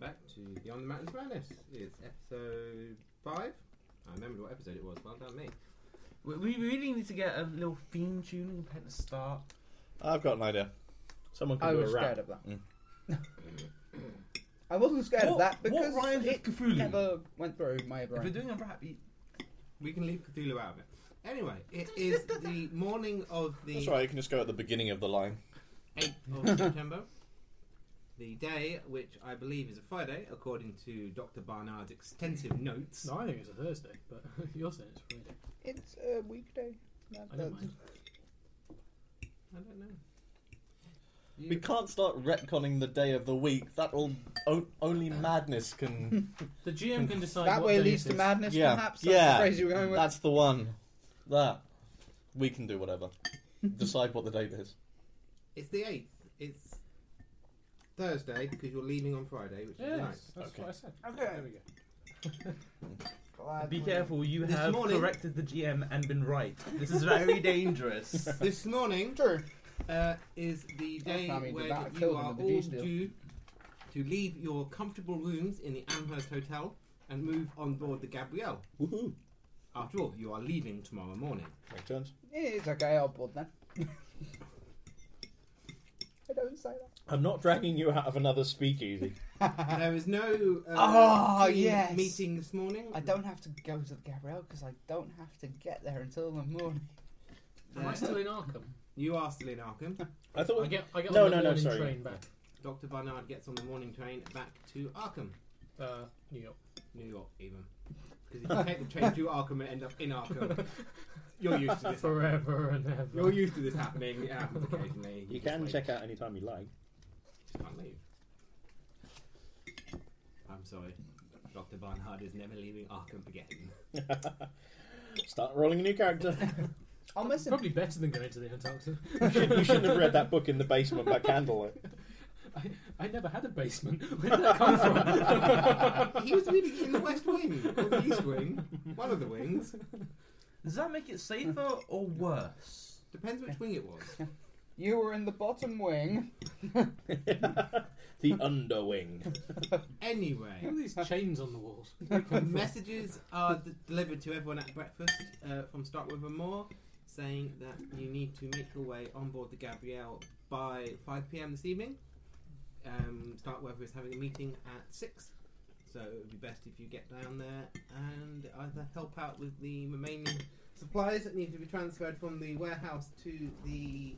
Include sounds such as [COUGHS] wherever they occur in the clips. back to Beyond the Mountains Madness. It's episode five. I remembered what episode it was. Well done, me. We, we really need to get a little theme tune we can start. I've got an idea. Someone can I do was a rap. scared of that. Mm. [LAUGHS] I wasn't scared What- of that what because rhymes with it [CLEARS THROAT] Cthulhu? never went through my If we're brain. doing a rap, you- We can leave Cthulhu out of it. Anyway, [LAUGHS] it is the morning of the That's right. You can just go at the beginning of the line. 8th [COUGHS] of September. The day, which I believe is a Friday, according to Dr. Barnard's extensive notes. No, I think it's a Thursday, but [LAUGHS] you're saying it's Friday. It's a weekday. That- I don't that's- mind. I don't know. We can't start retconning the day of the week. That will on, only madness can. The GM can decide That what way day leads it to is. madness, yeah, perhaps. [LAUGHS] That's yeah. the phrase you were going with. That's the one. That we can do [LAUGHS] whatever. Decide what the date is. It's the 8th. It's Thursday because you're leaving on Friday, which is Yes, nice. that's Okay. what I said. Okay. There we go. be careful. You This have morning- corrected the GM and been right. This is very [LAUGHS] dangerous. This morning True. uh, is the day I mean, where that you killed him are with the all juice deal. due to leave your comfortable rooms in the Amherst Hotel and move on board the Gabrielle. Woohoo! After all, you are leaving tomorrow [LAUGHS] morning. Make turns. It's okay, I'll board then. [LAUGHS] I don't say that. I'm not dragging you out of another speakeasy. there is no uh, Oh, team yes. meeting this morning. I don't have to go to the Gabrielle because I don't have to get there until the morning. Am I still in Arkham? Uh, You are still in Arkham. I thought I get, I get No, on the no, no, morning sorry. train back Dr. Barnard gets on the morning train back to Arkham, uh, New York. New York, even. Because if you take the train [LAUGHS] to Arkham and end up in Arkham, you're used to this. [LAUGHS] Forever and ever. You're used to this happening. It happens occasionally. you can check out any time you like. Can't leave. I'm sorry. Dr. Barnard is never leaving Arkham again. Start rolling a new character. [LAUGHS] I'll miss him. Probably better than going to the Antarctic. [LAUGHS] you, should, you shouldn't have read that book in the basement by candlelight. [LAUGHS] I, I never had a basement. [LAUGHS] Where did that come from? [LAUGHS] he was really in the West Wing, or the East Wing, one of the wings. Does that make it safer or worse? Depends which wing it [LAUGHS] was. You were in the bottom wing. the underwing. Look at Anyway, these chains on the [LAUGHS] walls. messages are d- delivered to everyone at breakfast uh, from Start With and More saying that you need to make your way on board the Gabrielle by 5 pm this evening. Um, Start With is having a meeting at 6. So it would be best if you get down there and either help out with the remaining supplies that need to be transferred from the warehouse to the We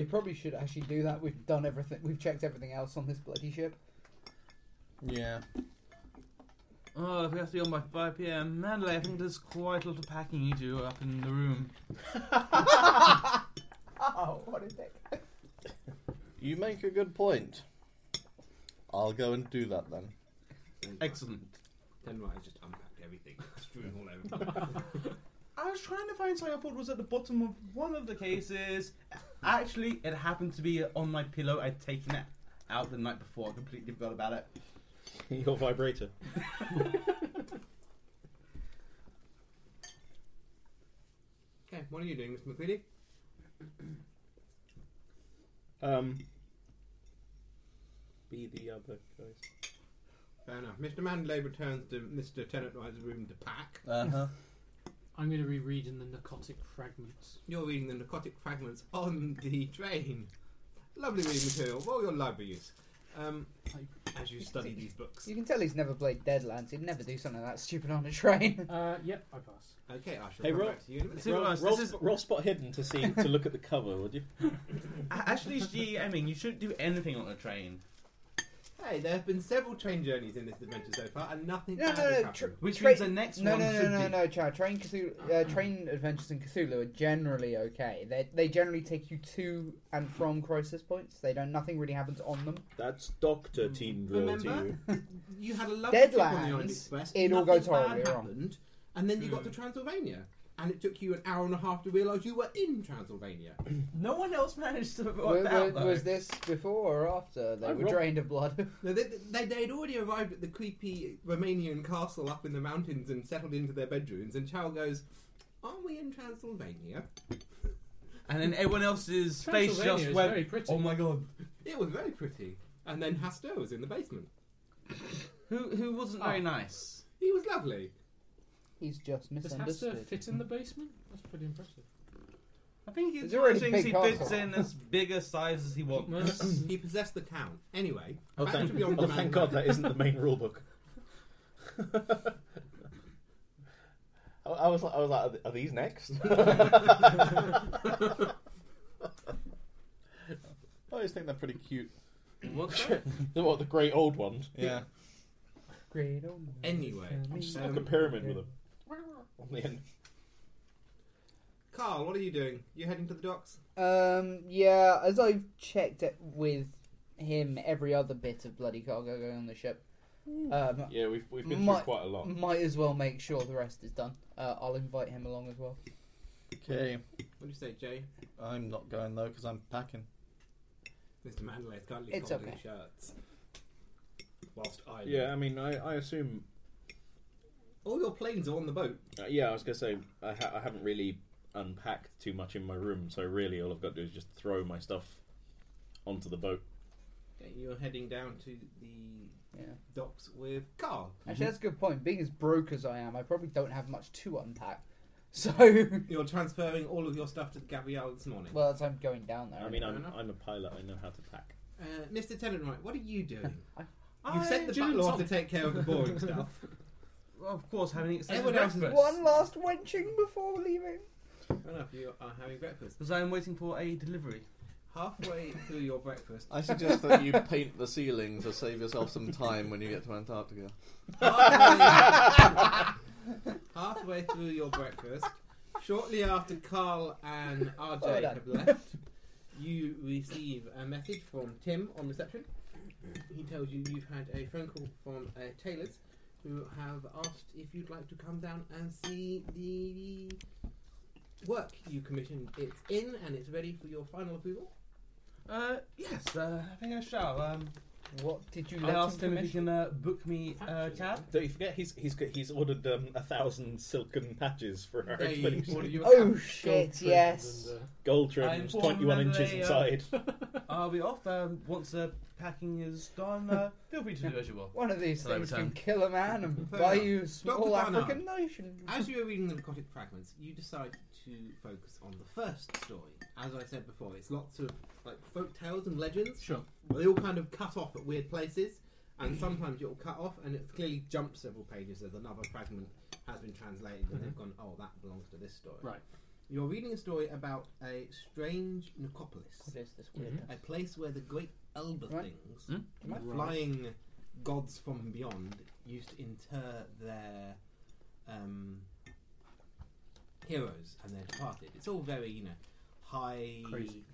ship. probably should actually do that. We've done everything. We've checked everything else on this bloody ship. Yeah. Oh, if we have to be on by 5 pm, Mandalay, I think there's quite a lot of packing you do up in the room. [LAUGHS] Oh, what a dick. You make a good point. I'll go and do that then. Excellent. Then right, I just unpacked everything, [LAUGHS] strewn all over. I was trying to find something I thought was at the bottom of one of the cases. Actually, it happened to be on my pillow. I'd taken it out the night before. I completely forgot about it. [LAUGHS] Your vibrator. okay, what are you doing, Mr. McCready? Um. Be the other guys. Fair enough. Mr. Mandalay returns to Mr. Tennant Rider's room to pack. Uh huh. I'm going to be reading the narcotic fragments. You're reading the narcotic fragments on the train. Lovely reading material for all your library use. Um, as you study these books. You can tell he's never played Deadlands. He'd never do something that stupid on [LAUGHS] a train. Uh, yep, I pass. Okay, I shall Hey, come Rob. back to you in a minute. To be roll, honest, roll this sp- is- roll spot hidden to see to look at the cover, would you? A- Actually, GMing, you shouldn't do anything on a train. Hey, there have been several train journeys in this adventure so far, and nothing No, bad no, has no, happened. Which Train- means the next no, one no, no, should no, be. no, Chad. Train, Cthulhu, uh, train adventures in Cthulhu are generally okay. They, they generally take you to and from crisis points. They don't. Nothing really happens on them. That's Doctor Team Drill Remember, to you had a lovely trip on the Orient Deadlands, Express. it all nothing goes horribly bad wrong. happened, and then you got to Hmm. Transylvania, and it took you an hour and a half to realise you were in Transylvania. No one else managed to Wa- work wa- that out, though. was this before or after they I were rob- drained of blood? [LAUGHS] No, they, they, they'd already arrived at the creepy Romanian castle up in the mountains and settled into their bedrooms. And Chow goes, Aren't we in Transylvania? And then everyone else's face Transylvania just is went. very pretty. Oh my god. It was very pretty. And then Haster was in the basement. who who wasn't Oh. very nice. He was lovely. He's just Does Hasta misunderstood. fit in the basement? That's pretty impressive. I think It's it's already thinks big he fits castle. in as big a size as he wants. He possessed the count. Anyway, Oh, back thank, to Beyond oh, Good thank and God Bad. that isn't the main rule book. [LAUGHS] I, I was like, I was like, are th- are these next? [LAUGHS] I always think they're pretty cute. What's that? The- [LAUGHS] what, the great old one? Yeah. Great old man. Anyway, I'm just Um, like a pyramid with them [LAUGHS] on the end. Carl, what are you doing? You heading to the docks? Um, yeah, as I've checked it with him, every other bit of bloody cargo going on the ship, um, Yeah, we've we've been My- through quite a lot. might as well make sure the rest is done. Uh, I'll invite him along as well. Okay, What do you say, Jay? I'm not going though because I'm packing. Mr. Mandelays can't leave It's cold in okay. shirts. Whilst I leave. Yeah, I mean, I, I assume. All your planes are on the boat. Uh, yeah, I was gonna say I, ha- I haven't really unpacked too much in my room, so really all I've got to do is just throw my stuff onto the boat. Okay, you're heading down to the Yeah. docks with Carl. Actually, that's a good point. Being as broke as I am, I probably don't have much to unpack. [LAUGHS] So, You're transferring all of your stuff to the Gabrielle this morning. well, as I'm going down there. I mean, Fair I'm, enough. I'm a pilot. I know how to pack. Uh, Mr. Tennant, what are you [LAUGHS] doing? I You've sent the enjoyed butler off some- to take care of the boring stuff. [LAUGHS] Of course, having extended Everyone else is breakfast. one last wenching before leaving. Fair enough, you are having breakfast. Because I am waiting for a delivery. Halfway through your [LAUGHS] breakfast, I suggest that you paint the ceiling to save yourself some time when you get to Antarctica. halfway, halfway through your breakfast, shortly after Carl and RJ Well done. have left, you receive a message from Tim on reception. He tells you you've had a phone call from uh, Taylor's, who have asked if you'd like to come down and see the work you commissioned. It's in and it's ready for your final approval. Uh, yes, uh, I think I shall. Um, What did you I let asked him him if he commission? can uh, book me a cab. Don't you forget he's he's got- he's ordered um, a thousand silken patches for our They expedition. order you a Oh uh, cab. shit! Yes. Gold I trims, informed twenty-one them inches they, uh, inside. [LAUGHS] I'll be off. Um, once the packing is done, uh, [LAUGHS] feel free to do as you will. One of these Hello, things can Sam. kill a man and Fair buy enough. you a Dr. small Barnard. African nation. As you are reading the narcotic fragments, you decide to focus on the first story. As I said before, it's lots of like folk tales and legends. Sure. But they all kind of cut off at weird places, and sometimes it'll cut off, and it's clearly jumped several pages as another fragment has been translated, and they've gone, "Oh, that belongs to this story." Right. You're reading a story about a strange necropolis, What is [LAUGHS] this Mhm. weirdness? a place where the great elder Right. things Am I- Right. flying gods from beyond used to inter their um, heroes and their departed. It's all very, you know, high Crazy.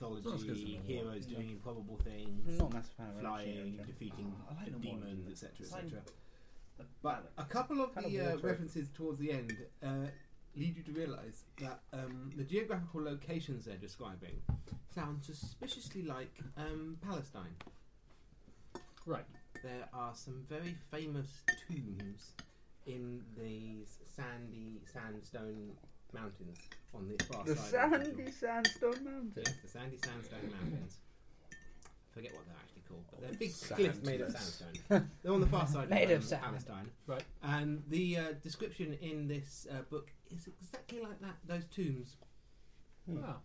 Not as good as the mythology, normal heroes yeah. doing improbable things, I'm not a massive fan of flying, religion. defeating I like the more demons, religion. etc., It's like etc. the- But a couple of Kind of the uh, water. references towards the end uh, lead you to realise that um, the geographical locations they're describing sound suspiciously like um, Palestine. Right. There are some very famous tombs in these sandy sandstone mountains on the far The side. of the sandy hill. sandstone mountain. Yes, the sandy sandstone mountains. I forget what they're actually called, but they're big Sand, cliffs made of yes. sandstone. they're on the far side Made of, of um, sand. Palestine. Right. And the uh, description in this uh, book is exactly like that. Those tombs. Wow.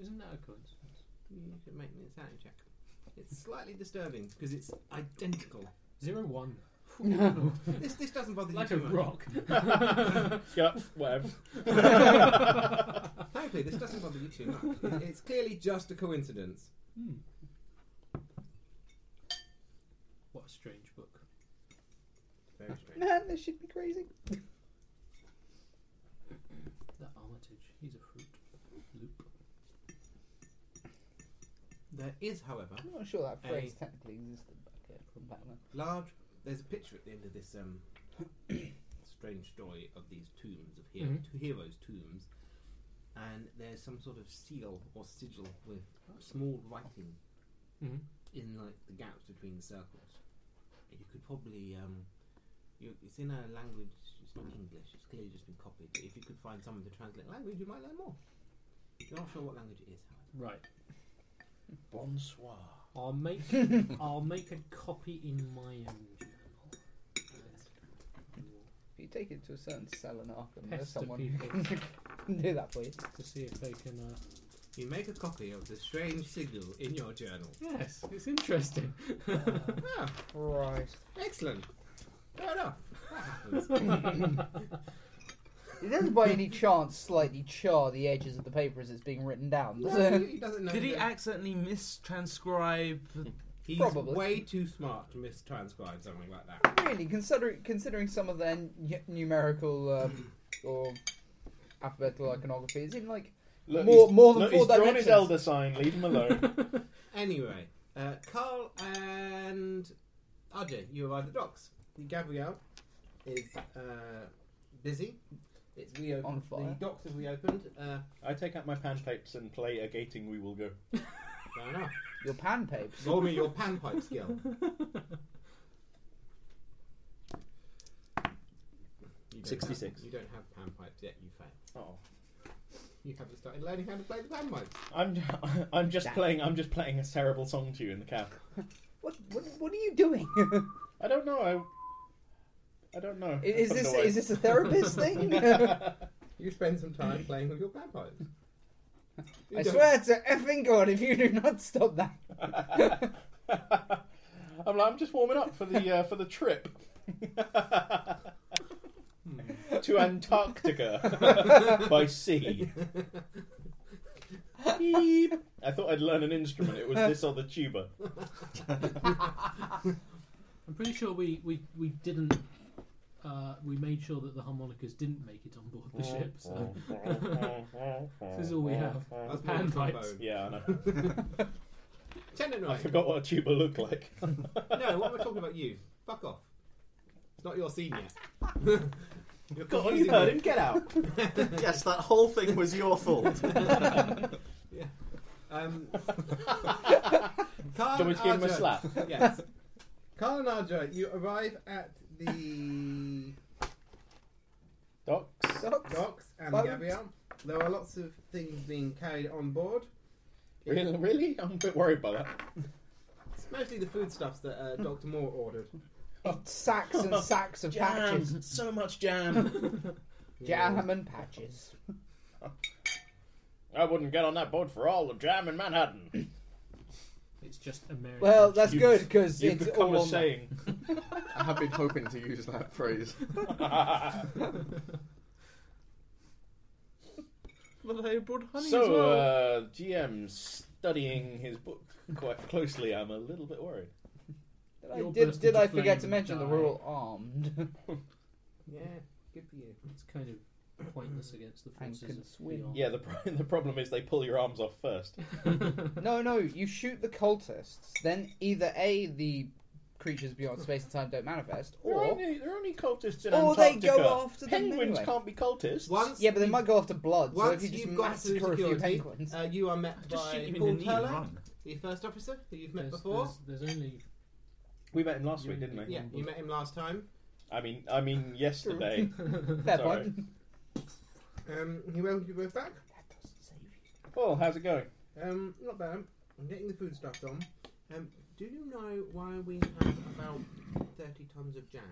Isn't that a coincidence? You can make me a sanity check. It's slightly disturbing because it's identical. Zero one. [LAUGHS] [LAUGHS] No. This this doesn't bother Like you a too much. rock. Yep, whatever. [LAUGHS] Frankly, this doesn't bother you too much. It- It's clearly just a coincidence. Hmm. What a strange book. Very strange. Man, this should be crazy. That Armitage, he's a fruit. Loop. There is, however, I'm not sure that Hey. phrase technically existed back here from back then. large. There's a picture at the end of this um, [COUGHS] strange story of these tombs of hero, Mhm. two heroes' tombs, and there's some sort of seal or sigil with small writing Mm-hmm. in like the gaps between the circles. You could probably um, you, it's in a language. It's not English. It's clearly just been copied. But if you could find someone to translate language, you might learn more. You're not sure what language it is, however. Right. Bonsoir. I'll [LAUGHS] make I'll make a copy in my own journal. And If you take it to a certain cell in Arkham, there's Pester someone people. who can- can [LAUGHS] do that for you. to see if they can. Uh, You make a copy of the strange signal in your journal. yes, it's interesting. Ah, Right. excellent. Fair enough. That happens. [LAUGHS] It doesn't by any chance slightly char the edges of the paper as it's being written down, does No, it? he doesn't know. Did he that- accidentally mistranscribe? He's Probably. way too smart to mistranscribe something like that. Really, considering considering some of their n- numerical um, or alphabetical iconography, is in like Look, More- he's- more than look, four he's drawn dimensions. his elder sign. Leave him [LAUGHS] alone. Anyway, uh, Carl and RJ, you arrive at the docks. Gabrielle is uh, busy. It's reopened. On fire. The docks have reopened. Uh, I take out my panpipes and play a gating. We will go. fair enough. your pan papes. Roll me your panpipe [LAUGHS] skill. You don't 66. Have, you don't have panpipes yet, you fail. Oh, You haven't started learning how to play the panpipes. I'm [LAUGHS] I'm just Damn. playing. I'm just playing a terrible song to you in the cab. What, what what are you doing? [LAUGHS] I don't know. I I don't know. I- is I put it this away. is this a therapist thing? You spend some time playing with your panpipes. You I don't- swear to effing god if you do not stop that. [LAUGHS] I'm like, I'm just warming up for the uh, for the trip Hmm. [LAUGHS] to Antarctica by sea. Beep. I thought I'd learn an instrument. It was this or the tuba. I'm pretty sure we we we didn't. Uh, we made sure that the harmonicas didn't make it on board the ship. So this is all we have. That's more Pan trombone. pipes. Yeah, I know. Tenant I forgot what a tuba looked like. No, what we're talking about you. Fuck off. It's not your scene [LAUGHS] yet. You're God, confusing you heard me. him. Get [LAUGHS] out. yes, that whole thing was your fault. [LAUGHS] Um, Carl Do you want me to give him a Arjun. slap? Yes. Carl and Arjun, you arrive at the Docs. docks and Boat. Gabrielle. There are lots of things being carried on board. Really? really? I'm a bit worried by that. It's mostly the foodstuffs that uh, Dr. Moore ordered. Sacks and [LAUGHS] sacks of patches. So much jam. Jam and patches. [LAUGHS] I wouldn't get on that boat for all the jam in Manhattan. [LAUGHS] It's just American. Well, that's You've- good because You've it's become all a on that. saying. I have been hoping to use that phrase. But I brought honey as so, well. uh, GM studying his book quite closely. I'm a little bit worried. Did I, You'll did, burst did into I forget flames to and mention Um, that die. we're all armed? Yeah, good for you. it's kind of pointless against the And forces can of swim. beyond. [LAUGHS] Yeah, the pro- [LAUGHS] the problem is they pull your arms off first. [LAUGHS] no, no, you shoot the cultists, then either A, the creatures beyond space and time don't manifest, They're or. only, they're only cultists in Or they Antarctica. go after them Penguins anyway. can't be cultists. Once Yeah, but they you- might go after blood, so Once if you just you've got through massacre a few security, penguins. uh, you are met Just by shoot him in the Paul knee and Turler, run. the first officer that you've met There's, before. there's, there's only We met him last week, didn't we? Yeah, you met him last time. I mean, I mean [LAUGHS] yesterday. Fair sorry. [LAUGHS] point. Um, he welcomed you both back. That doesn't save you. Paul, how's it [LAUGHS] going? Um, not bad. I'm getting the food stuffed on. Um, do you know why we have about thirty tons of jam?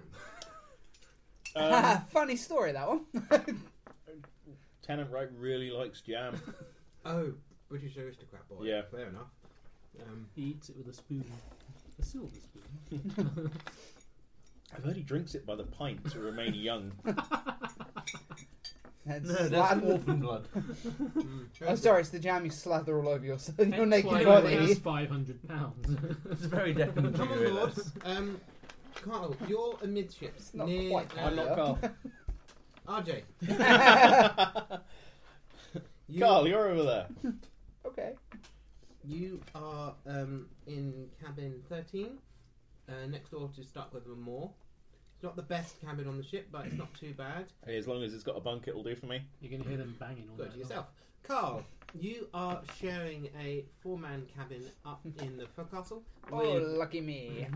Um, Funny story, [LAUGHS] that one. Tenant Wright really likes jam. Oh, British aristocrat boy. Yeah. fair enough. [LAUGHS] Um, he eats it with a spoon, a silver spoon. I've heard he drinks it by the pint to remain young. That's No, that's slat- [LAUGHS] orphan [LAUGHS] blood. mm, Oh, sorry, it's the jam you slather all over your, [LAUGHS] your Hence why naked he body. weighs 500 pounds. It's very definitely. [LAUGHS] Come on board. Um, Carl, you're amidships Not near. quite uh, [LAUGHS] I'm not Carl. RJ. you, [LAUGHS] Carl, you're over there. [LAUGHS] Okay. You are um, in cabin 13, uh, next door to Starkweather and Moore. It's not the best cabin on the ship, but it's not too [CLEARS THROAT] bad. Hey, as long as it's got a bunk, it'll do for me. You're going to hear them banging on Go that to yourself. Carl, you are sharing a four man cabin [LAUGHS] up in the forecastle Oh, with, [LAUGHS] lucky me.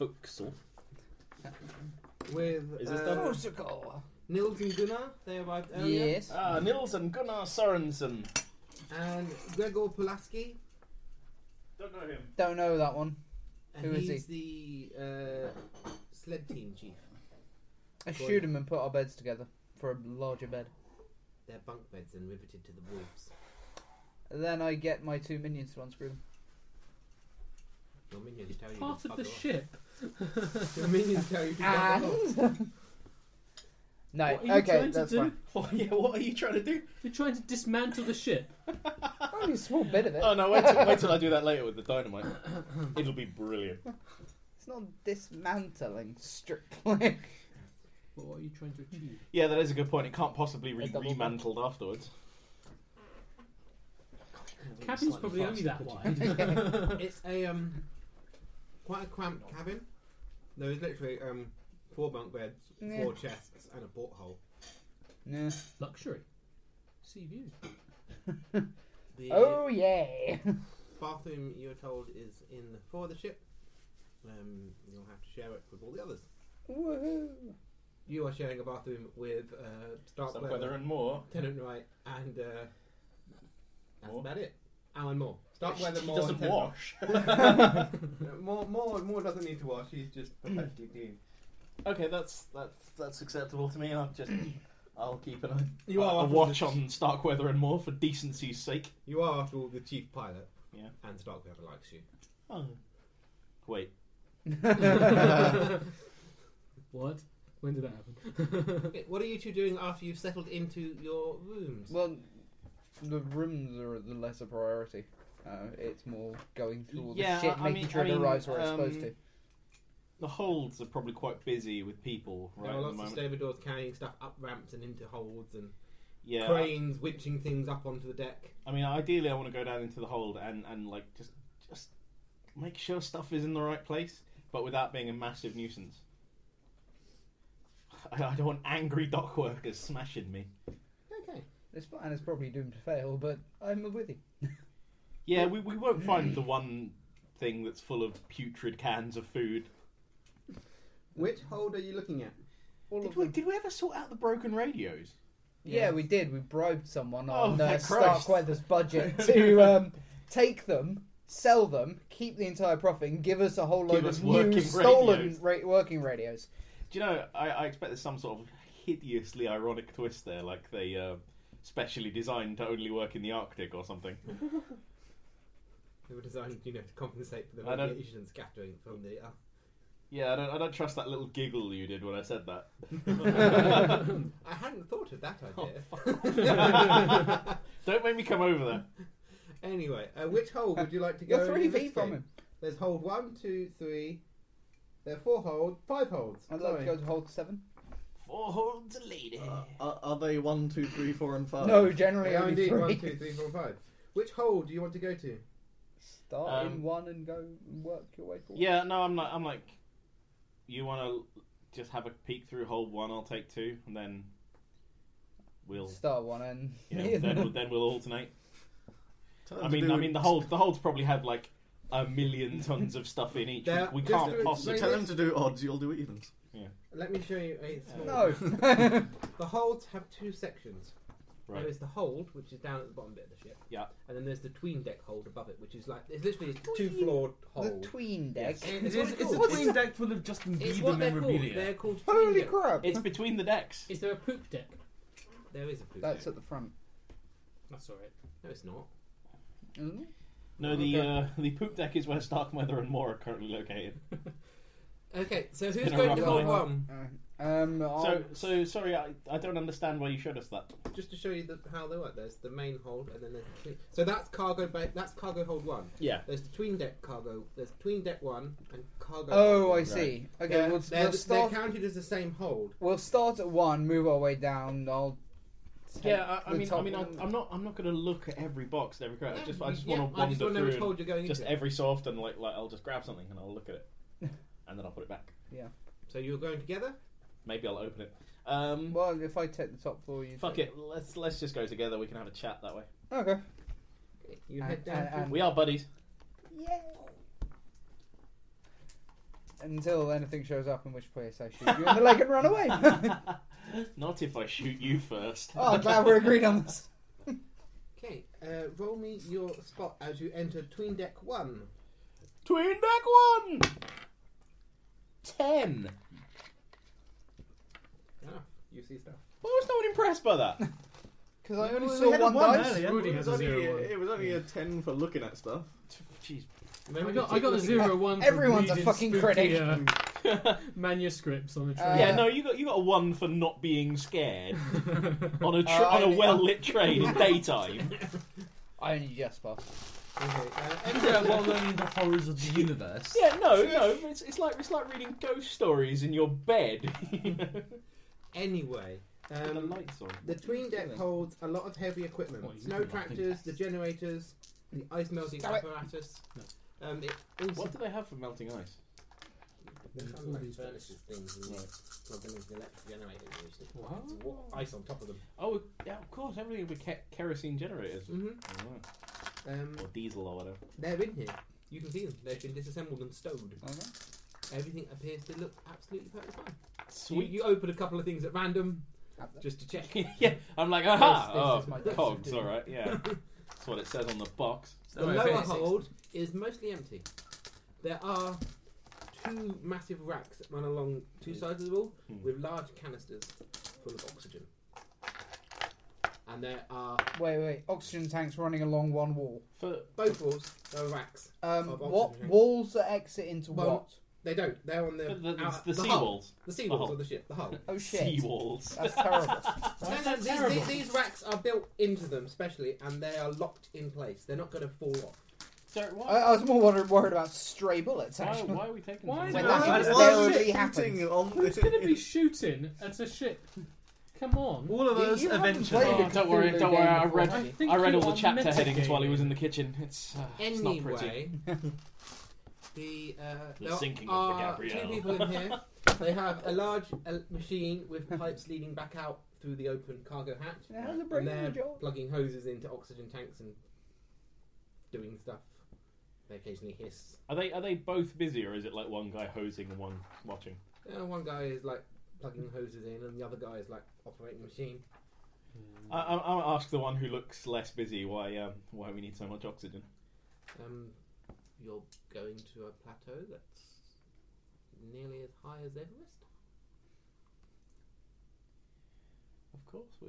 Fuxel. with Is this uh, done? Musical. Nils and Gunnar. They arrived earlier. Yes. Ah, Nils and Gunnar Sorensen. And Gregor Pulaski, Don't know him. Don't know that one. and Who is he's the uh, sled team chief. I Go shoot on. him and put our beds together for a larger bed. Their bunk beds and riveted to the wolves. Then I get my two minions to unscrew them. Your minions tell you Part to of the fuck off. ship. [LAUGHS] Your minions tell you to Ah. Ah. fuck off. And [LAUGHS] no, What are you okay, trying to that's do? fine. Oh, yeah, [LAUGHS] what are you trying to do? You're trying to dismantle the ship. Only a small bit of it. Oh no, wait till, wait till I do that later with the dynamite. It'll be brilliant. It's not dismantling strictly. [LAUGHS] But what are you trying to achieve? Yeah, that is a good point. It can't possibly A be double remantled afterwards. Cabin's probably only that [LAUGHS] wide. It's a um, quite a cramped cabin. There is literally um, four bunk beds, Yeah. four chests, and a porthole. [LAUGHS] no. Luxury. Sea view. The Oh yay! bathroom you're told is in the for the ship. Um, you'll have to share it with all the others. Woohoo! You are sharing a bathroom with uh, Weather Starkweather, and more. Tenant Wright, and uh, that's Moore? about it. Alan Moore. Starkweather He Moore. and doesn't Tennant Wright. wash. [LAUGHS] Moore, Moore, Moore doesn't need to wash. He's just perfectly clean. Okay, that's that's that's acceptable to me. I'll just I'll keep an eye. You a, are a after watch the- on Starkweather and more for decency's sake. You are, after all, the chief pilot. Yeah. And Starkweather likes you. Oh. Wait, What? When did that happen? [LAUGHS] Okay, what are you two doing after you've settled into your rooms? Well, the rooms are the lesser priority. Uh, it's more going through all the Yeah, shit, I- I making mean- sure I it mean, arrives where it's um, supposed to. the holds are probably quite busy with people right there are at the lots of moment. stabadores carrying stuff up ramps and into holds and yeah, cranes winching things up onto the deck. I mean, ideally, I want to go down into the hold and, and like just just make sure stuff is in the right place, but without being a massive nuisance. [SIGHS] I, I don't want angry dock workers smashing me. Okay. This plan is probably doomed to fail, but I'm with you. Yeah, we, we won't find the one thing that's full of putrid cans of food. Which hold are you looking at? All Did of we, them. did we ever sort out the broken radios? Yeah, we did. We bribed someone Oh, on uh, thank Christ. Starkweather's budget to um, take them, sell them, keep the entire profit, and give us a whole load Give us of new working stolen radios. ra- working radios. Do you know, I, I expect there's some sort of hideously ironic twist there, like they uh, specially designed to only work in the Arctic or [LAUGHS] something. They were designed, you know, to compensate for the I don't- radiation scattering from the. [LAUGHS] Uh, Yeah, I don't, I don't trust that little giggle you did when I said that. [LAUGHS] I hadn't thought of that Oh, idea. Don't make me come over there. [LAUGHS] anyway, uh, which hold would you like to go? You're and three feet investigate? from him. There's hold one, two, three. There are four holds, five holds. I'd like to Sorry. go to hold seven. Four holds a lady. Uh, are, are they one, two, three, four, and Oh. five? no, generally They are only indeed three. one, two, three, four, five. Which hold do you want to go to? Start Um, in one and go and work your way forward. Yeah, no, I'm like, I'm like, you want to just have a peek through hold one? I'll take two, and then we'll, Start one and you [LAUGHS] know, [LAUGHS] then we'll then we'll alternate. Time I to mean, do I it. mean, the holds the holds probably have like a [LAUGHS] million tons of stuff in each. They're- we just to can't explain possibly. Tell them to do odds, you'll do evens. Let me show you a small. Uh, [LAUGHS] no. The holds have two sections. Right. There is the hold, which is down at the bottom bit of the ship. Yeah. And then there's the tween deck hold above it, which is like it's literally a two floored the hold. tween deck. Yes. It It's is, what it's a called. twin deck full of Justin It's Bieber what they're called. memorabilia. They're called tween Holy deck. crap! It's between the decks. Is there a poop deck? There is a poop That's deck. at the front. That's alright. No, it's not. isn't it? No, the Okay. uh, the poop deck is where Starkweather and Moore are currently located. Okay, so who's Been a going rough to hold night. one? Uh, Um, So, Oh, I'll- so sorry, I, I don't understand why you showed us that. Just to show you the, how they work. There's the main hold, and then there's the tween. so that's cargo. Ba- that's cargo hold one. Yeah. There's the tween deck cargo. There's tween deck one and cargo. Oh, hold I one. see. Okay, They're, we'll, they're, we'll they're start. counted as the same hold. We'll start at one, move our way down. I'll. take Yeah, I, I the mean, I top mean, I, one. I'm not, I'm not going to look at every box and every crate. I just, I just Yeah, want to I just wanna know wander through. which and hold you're going just into. every so often, like, like I'll just grab something and I'll look at it, [LAUGHS] and then I'll put it back. So you're going together? Maybe I'll open it. Um, Well, if I take the top floor, you. fuck take- it. Let's let's just go together. We can have a chat that way. Okay. You Uh, And- head down and- to um, and- We are buddies. Until anything shows up, in which place I shoot you in the leg and run away. [LAUGHS] Not if I shoot you first. [LAUGHS] oh, I'm glad we're agreed on this. Okay, uh, Uh, roll me your spot as you enter Tween Deck 1. Twin deck one! Ten! Ah, you see stuff. Why was no one impressed by [LAUGHS] that? Because I only Well, we saw had a one, one dice. earlier. Rudy It has was, a only, zero one. it was only a 10 for looking at stuff. [LAUGHS] Jeez. I got, I got a zero one. for Everyone's a reading fucking spooky, critic. uh, manuscripts on a train. yeah, Uh, no, you got you got a one for not being [LAUGHS] scared on a Uh, tra- on I- a well lit train in [LAUGHS] daytime. I only just passed. Okay, [LAUGHS] uh, [LAUGHS] Yeah, enter, well, learning the horrors of the universe. yeah, no, no, it's, it's like it's like reading ghost stories in your bed. [LAUGHS] you know, anyway. with the Um, lights on. The tween deck holds a lot of heavy equipment: Well, you snow wouldn't like tractors, that. the generators, the ice melting Stop it. apparatus. Um, it also What do they have for melting ice? There's some like furnaces things and like Mm-hmm. plugging into the electric generator and you just What? it's wa- ice on top of them. Oh, yeah, of course, everything would be ke- kerosene generators [LAUGHS] Mhm. Oh, wow. Um, or diesel or whatever. they're in here. You can see them. They've been disassembled and stowed. Uh-huh. Everything appears to look absolutely perfectly fine. You, Sweet. you open a couple of things at random Have just to check. [LAUGHS] yeah, I'm like, This- aha, this is my oh, desk. cogs, all right, [LAUGHS] yeah. That's what it says on the box. The Sorry, lower Phoenix. hold is mostly empty. There are two massive racks that run along two sides of the wall Hmm. with large canisters full of oxygen. And there are Wait, wait. Oxygen tanks running along one wall. For both walls, there are racks. Um, Of what oxygen. walls that exit into Well, what? They don't, they're on the the, the, outer- the, sea hull. walls. Uh, The sea The walls hull. of the ship, the hull. Oh shit! Sea walls. That's terrible. No, no, these- these, these racks are built into them specially and they are locked in place. They're not going to fall off. So I, why, I was more worried, worried about stray bullets. why, Actually, why are we taking Why them? Well, not? when that why- thing why still really shooting happened. on [LAUGHS] Who's going to be shooting at a ship? Come on. All of You- us you haven't eventually. played Oh, a don't worry, Cthulhu don't worry, game I before, read- have I you? think I read you all are the chapter headings while he mitigating. was in the kitchen. It's, uh, it's not pretty. Anyway, [LAUGHS] the, uh, The there sinking are of the Gabrielle. Two people in [LAUGHS] here. They have a large uh, machine with pipes leading back out through the open cargo hatch, Yeah, how's the brain and they're job? plugging hoses into oxygen tanks and doing stuff. They occasionally hiss. Are they are they both busy or is it like one guy hosing and one watching? Uh, one guy is like plugging hoses in, and the other guy is like operating the machine. I, I, I'll ask the one who looks less busy why um, why we need so much oxygen. Um, you're going to a plateau that's nearly as high as Everest. Of course we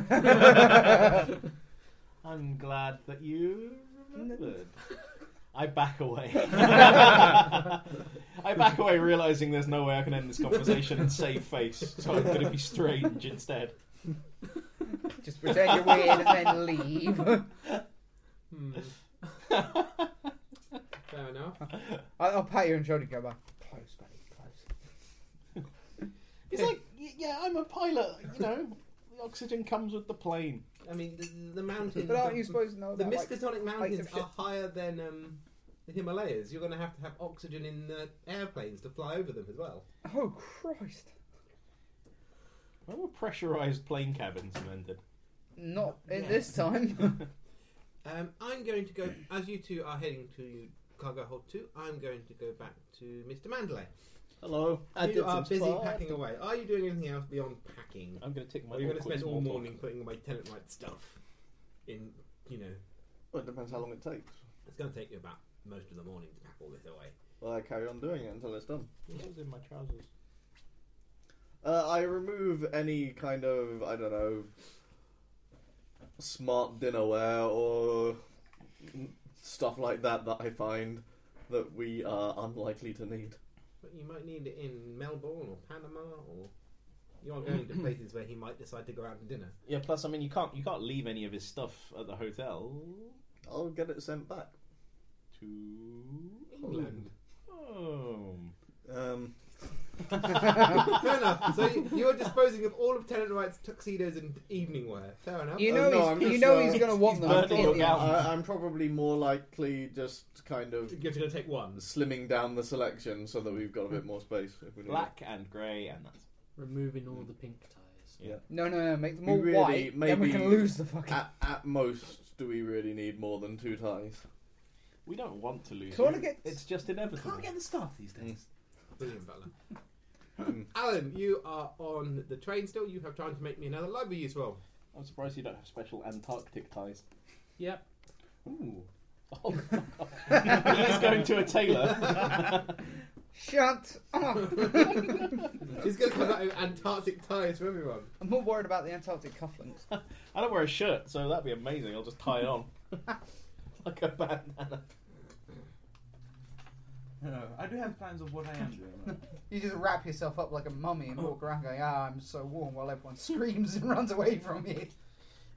are. [LAUGHS] [LAUGHS] I'm glad that you remembered. I back [LAUGHS] away. I back away, realizing there's no way I can end this conversation and save face, so I'm going to be strange instead. [LAUGHS] Just pretend you're weird and then leave. [LAUGHS] Hmm. Fair enough. I, will pat you on the shoulder and go back. Close, buddy, close. It's like, y- yeah, I'm a pilot. You know, the oxygen comes with the plane. I mean, the, the mountains. But aren't the- you supposed to know The about, like, Miskatonic Mountains of shit. are higher than um, the Himalayas. You're going to have to have oxygen in the airplanes to fly over them as well. Oh Christ! When were pressurized plane cabins invented? Not at Yeah. this time. [LAUGHS] Um, I'm going to go, as you two are heading to cargo hold 2, I'm going to go back to Mr. Mandalay. Hello. you are busy packing away. Are you doing anything else beyond packing? I'm going to tick my. Or are you going to awkward spend all small talk. morning putting away tenant right stuff? In, you know, Well, it depends how long it takes. it's going to take you about most of the morning to pack all this away. Well, I carry on doing it until it's done. What was in my trousers? Uh, I remove any kind of, I don't know, smart dinnerware or stuff like that that I find that we are unlikely to need. But you might need it in Melbourne or Panama or. You are going to places where he might decide to go out to dinner. Yeah. Plus, I mean, you can't you can't leave any of his stuff at the hotel I'll get it sent back. to England. Oh. Um, [LAUGHS] Fair enough. So you, you're disposing of all of Tenant Wright's tuxedos and evening wear. Fair enough. you Uh, know, no, I'm he's, you just, know uh, he's gonna want them. burning your in the gown. end. I, I'm probably more likely just kind of You're going to take one. slimming down the selection so that we've got a bit more space. If we need it. Black and grey and that's Removing all the pink tyres. No, no, no. Make them all really white. Then we maybe- can lose the fucking. At, at most, do we really need more than two ties? We don't want to lose. Can't you. get- It's just inevitable. Can't get the staff these days. Brilliant, Butler. Alan, you are on the train still. You have time to make me another library use roll. I'm surprised you don't have special Antarctic ties. Yep. Ooh. He's going to a tailor. [LAUGHS] Shut up! [LAUGHS] He's going to come out with Antarctic ties for everyone. I'm more worried about the Antarctic cufflinks. [LAUGHS] I don't wear a shirt, so that'd be amazing. I'll just tie it on. [LAUGHS] like a bandana. No, I do have plans of what I [LAUGHS] am doing. You just wrap yourself up like a mummy and walk around going, ah, I'm so warm, while everyone screams and runs away from you.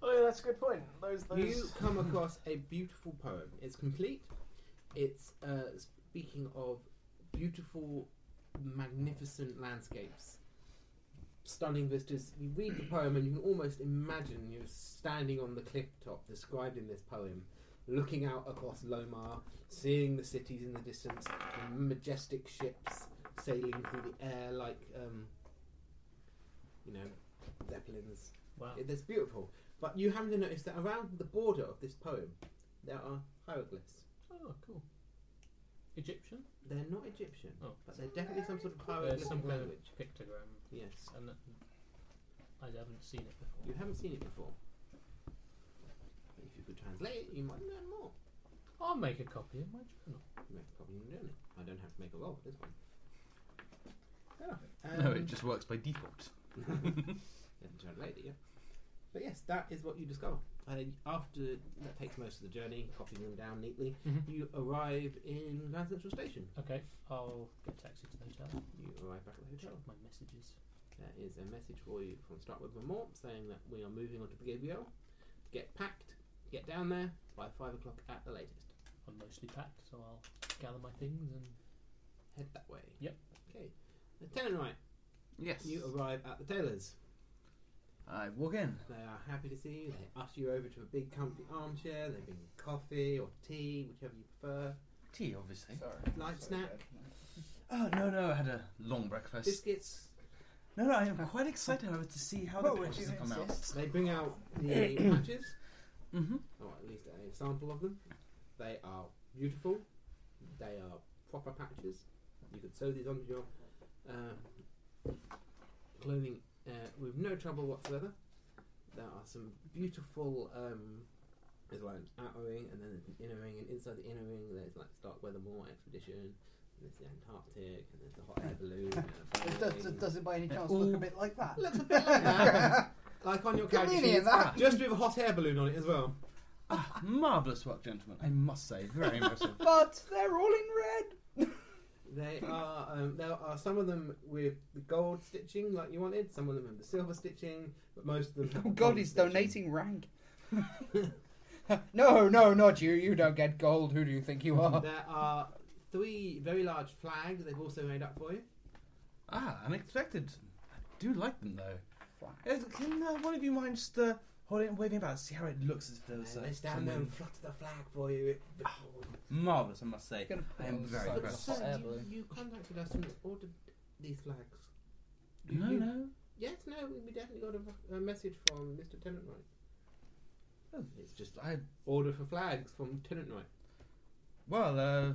Oh, yeah, that's a good point. Those, You [LAUGHS] come across a beautiful poem. It's complete. It's uh, speaking of beautiful, magnificent landscapes, stunning vistas. You read the poem and you can almost imagine you're standing on the cliff top described in this poem, looking out across Lomar, seeing the cities in the distance, the majestic ships sailing through the air like, um, you know, zeppelins. Wow. It- That's beautiful. But you haven't noticed that around the border of this poem, there are hieroglyphs. Oh, cool. Egyptian. They're not Egyptian, Oh. but they're definitely some sort of hieroglyphic There's some kind of language. pictogram, Yes. and that- I haven't seen it before. You haven't seen it before. If you could translate it, you might learn more. I'll make a copy in my journal. You may probably learn it. I don't have to make a roll for this one. Um, no, [LAUGHS] it just works by default. Then translate it, yeah. But yes, that is what you discover. Uh, after that takes most of the journey, copying them down neatly, Mhm. Mm-hmm. you arrive in Grand Central Station. Okay, I'll get a taxi to the hotel. You arrive back at the hotel. Check my messages. There is a message for you from Start With More saying that we are moving on to the Gabriel. Get packed, get down there by 5 o'clock at the latest. I'm mostly packed, so I'll gather my things and Head that way. Yep. Okay. Lieutenant Wright, Yes. you arrive at the tailor's. I walk in. They are happy to see you. They usher you over to a big comfy armchair. They bring you coffee or tea, whichever you prefer. Tea, obviously. Sorry. Light Sorry, snack. Dad. Oh no, no, I had a long breakfast. Biscuits. No, no, I am quite excited however to see how Well, the would you patches have come out. insist? They bring out the matches, Mm-hmm. or at least a sample of them. They are beautiful. They are proper patches. You could sew these onto your uh, clothing uh, with no trouble whatsoever. There are some beautiful. Um, there's like an outer ring, and then there's an inner ring, and inside the inner ring there's like Stark Weathermore expedition. And there's the Antarctic, and there's the hot air balloon. And a It fire does, ring. it does it by any chance look a bit like that? Looks a bit like that. [LAUGHS] like on your character Convenient, sheets, [LAUGHS] that. just with a hot air balloon on it as well. Ah, marvelous work, gentlemen. I must say, very [LAUGHS] impressive. But they're all in red. They are. Um, there are some of them with the gold stitching, like you wanted. Some of them have the silver stitching, but most of them. Have Oh the God, bronze he's stitching. donating rank. [LAUGHS] no, no, not you. You don't get gold. Who do you think you [LAUGHS] are? There are three very large flags. They've also made up for you. ah, unexpected. I do like them though. Uh, Can uh, one of you mind just uh, holding it and waving about, see how it looks as if there And was uh, they some stand there and wind? flutter the flag for you. Marvelous, I must say. Gonna I am put very on But impressed. sir, some hot air you, balloon. you contacted us and ordered these flags. You- No, you- no. Yes, no, we we definitely got a, a message from Mr. Tenant Wright. Oh. It's just I order for flags from Tenant Wright. well, uh,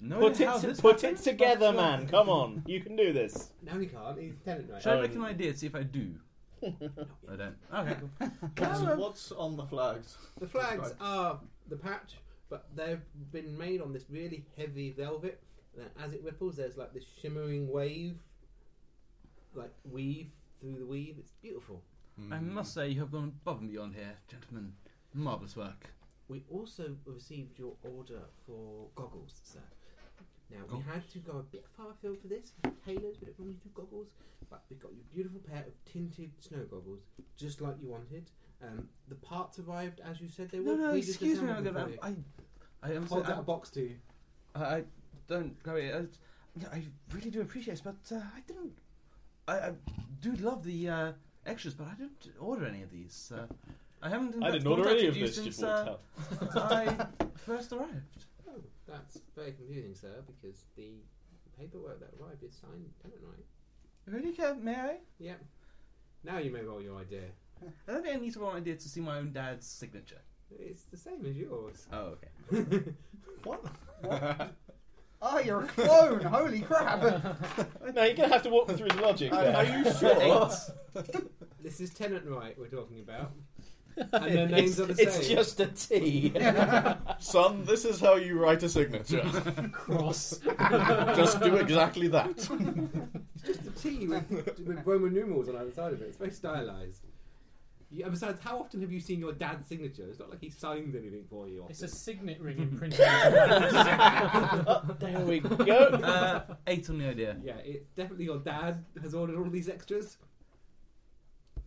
no. Put idea how it, this put it happened, together, but, uh, man. Come on. You can do this. No, he can't. He's Tenant Wright. Should I Um, make an idea to see if I [LAUGHS] do? I don't. Okay, cool. What's, Hello. what's on the flags? The flags Right. are the patch, but they've been made on this really heavy velvet. And then as it ripples, there's like this shimmering wave, like weave through the weave. It's beautiful. I Mm. must say, you have gone above and beyond here, gentlemen. Marvelous work. We also received your order for goggles, sir. Now we Goggles? had to go a bit far afield for this. Tailors, we don't normally do goggles, but we got you a beautiful pair of tinted snow goggles, just like you wanted. Um, the parts arrived as you said they No, would. no, We just excuse me. assembled them I, for you. I, I, am so, Holds out a I, box to you. I I don't go. I, yeah, I really do appreciate it, but uh, I didn't. I, I do love the uh, extras, but I didn't order any of these. Uh, I haven't. in I fact, didn't order any contacted of you this. since, Just walked uh, up. [LAUGHS] I first arrived. Oh, that's very confusing, sir, because the paperwork that arrived is signed tenant right. Really, care, may I? Yep. Now you may roll your idea. I don't think I need to roll an idea to see my own dad's signature. It's the same as yours. [LAUGHS] Oh, okay. What? Oh, you're a clone! Holy crap! No, you're gonna have to walk me through the logic. Are- there. are you sure? this is tenant right we're talking about. and [LAUGHS] their names are the same. It's just a T. [LAUGHS] Son, this is how you write [LAUGHS] a signature. Cross. Just do exactly that. It's just a T with, with Roman numerals on either side of it. It's very stylized. You, and besides, how often have you seen your dad's signature? It's not like he signs anything for you. It's Often. a signet ring [LAUGHS] imprinted. on your hand. there we go. [LAUGHS] Uh, eight on the idea. yeah, it's definitely your dad has ordered all these extras.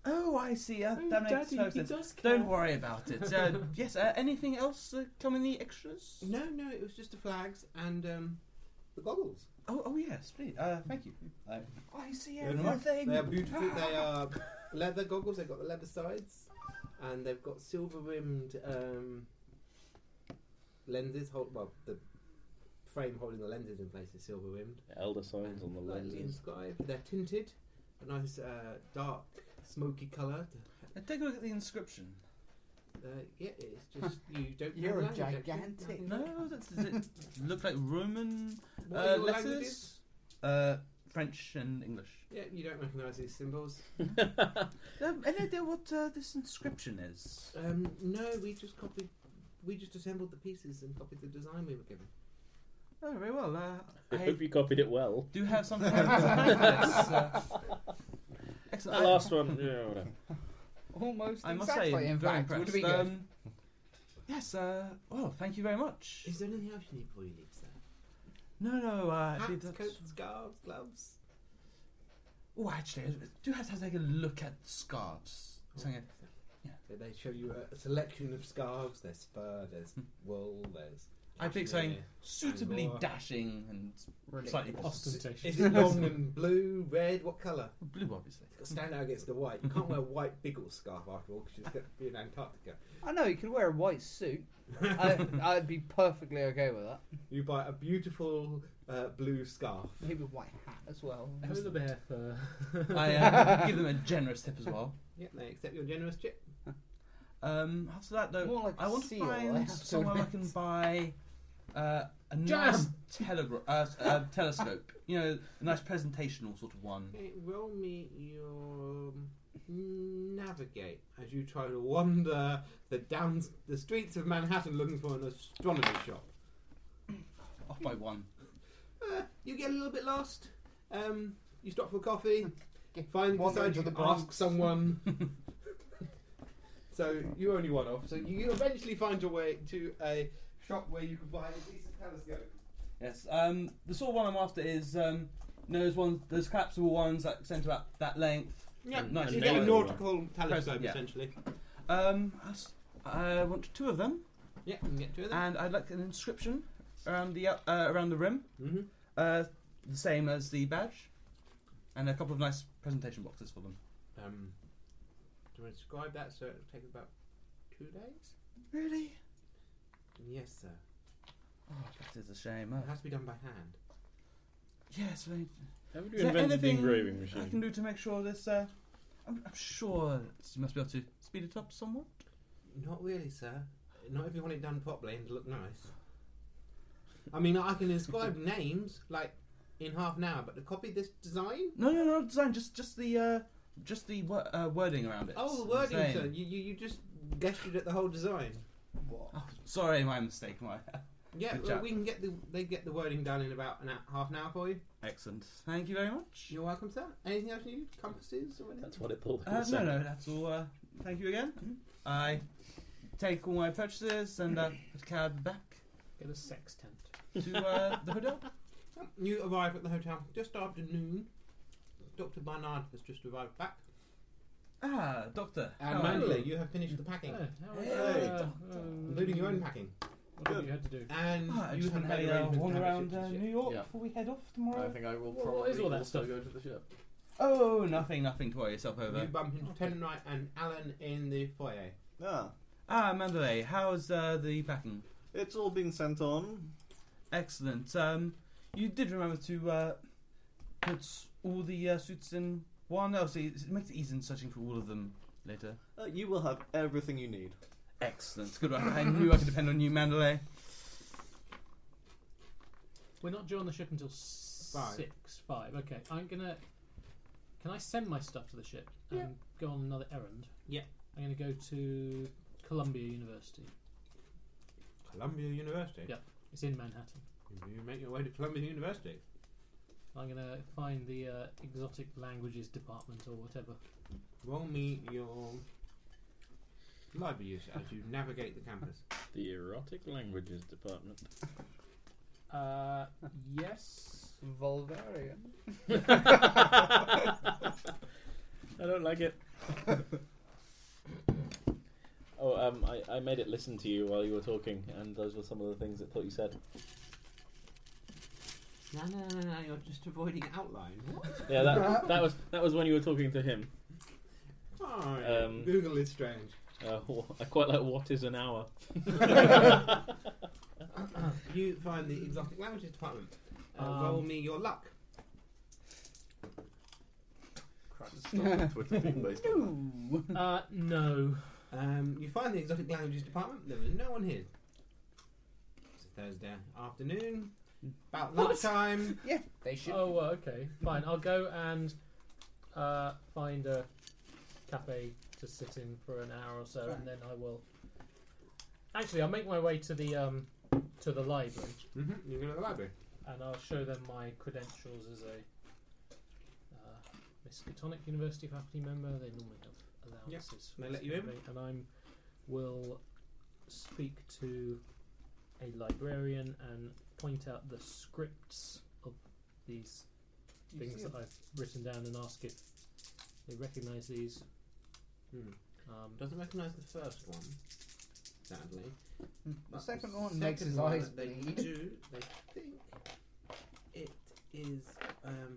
Oh, I see. Uh, Mm, Oh, that makes Daddy, no he sense. does care. Don't worry about it. Uh, [LAUGHS] yes. Uh, anything else uh, come in the extras? No, no, it was just the flags and um, the goggles. Oh, oh yes, please. Uh, thank you. Uh, I see Ah. They're not- They are beautiful. they are leather goggles. They've got the leather sides, and they've got silver-rimmed um, lenses. Hold, well, the frame holding the lenses in place is silver-rimmed. Elder signs on the Lightly lenses. inscribed. They're tinted, a nice uh, dark smoky colour. Uh, take a look at the inscription. Uh, yeah, it's [LAUGHS] just you don't. You're have a language, actually. gigantic- Nothing. No, that's, [LAUGHS] does it look like Roman What are uh, your languages? letters? Uh, French and English. Yeah, you don't recognise these symbols. Um, any idea what uh, this inscription is? Um, no, we just copied. We just assembled the pieces and copied the design we were given. Oh, very well. Uh, I I hope you copied it well. do have [LAUGHS] something like this. Uh, excellent. That I- last one, yeah, whatever. Almost I must exactly, say, in very fact. Would have impressed. been good. Um, yes. Uh, well, thank you very much. Is there anything else you need before you leave, sir? No, no. Uh, actually, Hats, that's- coats, scarves, gloves. oh, actually, I do have to take a look at scarves. Something like- So they show you a, a selection of scarves. There's fur. There's wool. There's. Hmm. I pick something cashmere. suitably Angora. dashing and slightly Ridiculous. Is Ostentatious. it long and blue, red? What [LAUGHS] colour? blue, [LAUGHS] obviously. It's got to stand out against the white. You can't wear a white Biggles scarf after all because you're going to be in Antarctica. I know you could wear a white suit. I, I'd be perfectly okay with that. You buy a beautiful uh, blue scarf. Maybe a white hat as well. Over the bear fur. I uh, give them a generous tip as well. Yep, they accept your generous tip. Um, after that, though, More like I want to seal, I find have to somewhere I admit. can buy uh, a Jam! nice telegra- uh, uh, telescope. You know, a nice presentational sort of one. Okay, roll me your um, navigate as you try to wander the downs the streets of Manhattan looking for an astronomy shop. Off by one. Uh, you get a little bit lost. Um, you stop for coffee. Get- Find wander decide into you the can Bronx. ask [LAUGHS] someone. so you're only one off. So you eventually find your way to a shop where you can buy a decent telescope. Yes. Um, the sort of one I'm after is um, you know, those ones, those collapsible ones that extend to about that length. Yeah, Nice you get a name. nautical telescope Yeah. essentially. Um, I s- I want two of them, Yeah, you can get two of them. and I'd like an inscription around the out- uh, around the rim, mm-hmm. uh, the same as the badge, and a couple of nice presentation boxes for them. Um, to inscribe that, so it'll take about two days. Really? Yes, sir. Oh, that is a shame. It Uh, has to be done by hand. yes. Right. Haven't you Is there invented the anything engraving I can machine? do to make sure this. Uh, I'm, I'm sure you must be able to speed it up somewhat. Not really, sir. Not if you want it done properly and to look nice. I mean, I can [LAUGHS] inscribe names like in half an hour, but to copy this design. No, no, no. Design just just the uh, just the wor- uh, wording around it. Oh, the wording, Same. sir. You, you you just gestured at the whole design. Oh, sorry, my mistake. My Yeah, Good well, job. we can get the they get the wording done in about an hou- half an hour for you. excellent. Thank you very much. You're welcome, sir. Anything else needed? Compasses or anything? [LAUGHS] That's what it pulled. Uh, no, no, that's all. Uh, thank you again. I take all my purchases and uh, put a cab back Get a [LAUGHS] sextant. to uh, the hotel. You arrive at the hotel just after noon. Dr. Barnard has just arrived back. Ah, doctor. And how are you? Manley, you have finished the packing, Yeah, Oh, how- Hey, uh, uh, including your own packing. What have you had to do? And Ah, I've you just have been made having a arrangements to wander have it around shipped to uh, ship. New York Yeah. before we head off I tomorrow. think I will What- probably what is all that also stuff? go to the ship. Oh, nothing, nothing to worry yourself over. You bump into Tennant and Alan in the foyer. Ah, Ah, Mandalay, how's uh, the packing? it's all been sent on. Excellent. Um, you did remember to uh, put all the uh, suits in one. Obviously, it makes it easy in searching for all of them later. Uh, you will have everything you need. Excellent. Good one. I knew I could depend on you, Mandalay. We're not due on the ship until Five. six, five. Okay, I'm gonna. Can I send my stuff to the ship and Yeah. go on another errand? Yeah. I'm going to go to Columbia University. Columbia University. Yeah. It's in Manhattan. You make your way to Columbia University. I'm going to find the uh, exotic languages department or whatever. Roll me your library use as you navigate the campus. The erotic languages department. Uh, yes. Volvarian. I don't like [LAUGHS] it. oh, um, I, I made it listen to you while you were talking, and those were some of the things it thought you said. [LAUGHS] No, no, no, no, you're just avoiding outline. What? [LAUGHS] Yeah, [LAUGHS] that that was that was when you were talking to him. Oh, Um, Google is strange. Uh, wh- I quite like what is an [LAUGHS] hour. [COUGHS] [LAUGHS] You find the exotic languages department. Uh, Um, roll me your luck. Christ, stop the Twitter thing based on that. Uh, no. Um, you find the exotic languages department. There was no one here. It's a Thursday afternoon, about What? lunchtime. They should. Oh, well, okay. Fine. I'll go and uh, find a cafe to sit in for an hour or so, and then I will. Actually, I'll make my way to the um, to the library, hmm You go to the library. and I'll show them my credentials as a uh, Miskatonic University faculty member. They normally have allowances. for they this let you in. kind of thing, and I'm will speak to a librarian and point out the scripts of these things that I've written down and ask if they recognise these. Hmm. Um, Doesn't recognise the first one, sadly. Hmm, The But second the one makes uh, second his one eyes that they bleed. do. They think it is um,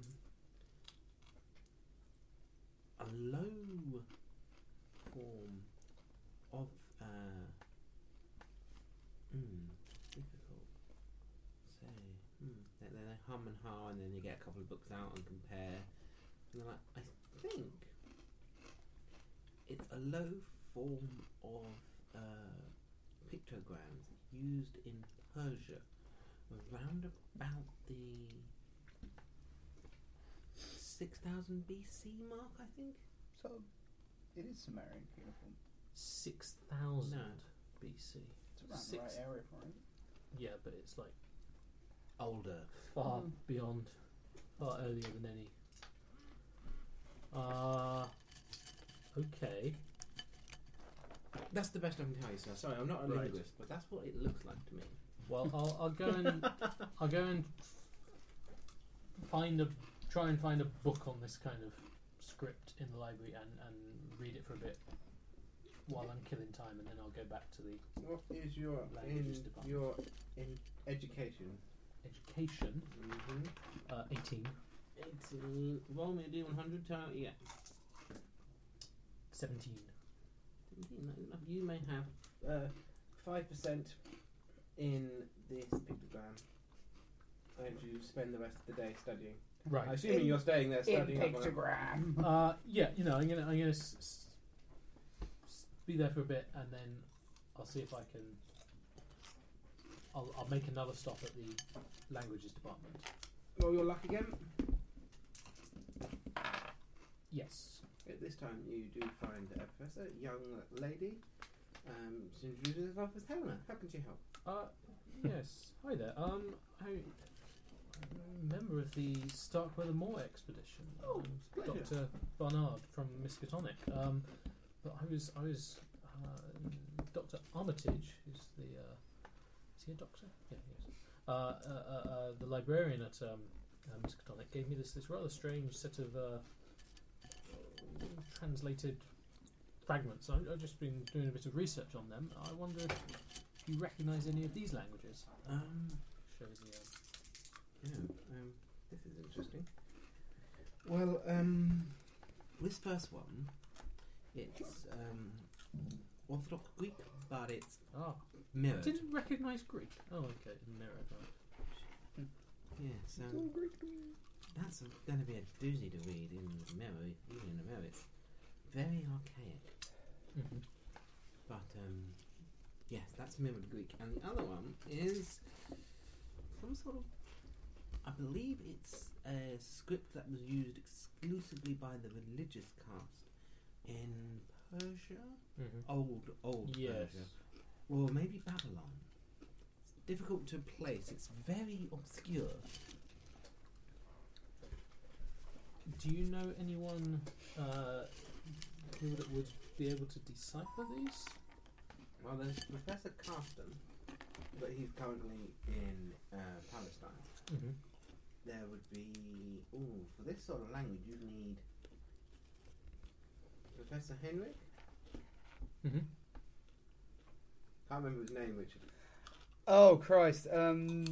a low form of uh, mm, difficult. Say, hmm. They, they they hum and ha, and then you get a couple of books out and compare, and they're like, I think it's a low form of. Uh, pictograms used in Persia around about the 6000 BC mark, I think. So it is Sumerian uniform. 6,000 No. BC. It's around Six. the right area for it. Yeah, but it's like Older. far beyond, far earlier than any. Uh, okay. That's the best I can tell you, sir. Sorry, I'm not a Right. linguist, but that's what it looks like to me. Well, I'll, I'll go and I'll go and find a try and find a book on this kind of script in the library and, and read it for a bit while I'm killing time, and then I'll go back to the What is your Languages in- department. your in education? education. Mm-hmm. Uh, 18, It's uh, roll me a d100 total. Yeah, 17. Seventeen, not enough. you may have uh, five percent in this pictogram, and you spend the rest of the day studying. Right. I'm assuming you're staying there studying. up on it. pictogram. Uh, yeah, you know, I'm gonna I'm gonna s- s- s- be there for a bit, and then I'll see if I can. I'll, I'll make another stop at the languages department. Roll your luck again. Yes. At this time, you do find a professor, young lady. Um, she introduces herself as Helena. How can she help? Uh, yes. Hi there. Um, I, am a member of the Starkweather Moor expedition. Oh, Um, pleasure. Dr. Barnard from Miskatonic. Um, but I was I was uh, Dr. Armitage, who's the uh, is he a doctor? Yeah, he is. Uh, uh, uh, uh, the librarian at um, uh, Miskatonic gave me this this rather strange set of uh, translated fragments. I, I've just been doing a bit of research on them. I wonder if you recognise any of these languages. Um, Shows the. Uh, Yeah, um, this is interesting. Well, um, this first one, it's um, Orthodox Greek, but it's ah, mirrored. didn't recognise Greek. Oh, okay, mirror. Right. Yeah, so that's going to be a doozy to read in the mirror, even in the mirror. It's very archaic, Mhm. but um, yes, that's mirrored Greek. And the other one is some sort of, I believe it's a script that was used exclusively by the religious caste in Persia, Mhm. old old Yes. Persia, or maybe Babylon. It's difficult to place. It's very obscure. Do you know anyone uh, who that would be able to decipher these? Well, there's Professor Carsten, but he's currently in uh, Palestine. Mm-hmm. There would be oh, for this sort of language, you'd need Professor Henrik. Mhm. Can't remember his name, Richard. Oh Christ. Um,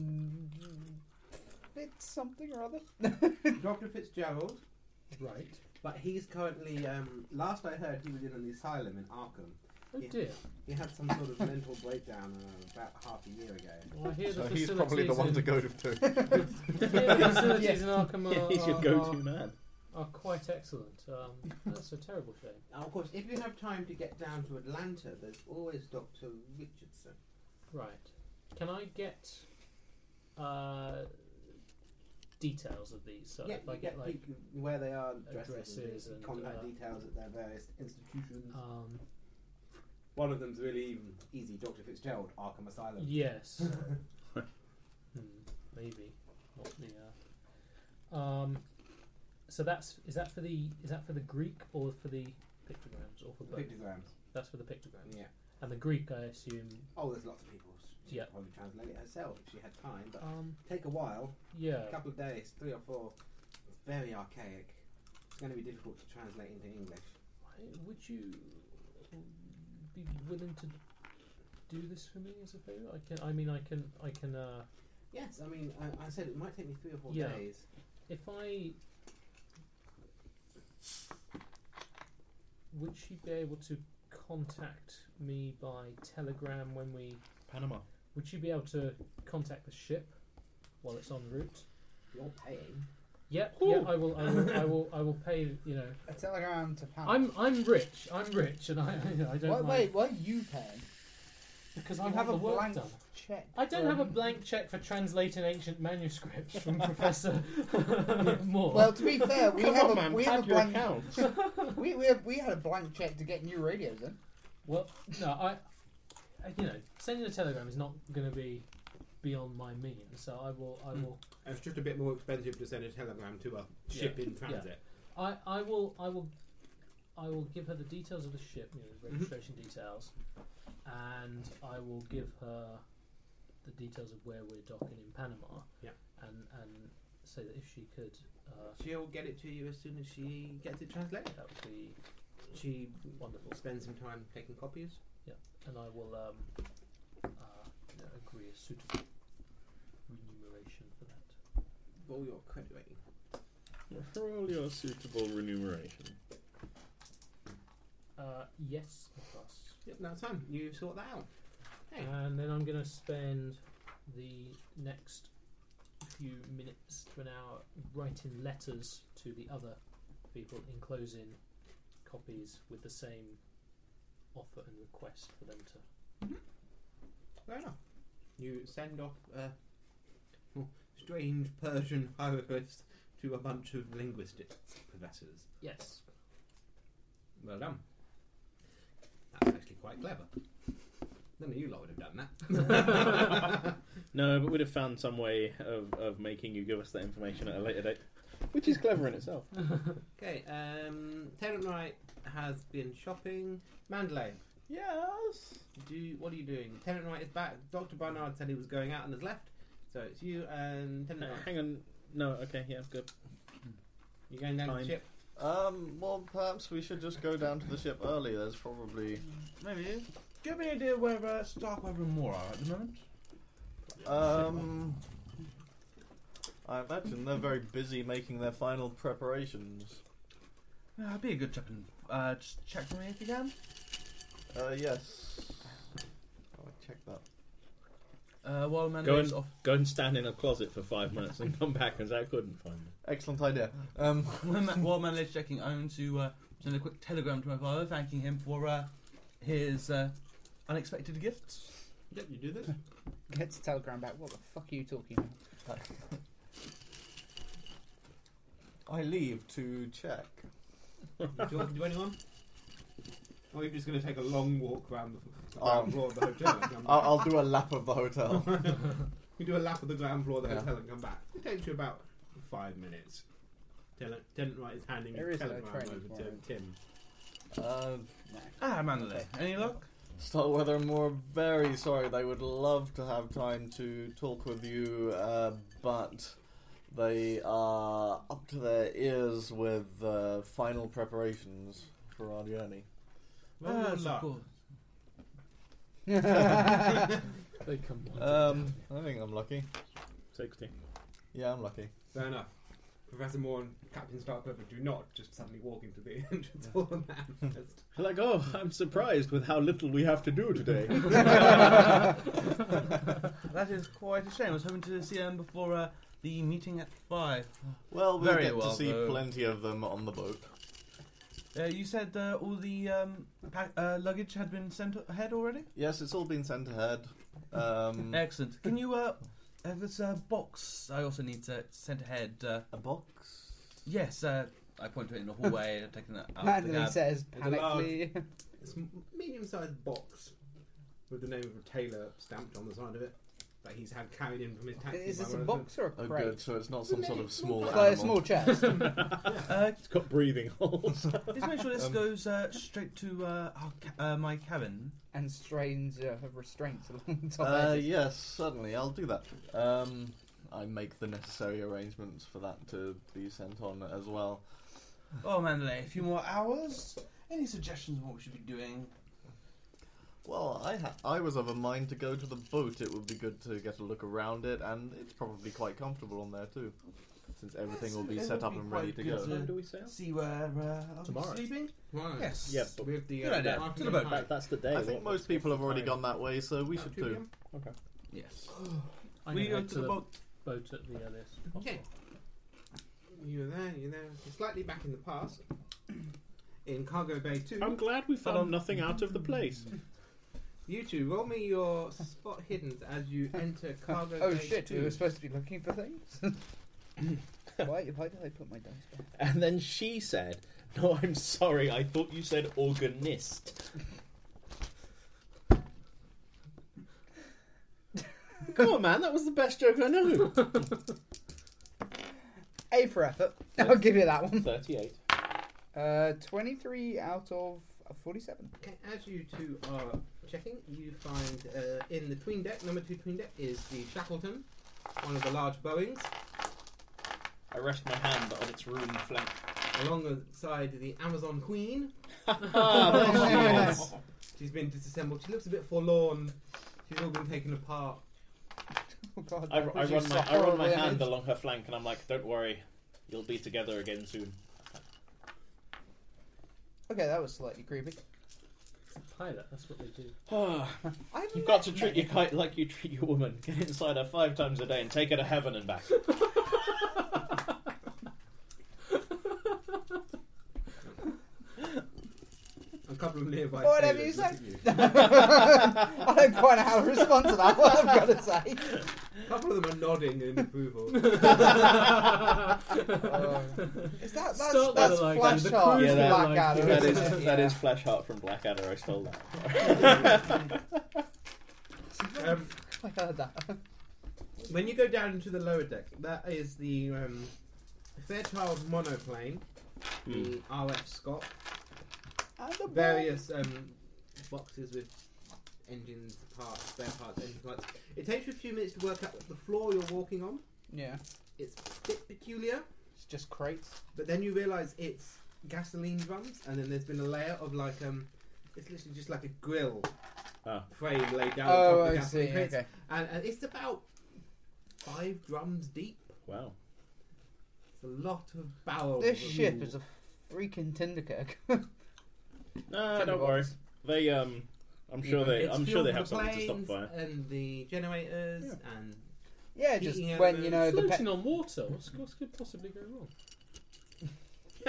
it's something or other. Doctor Fitzgerald, Right. but he's currently. Um, last I heard, he was in an asylum in Arkham. Oh Yeah. dear. He had some sort of mental breakdown uh, about half a year ago. Well, I hear the So he's facilities probably the one in, to go [LAUGHS] to. I hear the facilities in [LAUGHS] Arkham are, He's your are- go-to man. are, are quite excellent. Um, that's a terrible shame. Now, of course, if you have time to get down to Atlanta, there's always Doctor Richardson. Right. Can I get uh, details of these? So yeah, if I you get like people where they are, addresses, addresses and, and, contact uh, details at their various institutions. um, One of them's really easy. Doctor Fitzgerald, Arkham Asylum. yes, hmm, maybe not the. Uh, um, so that's is that for the is that for the Greek or for the pictograms or for both? Pictograms. That's for the pictograms. Yeah. And the Greek, I assume. Oh, there's lots of people. She could Yeah. probably translate it herself if she had time, but Um, take a while. yeah. A couple of days, three or four. It's very archaic. It's going to be difficult to translate into English. Would you be willing to do this for me as a favor? I can. I mean, I can. I can. Uh, Yes, I mean, I, I said it might take me three or four Yeah. days. If I. Would she be able to contact me by telegram when we. Panama. Would she be able to contact the ship while it's en route? You're paying. Yep, yeah, I will, I will, I will, I will pay, you know. a telegram to Pam. I'm, I'm rich, I'm rich, and I, [LAUGHS] I don't What, mind. wait, what are you paying? because I You want have the a work blank done. check. I don't from- have a blank check for translating ancient manuscripts from [LAUGHS] [LAUGHS] Professor Moore. Well, [LAUGHS] to be fair, we Come have on, a man, we pad have a your blank accounts. [LAUGHS] we, we, have, we had a blank check to get new radios in. Well, no, I, I you know, sending a telegram is not going to be beyond my means, so I will, I will, It's just a bit more expensive to send a telegram to a ship in transit. I, I will, I will, I will give her the details of the ship, you know, Mm-hmm. registration details, and I will give her the details of where we're docking in Panama. Yeah. And and say that if she could, uh, She'll get it to you as soon as she gets it translated. that would be She wonderful. spend some time taking copies. and I will um, uh, you know, agree a suitable remuneration for that. Roll your credit rating. For all your suitable remuneration. Uh, yes, plus. Yep, now it's time. You sort that out. Hey. And then I'm going to spend the next few minutes to an hour writing letters to the other people, enclosing copies with the same offer and request for them to. Fair enough. You send off uh, strange Persian hieroglyphs to a bunch of linguistic professors. Yes. Well done. That's actually quite clever. None of you lot would have done that. [LAUGHS] No, but we'd have found some way of, of making you give us that information at a later date, which is clever in itself. okay, um, Tenant Wright has been shopping. Mandalay, Yes. do you- what are you doing? Tenant Wright is back. Dr. Barnard said he was going out and has left. So it's you and Tenant Wright. Hang on. No, okay, yeah, good. You're going down to the Fine. ship. um, well, perhaps we should just go down to the ship early. There's probably maybe. Do you have any idea where uh, Starkweather and Moore are at the moment? Um, I imagine they're very busy making their final preparations. Uh, be a good check and uh, just check for me if you can. Uh, yes. I'll check that. Uh, while Go Amanda's and, off, go and stand in a closet for five minutes and come back because I couldn't find them. Excellent idea. Um, [LAUGHS] while Amanda's checking, I'm going to uh, send a quick telegram to my father, thanking him for uh, his uh, unexpected gifts. Yep, you do this. Gets a telegram back. What the fuck are you talking about? I leave to check. you talking to anyone? Or are you just going to take a long walk around the Um, ground floor of the hotel and come back? [LAUGHS] I'll, I'll do a lap of the hotel. You do a lap of the ground floor of the Yeah. hotel and come back. It takes you about five minutes. Tell- Tenant Wright is handing There his is no telegram training over for to it. Tim. [LAUGHS] Uh, Ah, Mandalay. Any luck? Starweather and Moore, very sorry. They would love to have time to talk with you, uh, but they are up to their ears with uh, final preparations for our journey. Ah, Roll your luck. [LAUGHS] They come. one Um, I think I'm lucky. 60. Yeah, I'm lucky. [LAUGHS] Fair enough. Professor Moore and Captain Starkweather do not just suddenly walk into the [LAUGHS] entrance hall and [LAUGHS] manifest. Like, oh, I'm surprised with how little we have to do today. That is quite a shame. I was hoping to see them before uh, the meeting at five. [LAUGHS] Well, we'll Very get well, to see though. plenty of them on the boat. Uh, you said uh, all the um, pack, uh, luggage had been sent ahead already. Yes, it's all been sent ahead. Um, Mm. Excellent. Can you? Uh, uh, this uh, box I also need to send ahead. Uh, a box. yes. Uh, I point to it in the hallway. and taking that out of Manly the cab. says It's allowed. panically. It's a medium-sized box with the name of a tailor stamped on the side of it that he's had carried in from his taxi. Is by this a one of box or a Oh, crate? good. So it's not some sort of small It's animal. like a small chest. Uh, it's got breathing [LAUGHS] holes. just make sure this Um, goes uh, straight to uh, our ca- uh, my cabin. and strains uh, have restraints along the top. Uh, edges. yes, certainly. I'll do that. Um, I make the necessary arrangements for that to be sent on as well. Oh, Mandalay, a few more hours. Any suggestions on what we should be doing? Well, I ha- I was of a mind to go to the boat. It would be good to get a look around it, and it's probably quite comfortable on there too, since everything will be Yes, it set would up be and ready quite to good go. to- do we sail? See where uh, are Tomorrow. we sleeping? Right. Yes. Mm. Yeah, but We have the, Good uh, idea. afternoon To the boat. hike. that's the day. I think most people have already gone that way, so we Oh, should 2 too. p.m.? Yes. I we can go head to the boat. boat at the earliest. Okay. You're there, you're there. You're slightly back in the past. In Cargo Bay 2, I'm glad we found Um, nothing out of the place. you two, roll me your spot hiddens as [LAUGHS] you enter Cargo oh Bay shit, 2. we were supposed to be looking for [LAUGHS] things? [LAUGHS] why, why did I put my dice back? [LAUGHS] And then she said, "No, I'm sorry. I thought you said organist." Come on, man. That was the best joke I know. A for effort. [LAUGHS] I'll give you that one. Thirty-eight. Uh, 23 out of 47. Okay, as you two are checking, you find uh, in the tween deck, number two tween deck, is the Shackleton, one of the large Boeings, I rest my hand on its room flank. alongside the Amazon Queen. Ah, [LAUGHS] She's been disassembled. She looks a bit forlorn. She's all been taken apart. [LAUGHS] Oh god. I, I that run produced a my, I run horrible my hand image. along her flank and I'm like, don't worry, you'll be together again [SIGHS] soon. Okay, that was slightly creepy. Pilot, that's what they do. You've I haven't got met to treat your kite like you treat your woman. Get inside her five times a day and take her to heaven and back. A couple of nearby. What have sailors you look said? at you. [LAUGHS] I don't quite know how to respond to that [LAUGHS] one, I've got to say. A couple of them are nodding in approval. Is that, that's, Start that's with like- Flash the Heart cruise from Yeah, that- Blackadder, that [LAUGHS] that is isn't it? that Yeah. is Flashheart from Blackadder. I stole that. um, [LAUGHS] I heard that. when you go down into the lower deck, that is the um, Fairchild monoplane, the RF Scott. And a various um, boxes with engines, parts, spare parts, engine parts. It takes you a few minutes to work out the floor you're walking on. Yeah, It's a bit peculiar, it's just crates. but then you realise it's gasoline drums, and then there's been a layer of like um, it's literally just like a grill Ah. frame laid down. on top of Oh, the I gasoline see. crates. Okay. And, and it's about five drums deep. [LAUGHS] Wow. It's a lot of barrels. This of- ship is a freaking Tinderkirk. [LAUGHS] No, don't worry. They um, I'm sure they It's I'm sure fuel they for have the something to stop planes fire. and the generators and yeah, just Heating when you know the Floating pe- on water. What's, what could possibly go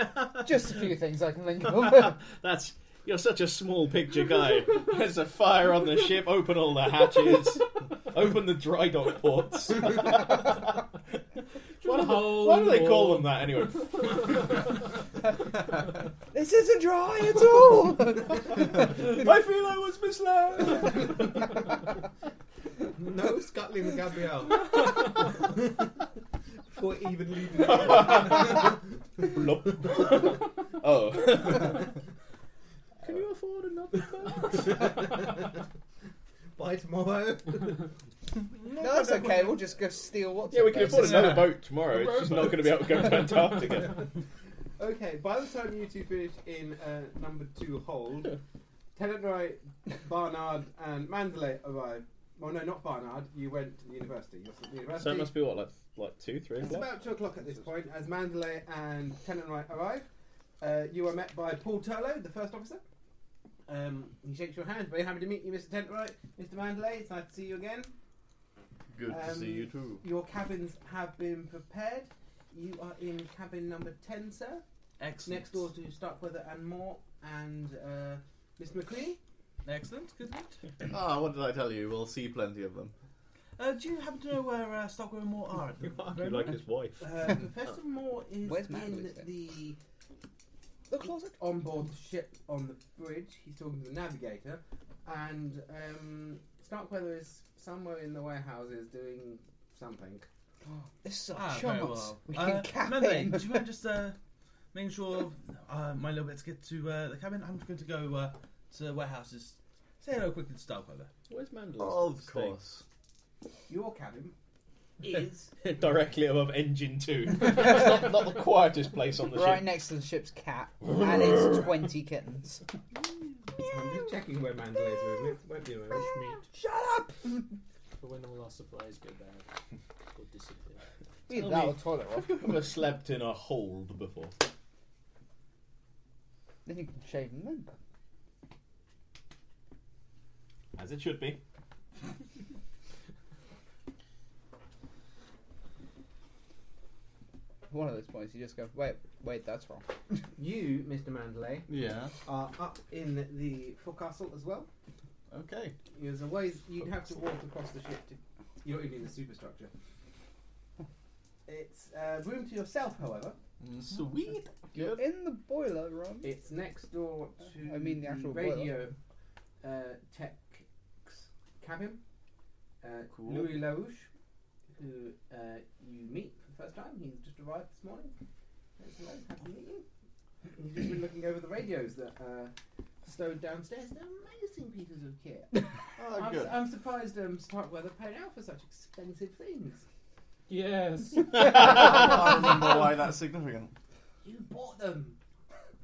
wrong? just a few things I can think of. [LAUGHS] That's you're such a small picture guy. There's a fire on the ship. Open all the hatches. open the dry dock ports. why, do, why do they call them that anyway? this This isn't dry at all. [LAUGHS] I feel I was misled. No scuttling the [LAUGHS] Gabrielle. Before even leaving [LAUGHS] the Blop. oh. Can you afford [LAUGHS] another boat? [LAUGHS] By tomorrow. [LAUGHS] no, that's okay. We'll just go steal what's Yeah, we can afford another Yeah. boat tomorrow. It's just not going to be able to go [LAUGHS] to Antarctica. Okay, by the time you two finish in uh, number two [LAUGHS] hold, Tenedrai, Barnard, and Mandalay arrive. Well, no, not Barnard. You went to the university. You're still at the so it university. must be what, like like two, three it's o'clock. about two o'clock at this point as Mandalay and Tenedrai arrive. Uh, you are met by Paul Turlow, the first officer. Um, he shakes your hand. Very happy to meet you, Mr. Tenedrai, Mr. Mandalay. It's nice to see you again. Good to Um, see you too. Your cabins have been prepared. You are in cabin number 10, sir. Excellent. Next door to Starkweather and Moore and uh, Miss [LAUGHS] McLean. Excellent. Good night. Ah, what did I tell you? We'll see plenty of them. Uh, do you happen to know where uh, Stockwell and Moore are? at the You moment? like his wife. Uh, Professor Moore is Where's in Mandalay, sir? the the closet. on board ship on the bridge. He's talking to the navigator, and um, Starkweather is somewhere in the warehouses doing something. This is our Ah, very chance. well. We Uh, can cap Mandalay, in. do you mind just uh, making sure uh, my little bits get to uh, the cabin? I'm going to go uh, to the warehouses. Say hello quickly to Starkweather. Where's Mandalay? Of course. Your cabin [LAUGHS] is [LAUGHS] Directly above engine [LAUGHS] two. it's not, not the quietest place on the Right ship. next to the ship's cat, and it's twenty kittens. I'm just checking where Mandalay is. with it. Won't be a moment. Fresh meat Shut up! for when all our supplies go bad or disappear. Either Tell that me. or toilet roll. Have you ever slept in a hold before? Then you can shave and limp. As it should be. One of those points, you just go, wait, wait, that's wrong. You, Mr. Mandalay, Yeah. are up in the forecastle as well. Okay. There's a ways you'd have to walk across the ship to. You're not even in the [LAUGHS] superstructure. It's uh, room to yourself, however. Mm, Sweet. Good. In the boiler [LAUGHS] room. [LAUGHS] It's next door to I mean the actual radio uh, tech's cabin. Uh, Cool. Louis Loge, who uh, you meet for the first time. He's just arrived this morning. Says hello, happy to meet you. [CLEARS THROAT] He's just been looking over the radios that uh, are stowed downstairs. They're amazing pieces of kit. Ah, I'm, good. I'm surprised um, Starkweather paid out for such expensive [LAUGHS] things. [LAUGHS] [LAUGHS] Yes. I can't remember why that's significant. You bought them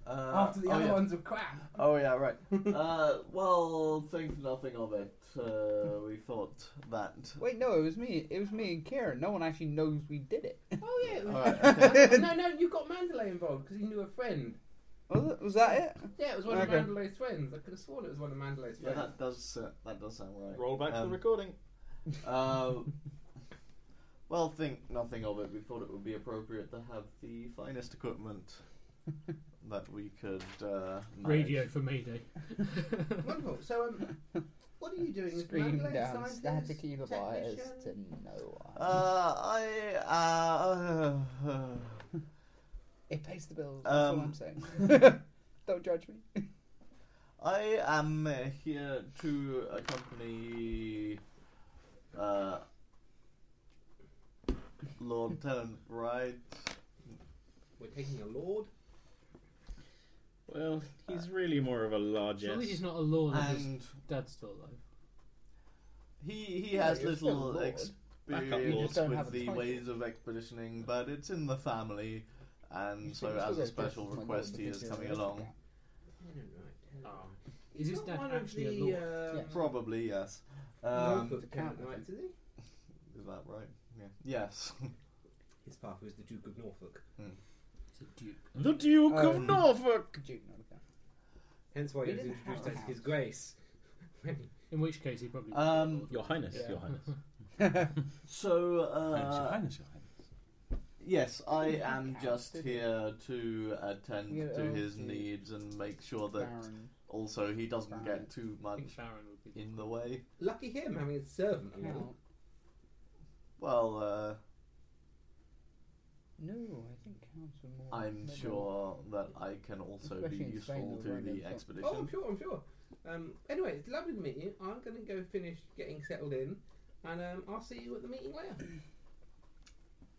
Uh, after the oh, other yeah. ones were crap. Oh yeah, right. [LAUGHS] Uh, well, think nothing of it. Uh, we thought that. Wait, no, it was me. It was me and Karen. No one actually knows we did it. Oh yeah. It was Alright, [LAUGHS] okay. [LAUGHS] no, no, you got Mandalay involved because he knew a friend. Was, it, was that it? Yeah, it was one Okay. of Mandalay's friends. I could have sworn it was one of Mandalay's Yeah, friends. that does uh, that does sound right. Roll back to Um, the recording. Uh, well, think nothing of it. We thought it would be appropriate to have the finest equipment that we could uh, manage. Radio for Mayday. [LAUGHS] Wonderful. So, um, what are you doing? with Screaming Mandalay, down scientist, static liars to technician? no one. Uh, I uh, it pays the bills. That's all um, I'm saying. [LAUGHS] Don't judge me. I am uh, here to accompany uh, Lord Tenant Right. We're taking a lord. Well, he's really more of a largesse. Surely he's not a lord if his and dad's still alive. He he Yeah, has you're still little Lord. Backup Lord. You experience just don't with have a the title. ways of expeditioning, but it's in the family, and You so should- you as should a go dress special as my lord request, he because is you're coming an along. aristocrat. Um, is his Ah. Not dad one of actually a the, lord? um, Yeah. Probably yes. Norfolk Um, tenant Count, I knights, is he? is that right? Yeah. Yes. [LAUGHS] His father was the Duke of Norfolk. It's a duke. The Duke Um, of Norfolk! Could you not have done? Hence why He he was didn't introduced have as a His house. Grace. [LAUGHS] In which case he probably. Um, Your Highness, Yeah. Your Highness. [LAUGHS] so Highness, your uh, Highness, your Highness. yes, I am Count, just did he? here to attend Yeah, to oh, his dude. needs and make sure that Baron. also he doesn't Baron. get too I much think Baron would be. in the way. Lucky him having a servant. Count. Well, uh, No, I think I'm sure that I can also be Especially in Spain, useful though, to right, the that's- expedition. Oh, I'm sure, I'm sure. Um, anyway, it's lovely to meet you. I'm going to go finish getting settled in, and um, I'll see you at the meeting later.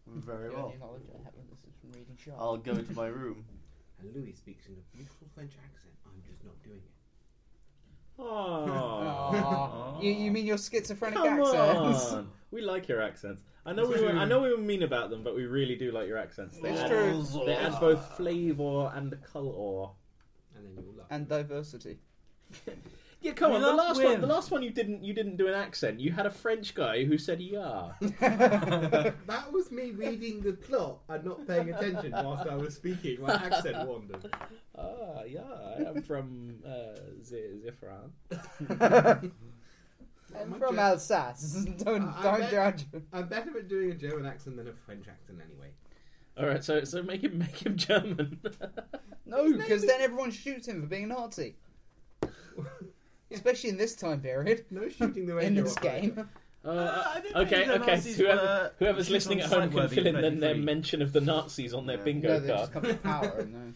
Oh! Very The well. only knowledge I have of this is from reading Sharp. I'll go to my [LAUGHS] room. And Louis speaks in a beautiful French accent. I'm just not doing it. Oh. Aw. you, you mean your schizophrenic Ah. Come accents? on, we like your accents. I know we were, I know we were mean about them, but we really do like your accents. They, It's add, true. they add both flavour and colour. And then you'll love [LAUGHS] And [LAUGHS] diversity. [LAUGHS] Yeah, come We on. The love last Wim. one, the last one, you didn't, you didn't do an accent. You had a French guy who said "yeah." That was me reading the plot and not paying attention whilst I was speaking. My [LAUGHS] accent wandered. Ah, yeah, I am from uh, the, the France. I'm my from Ger- Alsace. [LAUGHS] Don't I- I don't bet- judge. I'm better at doing a German accent than a French accent anyway. [LAUGHS] All right, so so make him make him German. [LAUGHS] Uh, No, because then everyone shoots him for being a Nazi. Especially in this time period. No shooting the In radio this operator. game. Uh, I didn't okay, know the okay. Nazis Whoever, were- whoever's she's listening on at home can Slightworthy fill in then their 33. mention of the Nazis on their Yeah. bingo No, they card. just come to power and no.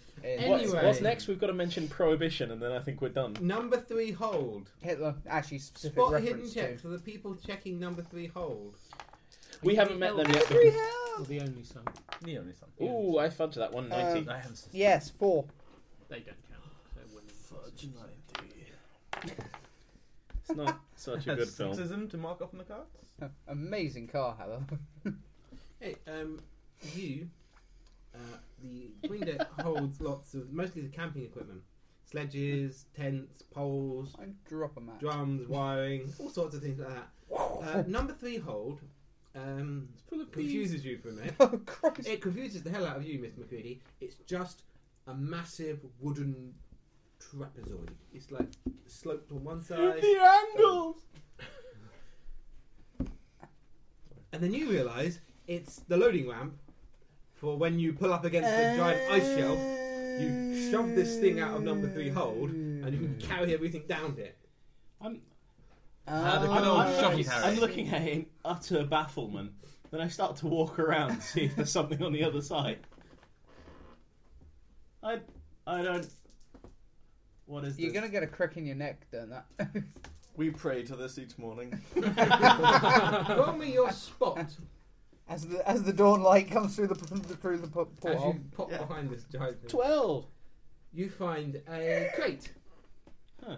What's, Anyway. what's next? We've got to mention prohibition, and then I think we're done. Number three hold. Hitler actually specific Spot hidden reference to. check for the people checking number three hold. We haven't met them yet. Three but- Or hells. the only son. Neon is something. Ooh, I fudged that one ninety. Um, I haven't seen Yes, four. They don't count. So women- it's not such a [LAUGHS] good film. Sexism to mark off on the cards? [LAUGHS] Amazing car, however. Hey, um, you, uh, the wing deck holds lots of mostly the camping equipment, sledges, tents, poles, [LAUGHS] I drop a match. drums, wiring, all sorts of things like that. Uh, number three hold um, confuses you for a [LAUGHS] minute. [LAUGHS] oh Christ! It confuses the hell out of you, Miss McCready. It's just a massive wooden trapezoid. It's like sloped on one side. angles! And then you realise it's the loading ramp for when you pull up against the giant ice shelf. You shove this thing out of number three hold, and you can carry everything down [LAUGHS] it. I'm, Ah, the good Oh, old nice. shove and carry. I'm looking at it in utter bafflement. Then I start to walk around, see if there's something on the other side. I, I don't. What is You're this? gonna get a crick in your neck doing that. [LAUGHS] We pray to this each morning. Roll me your spot as the as the dawn light comes through the [LAUGHS] through the po- as porthole. you pop Yeah. behind this giant thing. Twelve. You find a crate. Huh.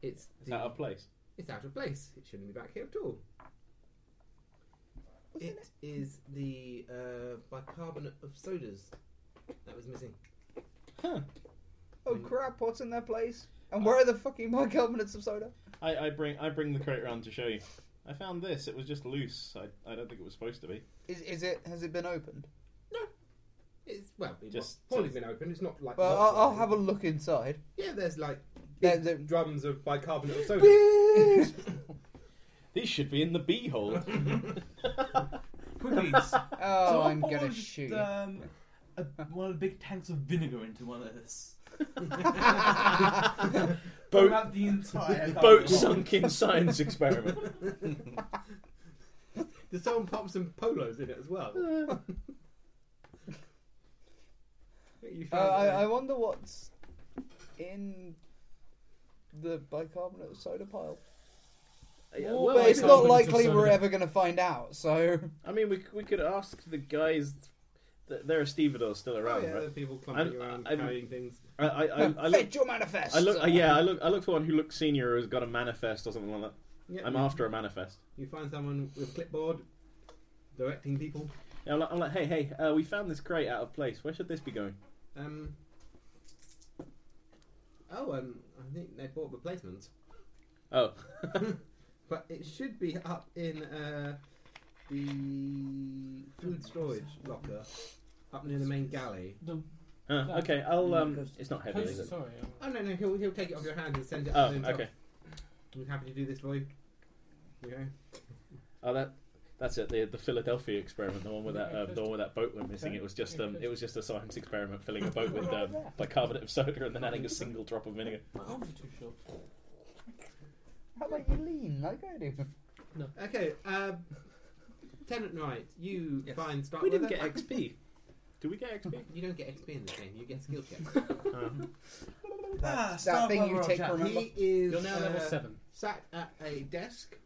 It's It's out of place. It's out of place. It shouldn't be back here at all. it is the uh, bicarbonate of sodas that was missing. Oh crap! What's in that place? Uh, And where are the fucking bicarbonates of soda? I, I bring I bring the crate round to show you. I found this. It was just loose. I, I don't think it was supposed to be. Is, is it has it been opened? It's well, it Just- just probably been opened. It's not like. Well, locked I'll, I'll or have a anything. look inside. Yeah, there's like There- big there- drums of bicarbonate of soda. Bees! These should be in the bee hole. [LAUGHS] Quickly. so oh, I I'm gonna poured, shoot. uh, you. Um, a, one of the big tanks of vinegar into one [LAUGHS] of this. [LAUGHS] boat Throughout the entire boat carpet. sunk in science [LAUGHS] experiment. Does someone pop some polos in it as well? Uh, you Uh, found I, it I wonder what's in the bicarbonate of soda pile. Yeah, Well, but it's I not think- likely we're Soda. ever going to find out. So I mean, we we could ask the guys. Th- there are stevedores still there. Oh, around, yeah, there are right? people clumping I'm- around I'm- carrying things. I I, [LAUGHS] I, I look. fetch your manifest. I look, uh, yeah, I look. I look for one who looks senior, who's got a manifest or something like that. Yeah, I'm you- after a manifest. You find someone with a clipboard directing people. Yeah, I'm like, I'm like hey, hey, uh, we found this crate out of place. Where should this be going? Um. Oh, um, I think they bought replacements, [LAUGHS] Oh, [LAUGHS] but it should be up in uh, the food storage locker, up near the main galley. The Uh, No. okay, I'll. Um, it's not heavy, is post, it? sorry. um, Oh no, no, he'll he'll take it off your hand and send it. Oh, to himself. okay. I'm happy to do this for you. You know, Oh, that that's it. The the Philadelphia experiment, the one with that um, the one with that boat went missing. It was just um, it was just a science experiment filling a boat [LAUGHS] with um, bicarbonate of soda and then adding a single drop of vinegar. I'm not too sure. How about you lean like I Ah, do? okay. Um, Tenant Knight, you Yes. find start We didn't get XP. Do Do we get [LAUGHS] XP? You don't get XP in this game. You get skill checks. Um, Ah, That, that start thing by you roll take chat. from. he is [LAUGHS] You're now level uh, seven. sat at a desk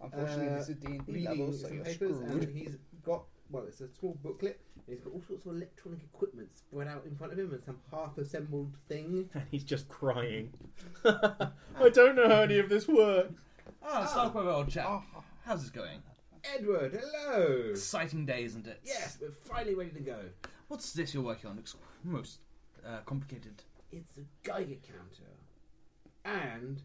Unfortunately, uh, this is D and D reading level, so some you're papers, screwed. and he's got well, it's a small booklet. And he's got all sorts of electronic equipment spread out in front of him, and some half-assembled thing. and he's just crying. [LAUGHS] I don't know how any of this works. Ah, start by old chap. Ah. How's this going? Edward, hello. Exciting day, isn't it? Yes, we're finally ready to go. What's this you're working on? Looks most uh, complicated. It's a Geiger counter, and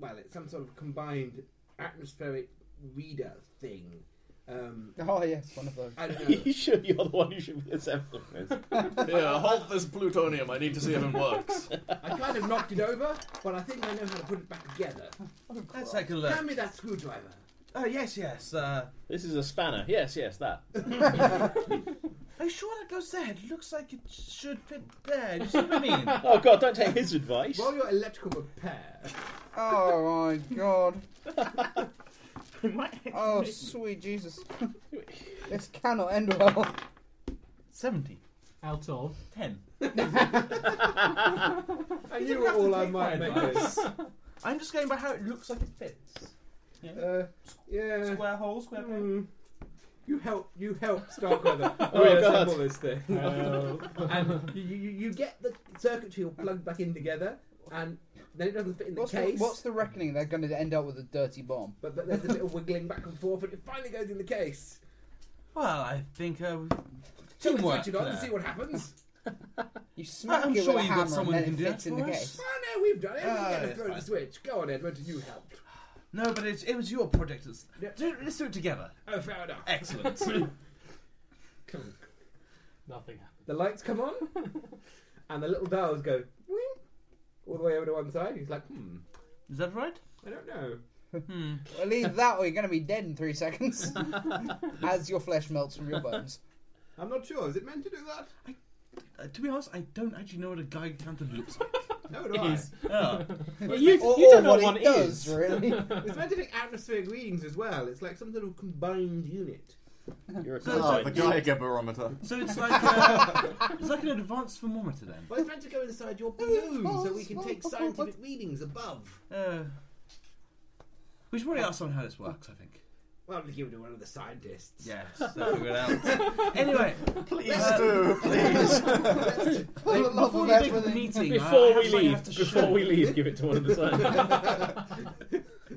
well, it's some sort of combined atmospheric reader thing. Um, [LAUGHS] Oh yes, one of those. I don't [LAUGHS] Are know. you sure you're the one who should be assembling this? Yeah, hold this plutonium. I need to see if it works. I kind of knocked it over, but I think I know how to put it back together. Let's take a Hand look. me that screwdriver. Oh, yes, yes. Uh, This is a spanner. Yes, yes, that. are you sure that goes there? It looks like it should fit there. You see what [LAUGHS] I mean? Oh God, don't take his advice. Roll your electrical repair. [LAUGHS] Oh my god. It might- [LAUGHS] Oh sweet Jesus. [LAUGHS] this cannot end well. 70. Out of 10. I You knew don't have to all I take might my make this. [LAUGHS] I'm just going by how it looks like it fits. Uh, yeah. Square hole, square hole. Hmm. You help. You help Starkweather Oh, reassemble this thing. and you, you, you get the circuitry all plugged back in together, and then it doesn't fit in the What's the, case. what's the reckoning? They're going to end up with a dirty bomb. but th- there's a bit of wiggling back and forth, and it finally goes in the case. Well, I think uh, we've- So we teamwork. switch it on and there. see what happens. [LAUGHS] You smack I'm it sure with a you've got hammer someone and who then can do it fits in the that for us. case. Oh no, we've done it. Ah, We're going to it's throw the fine. switch. Go on, Edward. You helped. No, but it, it was your project. It's- Yeah. do- Let's do it together. Oh, fair enough. Excellent. [LAUGHS] Clunk. nothing happened. The lights come on, and the little dials go wing, all the way over to one side. He's like, hmm, Is that right? I don't know. Hmm. Well, leave that or you're going to be dead in three seconds as your flesh melts from your [LAUGHS] bones. I'm not sure. Is it meant to do that? Uh, to be honest, I don't actually know what a Geiger counter looks [LAUGHS] like. No, do I? [LAUGHS] Is. oh. you Or, you or don't know what what one it does, is. really. [LAUGHS] It's meant to take atmospheric readings as well. It's like some sort of combined unit. You're a Oh, Ah, scientist. the Geiger barometer. So it's like uh, it's like an advanced thermometer then. Well, it's meant to go inside your balloon so we can [LAUGHS] take scientific readings above. Uh, we should probably ask someone how this works. I think. Well, we give it to one of the scientists. Yes, [LAUGHS] that'll figure it out. Anyway, Please Uh, do, [LAUGHS] please. For the [LAUGHS] love before of we leave the everything. meeting, Before we I have something I have leave, to before show. we leave, give it to one of the scientists. [LAUGHS]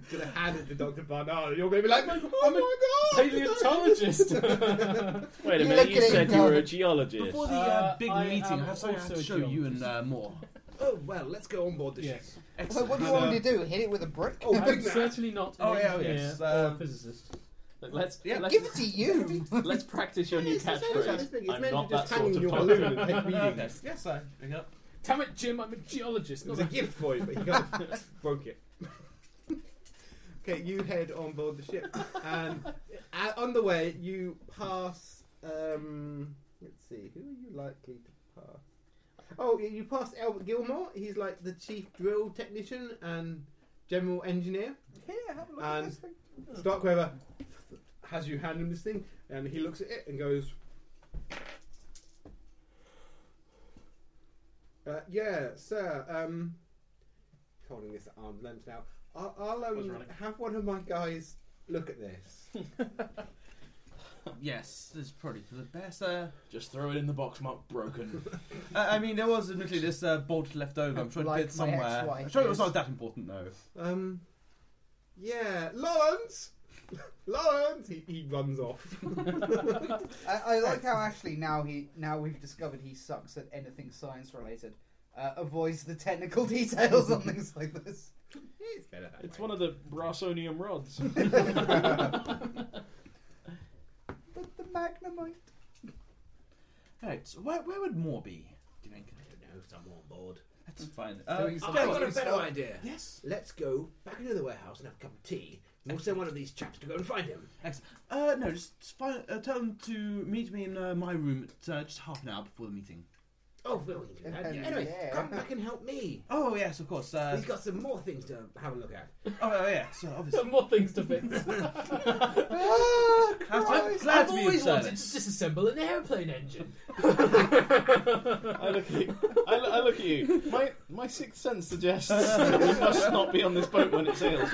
Gonna hand it to Dr. Barnard. You're gonna be like, oh, I'm a- my god! [LAUGHS] Paleontologist! Wait a You minute, look you at it said and you were go- a geologist. Before the uh, Uh, big I meeting, am I have something I have to also show a you and geologist. uh, more. Oh, well, let's go on board the ship. Yes. Well, what do you Excellent. want me to do? Hit it with a [LAUGHS] brick? Oh, I'm big man. certainly not Oh, an yeah, oh, engineer yes, or um, a physicist. Let's Yeah, let's, Give it to you. let's practice your new It's the same size as catchphrase. big. It's I'm meant not to just that hang sort in your of [LAUGHS] person. balloon and take Okay. readings. Yes, I bring up. Damn it, Jim! I'm a [LAUGHS] geologist. It Not was a gift for you, but you kind of [LAUGHS] broke it. okay, you head on board the ship, and uh, on the way you pass. Um, let's see, who are you likely to pass? Oh, you- you pass Albert Gilmore. He's like the chief drill technician and general engineer. [LAUGHS] Here, have a look at at And- this this thing. Starkweather has you hand him this thing, and he looks at it and goes, uh, "Yeah, sir. Um, holding this at arm's length now. I'll, I'll Was um, running. have one of my guys look at this. [LAUGHS] Yes, this is probably for the best. Uh, Just throw it in the box marked [LAUGHS] broken. I I mean, there was admittedly this uh, bolt left over. I'm sure it Like did my somewhere. ex-wife I'm sure it was is. not that important though. Um, yeah, Lawrence." [LAUGHS] Lawrence, he, he runs off. [LAUGHS] I, I like how actually now he now we've discovered he sucks at anything science related. Uh, avoids the technical [LAUGHS] details on things like this. it's better that It's way. one of the brassonium rods. But the Magnemite. Right, so where, where would more be? Do you think? I don't know. Someone on board. That's fine. Uh, Doing oh, I've something. I've got a it's better not- idea. Yes. Let's go back into the warehouse and have a cup of tea. And we'll send one of these chaps to go and find him. Uh, no, just spy, uh, tell them to meet me in uh, my room at, uh, just half an hour before the meeting. Oh, well, we can do [LAUGHS] that. Yeah. Anyway, Yeah. come back and help me. Oh yes, of course. Uh, We've got some more things to have a look at. oh yeah, so obviously. Some more things to fix. Ah, I'm Christ. glad I've to be of always wanted to service. disassemble an airplane engine. [LAUGHS] I look at you. I, lo- I look at you. My my sixth sense suggests that we must not be on this boat when it sails.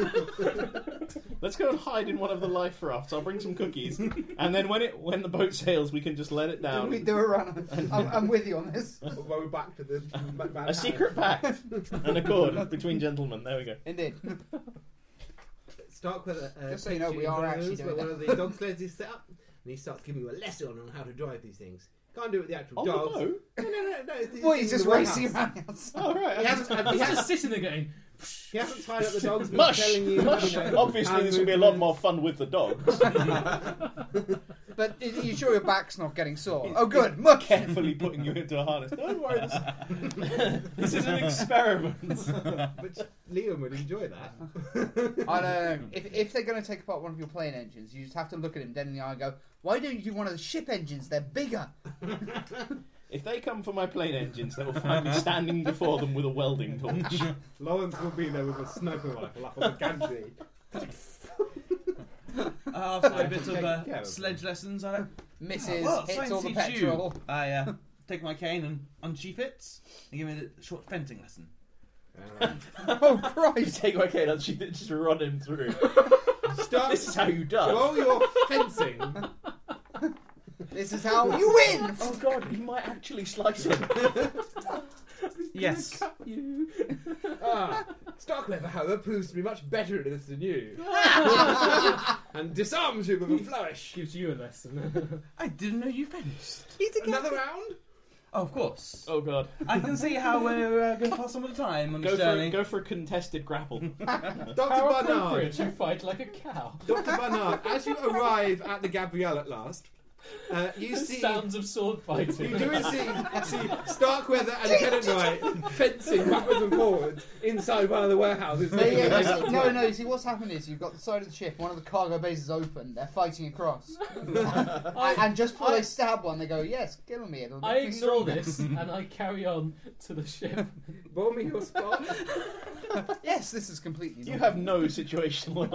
Let's go and hide in one of the life rafts. I'll bring some cookies, and then when it when the boat sails, we can just let it Didn't down. we do a run? I'm, I'm with you on this. [LAUGHS] well, we're back to [LAUGHS] the a secret pact, an accord between gentlemen. There we go. [LAUGHS] Indeed. Stark with a. Uh, Just so you know, we are actually knows doing where that. one of the dog sleds is set up, and he starts giving you a lesson on how to drive these things. Can't do it with the actual On the dogs. boat. No, no, no, no. it's- it's Well, in he's the just racing warehouse. around [LAUGHS] outside. All right. He hasn't, he, He's hasn't, just sitting there going, he hasn't tied up the dogs. but he's Mush, telling you, mush. you know, Obviously, how this to will be a move lot them. more fun with the dogs. But are you sure your back's not getting sore? Oh, good. Muck it. Fully putting you into a harness. Don't worry, this, [LAUGHS] this [LAUGHS] is an experiment. Which Liam would enjoy that. [LAUGHS] I don't know. If, if they're going to take apart one of your plane engines, you just have to look at him dead in the eye and go, why don't you do one of the ship engines? They're bigger. If they come for my plane engines, they will find me standing before them with a welding torch. Lawrence will be there with a sniper rifle up on the gantry. Uh, [LAUGHS] after a bit of uh, Yeah. sledge lessons, I Mrs. Oh, Ah, Well, hits science all the teach you. petrol. I uh, take my cane and unsheath it and give it a short fencing lesson. [LAUGHS] Oh, Christ. Take my cane and she just run him through. Stark, This is how you done. roll your fencing. This is how you win. [LAUGHS] Oh god, you might actually slice him. Yes. Ah, Starkweather, however, proves to be much better at this than [LAUGHS] you. and disarms you with a flourish. gives you a lesson. I didn't know you fenced. Another round? Oh, of course. Oh god. I can see how we're uh, going to pass some of the time on Go this for, a, journey. go for a contested grapple. Dr. How Barnard. appropriate you fight like a cow. Dr. Barnard, as you arrive at the Gabrielle at last, uh, you The see. sounds of sword fighting. You do see, see Starkweather and [LAUGHS] Tenant Knight fencing backwards and forwards inside one of the warehouses. [LAUGHS] No, yeah, you see- uh, no, no, you see, what's happened is you've got the side of the ship, one of the cargo bays is open, they're fighting across. and, and just before I- they stab one, they go, yes, kill me. It'll I make me ignore stronger." this and I carry on to the ship. Roll me your spot. [LAUGHS] Yes, this is completely You normal. have no situational awareness.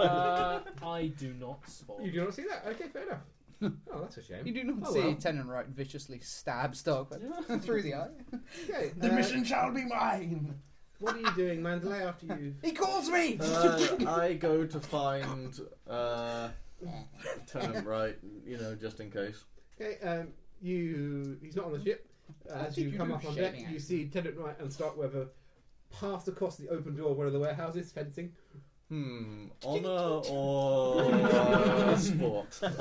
Uh, I do not spot. You do not see that? Okay, fair enough. Oh, that's a shame. You do not Oh, see well. Tenant Wright viciously stab Starkweather Yeah. [LAUGHS] through the eye. Okay, The uh, mission shall be mine. What are you doing, Mandalay, after you? He calls me! Uh, I go to find [LAUGHS] uh, Tenant Right, you know, just in case. Okay, um, you. He's not on the ship. As think you you come do up on shaming deck, act. you see Tenant Wright and Starkweather pass across the open door of one of the warehouses, fencing. Hmm, honor or uh, sport? [LAUGHS]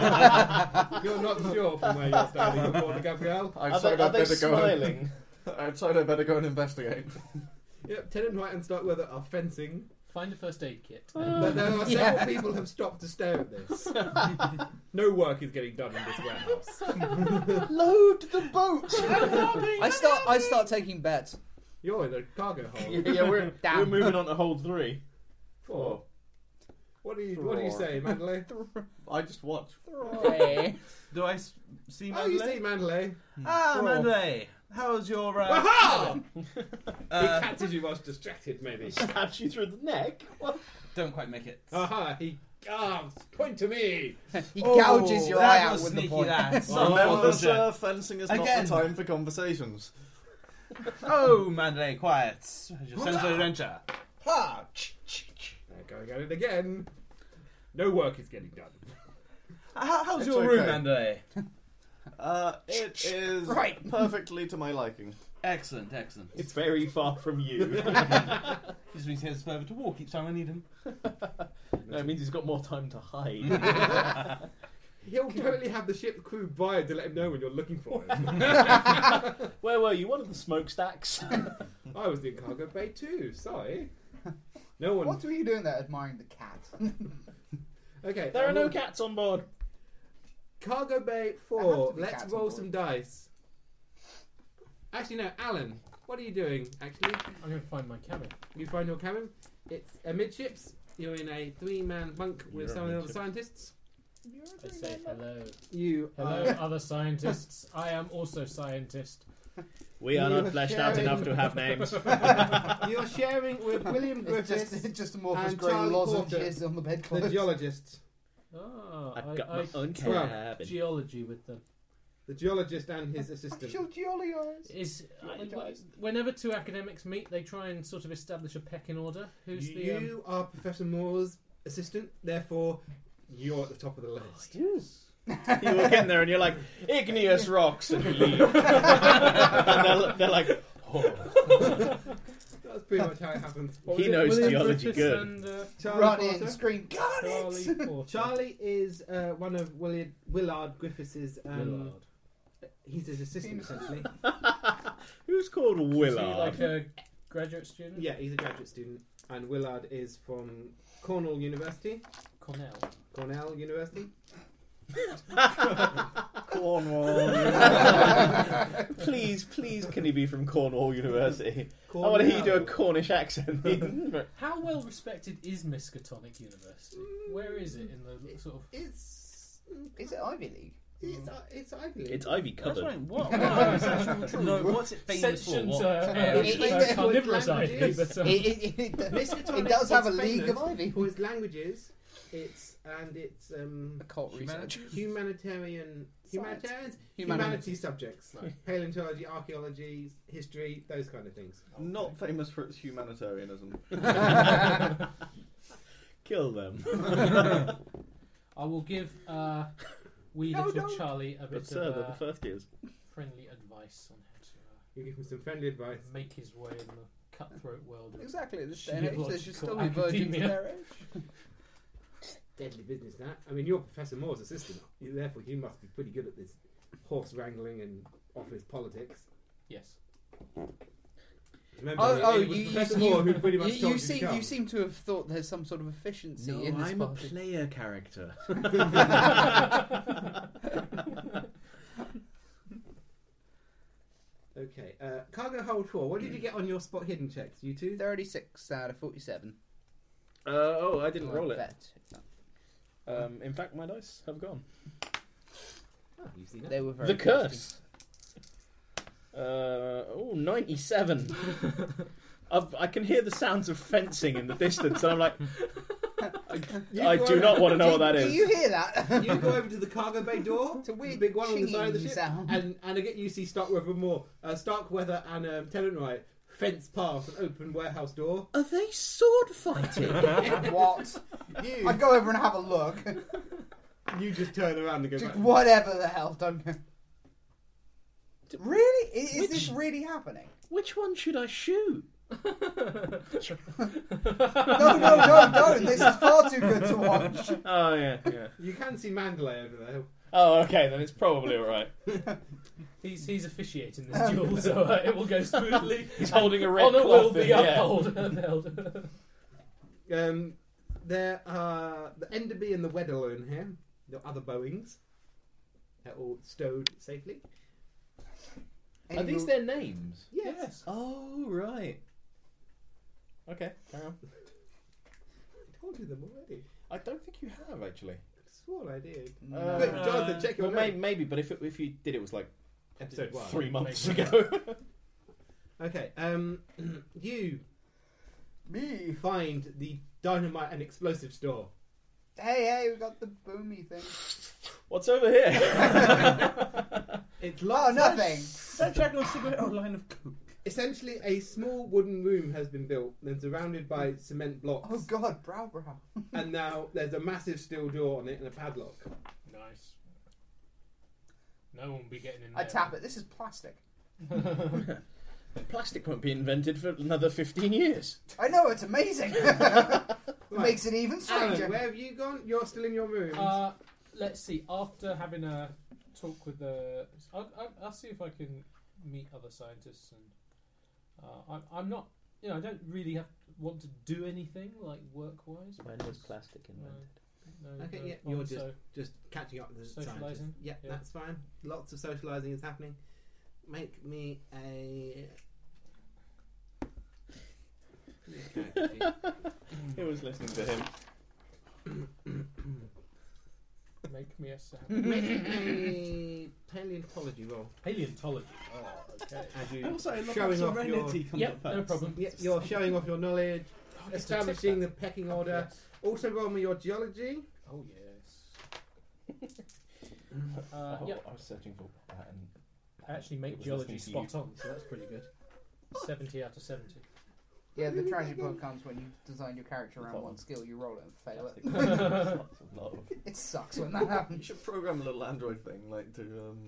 You're not sure from where you're standing before the Gabrielle. I'm Are sorry, they, are I'd they better [LAUGHS] go. smiling? I'm sorry, I better go and investigate. Yep, Tenant Wright and Starkweather are fencing, Find a first aid kit. but there are several Yeah. people have stopped to stare at this. no work is getting done in this warehouse. Load the boat! I start I start taking bets. You're in a cargo yeah, hold. yeah, we're, Damn. we're moving on to hold three. Four. What do you What do you Four. say, [LAUGHS] Mandalay? I just watch. Do I s- see Oh, you Mandalay? see, Mandalay. Ah, Oh. Mandalay. How's your uh, [LAUGHS] [LAUGHS] Aha! He uh, catches you whilst distracted, maybe. Stabs you through the neck. What? Don't quite make it. Uh. Aha! He ah, point to me. [LAUGHS] He Oh, gouges your that eye out was with the sneaky, point. [LAUGHS] that. Oh, Remember, oh, sir, fencing is not Again. the time for conversations. oh, Mandalay, quiet. Your sense of adventure. Ha! Ch- ch- ch- There, going at it again. No work is getting done. How, how's It's your room, okay. Mandalay? Uh, it is Right. perfectly to my liking. Excellent, excellent. It's very far from [LAUGHS] you. Just means he has further to walk each time I need him. no, it means he's got more time to hide. He'll totally have the ship crew bribed to let him know when you're looking [LAUGHS] for him. Where were you? One of the smokestacks. [LAUGHS] I was in cargo bay too. Sorry. No one. What were you doing there admiring the cat? [LAUGHS] Okay. There I are no will- cats on board. Cargo bay There have four. to be Let's cats on roll board. some dice. Actually, no, Alan. What are you doing? Actually, I'm going to find my cabin. you find your cabin. It's amidships. You're in a three-man bunk with You're some of the other scientists. amidships. I say hello. You Hello, are other scientists. I am also scientist. We are You not are fleshed out sharing- enough to have [LAUGHS] names. You're sharing with William It's just, Griffiths, it's just a morpheus and growing Charlie lozenges on the bed the clothes. geologist. Ah, I, I've got I my own well, cabin. geology with them. The geologist and his assistant. Your jolly eyes. Is I, Geologise. whenever two academics meet, they try and sort of establish a pecking order. Who's the um, You are Professor Moore's assistant, therefore you're at the top of the list. you walk in there and [LAUGHS] you're like, igneous rocks, and you leave. [LAUGHS] and they're, they're like, oh, [LAUGHS] That's pretty much how it happens. what was He it, knows William geology Griffiths good. And, uh, Charlie Run Porter. in, scream, got Charlie [LAUGHS] it! Porter. Charlie is uh, one of Willard, Willard Griffiths' um, Willard. He's his assistant, essentially. who's called Is he Willard? like a graduate student? yeah, he's a graduate student, and Willard is from Cornell University. Cornell. Cornell University. [LAUGHS] please, please, can he be from Cornwall University? I Cornell. want to hear you do a Cornish accent. [LAUGHS] How well respected is Miskatonic University? Where is it in the sort of? It's Is it Ivy League? it's uh, it's Ivy League. it's ivy That's covered. right. What? what- No, what's it famous for? Sections What? [LAUGHS] uh, It- it- uh, carnivorous languages. ivy, but um, [LAUGHS] It, it, [LAUGHS] it, Miskatonic it does have a is league of famous Ivy. for its languages. It's and it's um, Occult research. humanitarian humanitarians Humanity. humanities subjects like paleontology, archaeology, history, those kind of things. Not famous for its humanitarianism. Kill them. I will give uh, wee No, little don't. Charlie a But bit sir, of they're uh, the first years. friendly advice on how to You give him some friendly advice. uh, make his way in the cutthroat world. of- Exactly, at this day and age, there should still be Geological virgins academia. in their age. Deadly business that. I mean, you're Professor Moore's assistant. Therefore, you must be pretty good at this horse wrangling and office politics. Yes. Remember, Oh, it- oh it was you, you, Professor you- Moore who pretty you- much you told seem, to come. you seem to have thought there's some sort of efficiency in this party. player character. [LAUGHS] Okay, uh, cargo hold four. What did you get on your spot hidden checks? You two. 36 out of 47. Uh, oh, I didn't I roll it. bet. Um, in fact, my dice have gone. Oh, you've seen it. They were very the curse. Uh, oh, 97. [LAUGHS] I've, I can hear the sounds of fencing in the distance, and I'm [LAUGHS] like, I, I do not want to know what that Do you is. hear that? You go over to the cargo bay door. It's a weird big one on the side of the chinging ship. sound. And and again, you see Starkweather Moore, uh, Starkweather and um, Tenant Right fence past an open warehouse door. Are they sword fighting? [LAUGHS] what? You I go over and have a look. you just turn around and go. Just Back. whatever the hell, don't go. Really? I- Is, this really happening? Which one should I shoot? No, no, no, don't. This is far too good to watch. Oh, yeah, yeah. You can see Mandalay over there. Oh, okay, then it's probably alright. He's, he's officiating this duel, so uh, it will go smoothly. He's holding [LAUGHS] a red Honour cloth will in be the air. upheld. [LAUGHS] upheld. Um, there are the Enderby and the Weddell are in here. The other Boeings. They're all stowed safely. Are these their names? Yes. Oh, right. Okay, carry on. I told you them already. I don't think you have, actually. Uh, I swore I did. No. But Jonathan, check your Well, may, notes. maybe, but if, it, if you did, it was like Episode one. three months [LAUGHS] ago. Okay. Um, [CLEARS THROAT] you Me. find the dynamite and explosive store. Hey, hey, we got the boomy thing. [LAUGHS] What's [LAUGHS] over here? It's Oh, locked. nothing. That Jack on cigarette or line of coke? Essentially, a small wooden room has been built, then surrounded by cement blocks, Oh God, brow brow. and now there's a massive steel door on it and a padlock. Nice. No one will be getting in I there. tap it. This is plastic. Plastic won't be invented for another 15 years. I know it's [LAUGHS] amazing. Right. Makes it even Alan, stranger. where have you gone? You're still in your room. Uh, let's see. After having a talk with the, I'll, I'll, I'll see if I can meet other scientists. And uh, I'm, I'm not, you know, I don't really have want to do anything like work-wise. When was plastic invented? No, Okay, no yeah, one, you're just- so- just catching up with the Socialising? scientists. Yeah, Yeah. that's fine. Lots of socialising is happening. Make me [LAUGHS] a. Who was listening to him? make me a [LAUGHS] savage. Make a paleontology roll. Paleontology. As you Also, I love how showing off your, serenity comes Yep, up no first. problem. yeah, you're showing off your knowledge, Oh, yes, I ticked establishing that. the pecking order. Also, roll me your geology. Oh yes. Oh, uh, yeah, I was searching for that [LAUGHS] and I actually It make was geology listening to spot on, so that's pretty good. Seventy out of seventy. Yeah, the tragic part comes when you design your character around one skill, you roll it and fail [LAUGHS] it. lots of love. [LAUGHS] It sucks when that You happens. [LAUGHS] should program a little Android thing, like to um,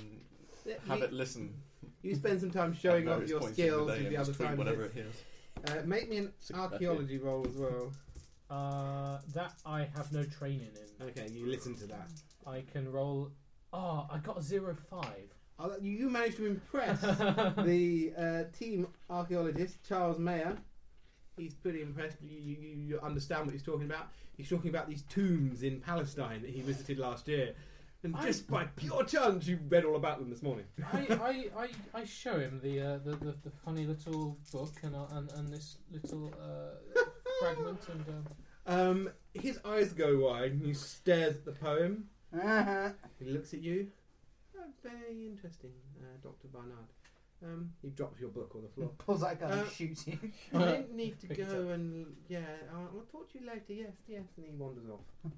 have you, it listen. you spend some time showing at off various your points in skills the day with and the just other tweet time. Whatever it hears. Uh, make me an Success, archaeology roll as well. Uh, that I have no training in. Okay, you listen to that. I can roll. Oh, I got a zero five. Oh, that- you- You managed to impress the uh, team archaeologist Charles Mayer. He's pretty impressed. You, you, you- you understand what he's talking about. He's talking about these tombs in Palestine that he visited last year, and I- just by pure chance, you read all about them this morning. I, I, I, I show him the, uh, the, the the funny little book and uh, and, and this little uh, fragment and um, Um, his eyes go wide, and he stares at the poem. Uh-huh. He looks at you. Oh, very interesting, uh, Dr. Barnard. Um, he drops your book on the floor. Pulls that gun Uh, and shoots you. I don't need to Pick it go and yeah. I'll, I'll talk to you later. Yes, yes. And he wanders off,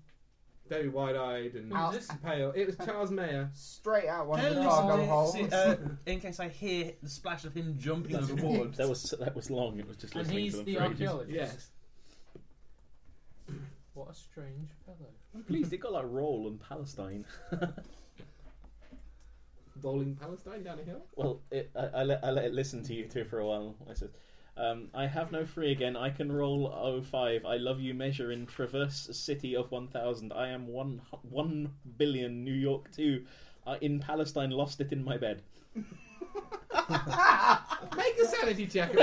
very wide-eyed and Ow. this pale. It was Charles Mayer. Straight out one of the Can cargo I holes. [LAUGHS] listen to- uh, in case I hear the splash of him jumping overboard. That was that was long. It was just and listening to he's them the for ages. archaeologist. Yes. What a strange fellow. I'm pleased it got like roll and Palestine. Rolling Palestine down a hill. Well, it, I, I, let, I let it listen to you two for a while. I said, um, I have no free again. I can roll 05. I love you measure in traverse a city of 1000. I am one, hu- 1 billion New York 2. Uh, in Palestine, lost it in my bed. Make a sanity check [LAUGHS]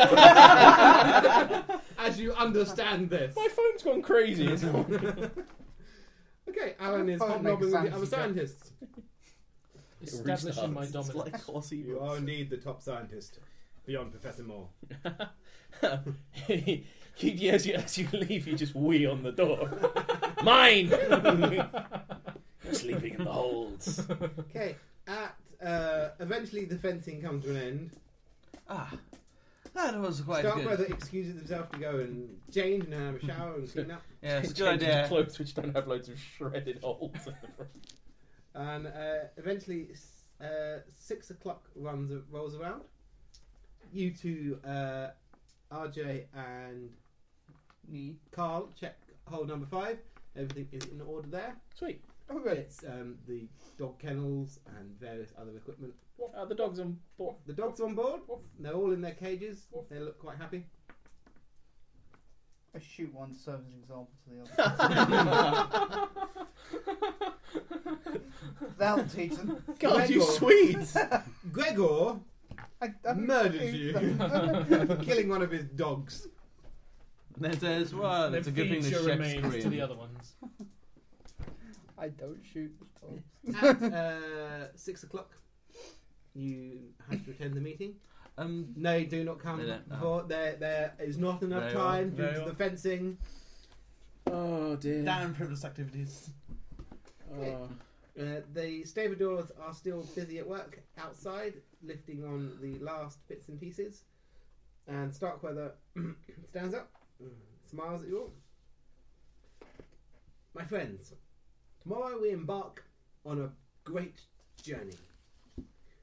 as you understand this. My phone's gone crazy. [LAUGHS] [LAUGHS] It's on. Okay, Alan is Phone hobnobbing with makes the other sense, yeah. scientists. Establishing my restarts. dominance. You are indeed the top scientist, beyond Professor Moore. [LAUGHS] you, you- as, you, as you leave, you just wee on the door. [LAUGHS] [LAUGHS] Mine! Sleeping in the holds. Okay. At uh, eventually, the fencing comes to an end. Ah, that was quite Starkweather good. excuses himself to go and change and have a shower and clean [LAUGHS] up. Yeah, [LAUGHS] it's a good Change into idea. Clothes which don't have loads of shredded holes. [LAUGHS] in the front. And uh, eventually, s- uh, six o'clock runs rolls around. You two, uh, RJ and Me. Carl, check hole number five. Everything is in order there. Sweet. Oh, good. It's um, the dog kennels and various other equipment. Uh, the dog's on board. The dogs on board. They're all in their cages. They look quite happy. I shoot one to serve as an example to the other. That'll teach them. God, you Gregor. Swedes! Gregor I, I murders [LAUGHS] you, [LAUGHS] killing one of his dogs. There's, there's, well, that's a good thing the Feature chef's remains to the Korean. other ones. I don't shoot the dogs. at uh, six o'clock, you have to attend the meeting. Um, No, do not come. They don't know. before. There, there is not enough Very well, time due very to the well. fencing. Oh dear. Down privileged activities. Oh. Uh, the stabadores are still busy at work outside, lifting on the last bits and pieces. And Starkweather [CLEARS THROAT] stands up, smiles at you all. My friends, tomorrow we embark on a great journey.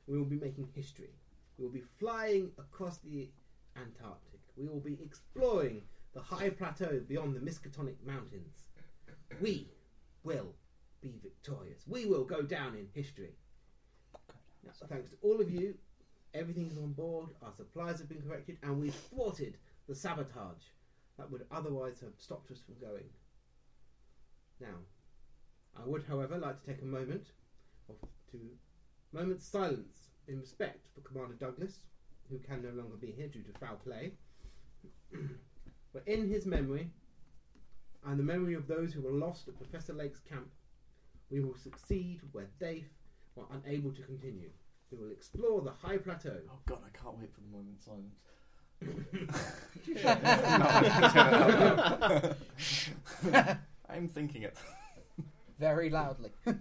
We will be making history. We will be flying across the Antarctic. We will be exploring the high plateaus beyond the Miskatonic Mountains. We will be victorious. We will go down in history. Now, thanks to all of you, everything is on board, our supplies have been corrected, and we've thwarted the sabotage that would otherwise have stopped us from going. Now, I would, however, like to take a moment of to moment silence in respect for Commander Douglas, who can no longer be here due to foul play. [CLEARS THROAT] but in his memory, and the memory of those who were lost at Professor Lake's camp, we will succeed where they were unable to continue. We will explore the high plateau. Oh god, I can't wait for the moment of silence. I'm thinking it. very loudly. [LAUGHS]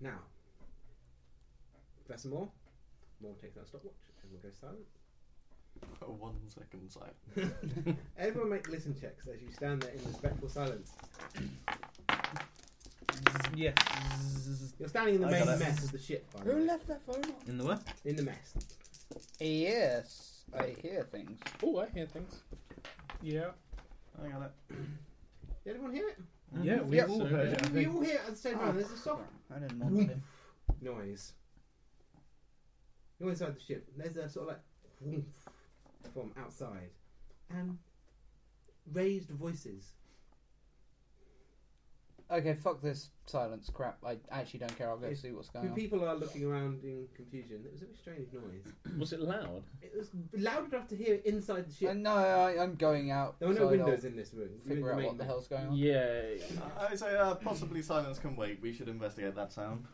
Now, Professor Moore, Moore takes that stopwatch and will go silent. Oh, One second silence. [LAUGHS] Everyone make listen checks as you stand there in respectful silence. Yes. You're standing in the I main got it. mess of the ship, by the Who way. left their phone on? In the what? In the mess. Yes, I hear things. Oh, I hear things. Yeah. I got it. Did everyone hear it? Mm-hmm. Yeah, we Yep. all So, heard yeah. it. I We think. all hear it at the same Oh, time. Oh, Oh, There's a soft I didn't want to. noise. You're inside the ship. There's a sort of like whoomph from outside. And raised voices. Okay, fuck this silence crap. I actually don't care. I'll go Yeah. see what's When going on. people are looking around in confusion, it was a very strange noise. Was it loud? It was loud enough to hear it inside the Uh, ship. no, I, I'm going out. There were so no I'll windows in this room. You're in Figure out main what the room. hell's going on. Yeah. I say uh, possibly silence can wait. We should investigate that sound.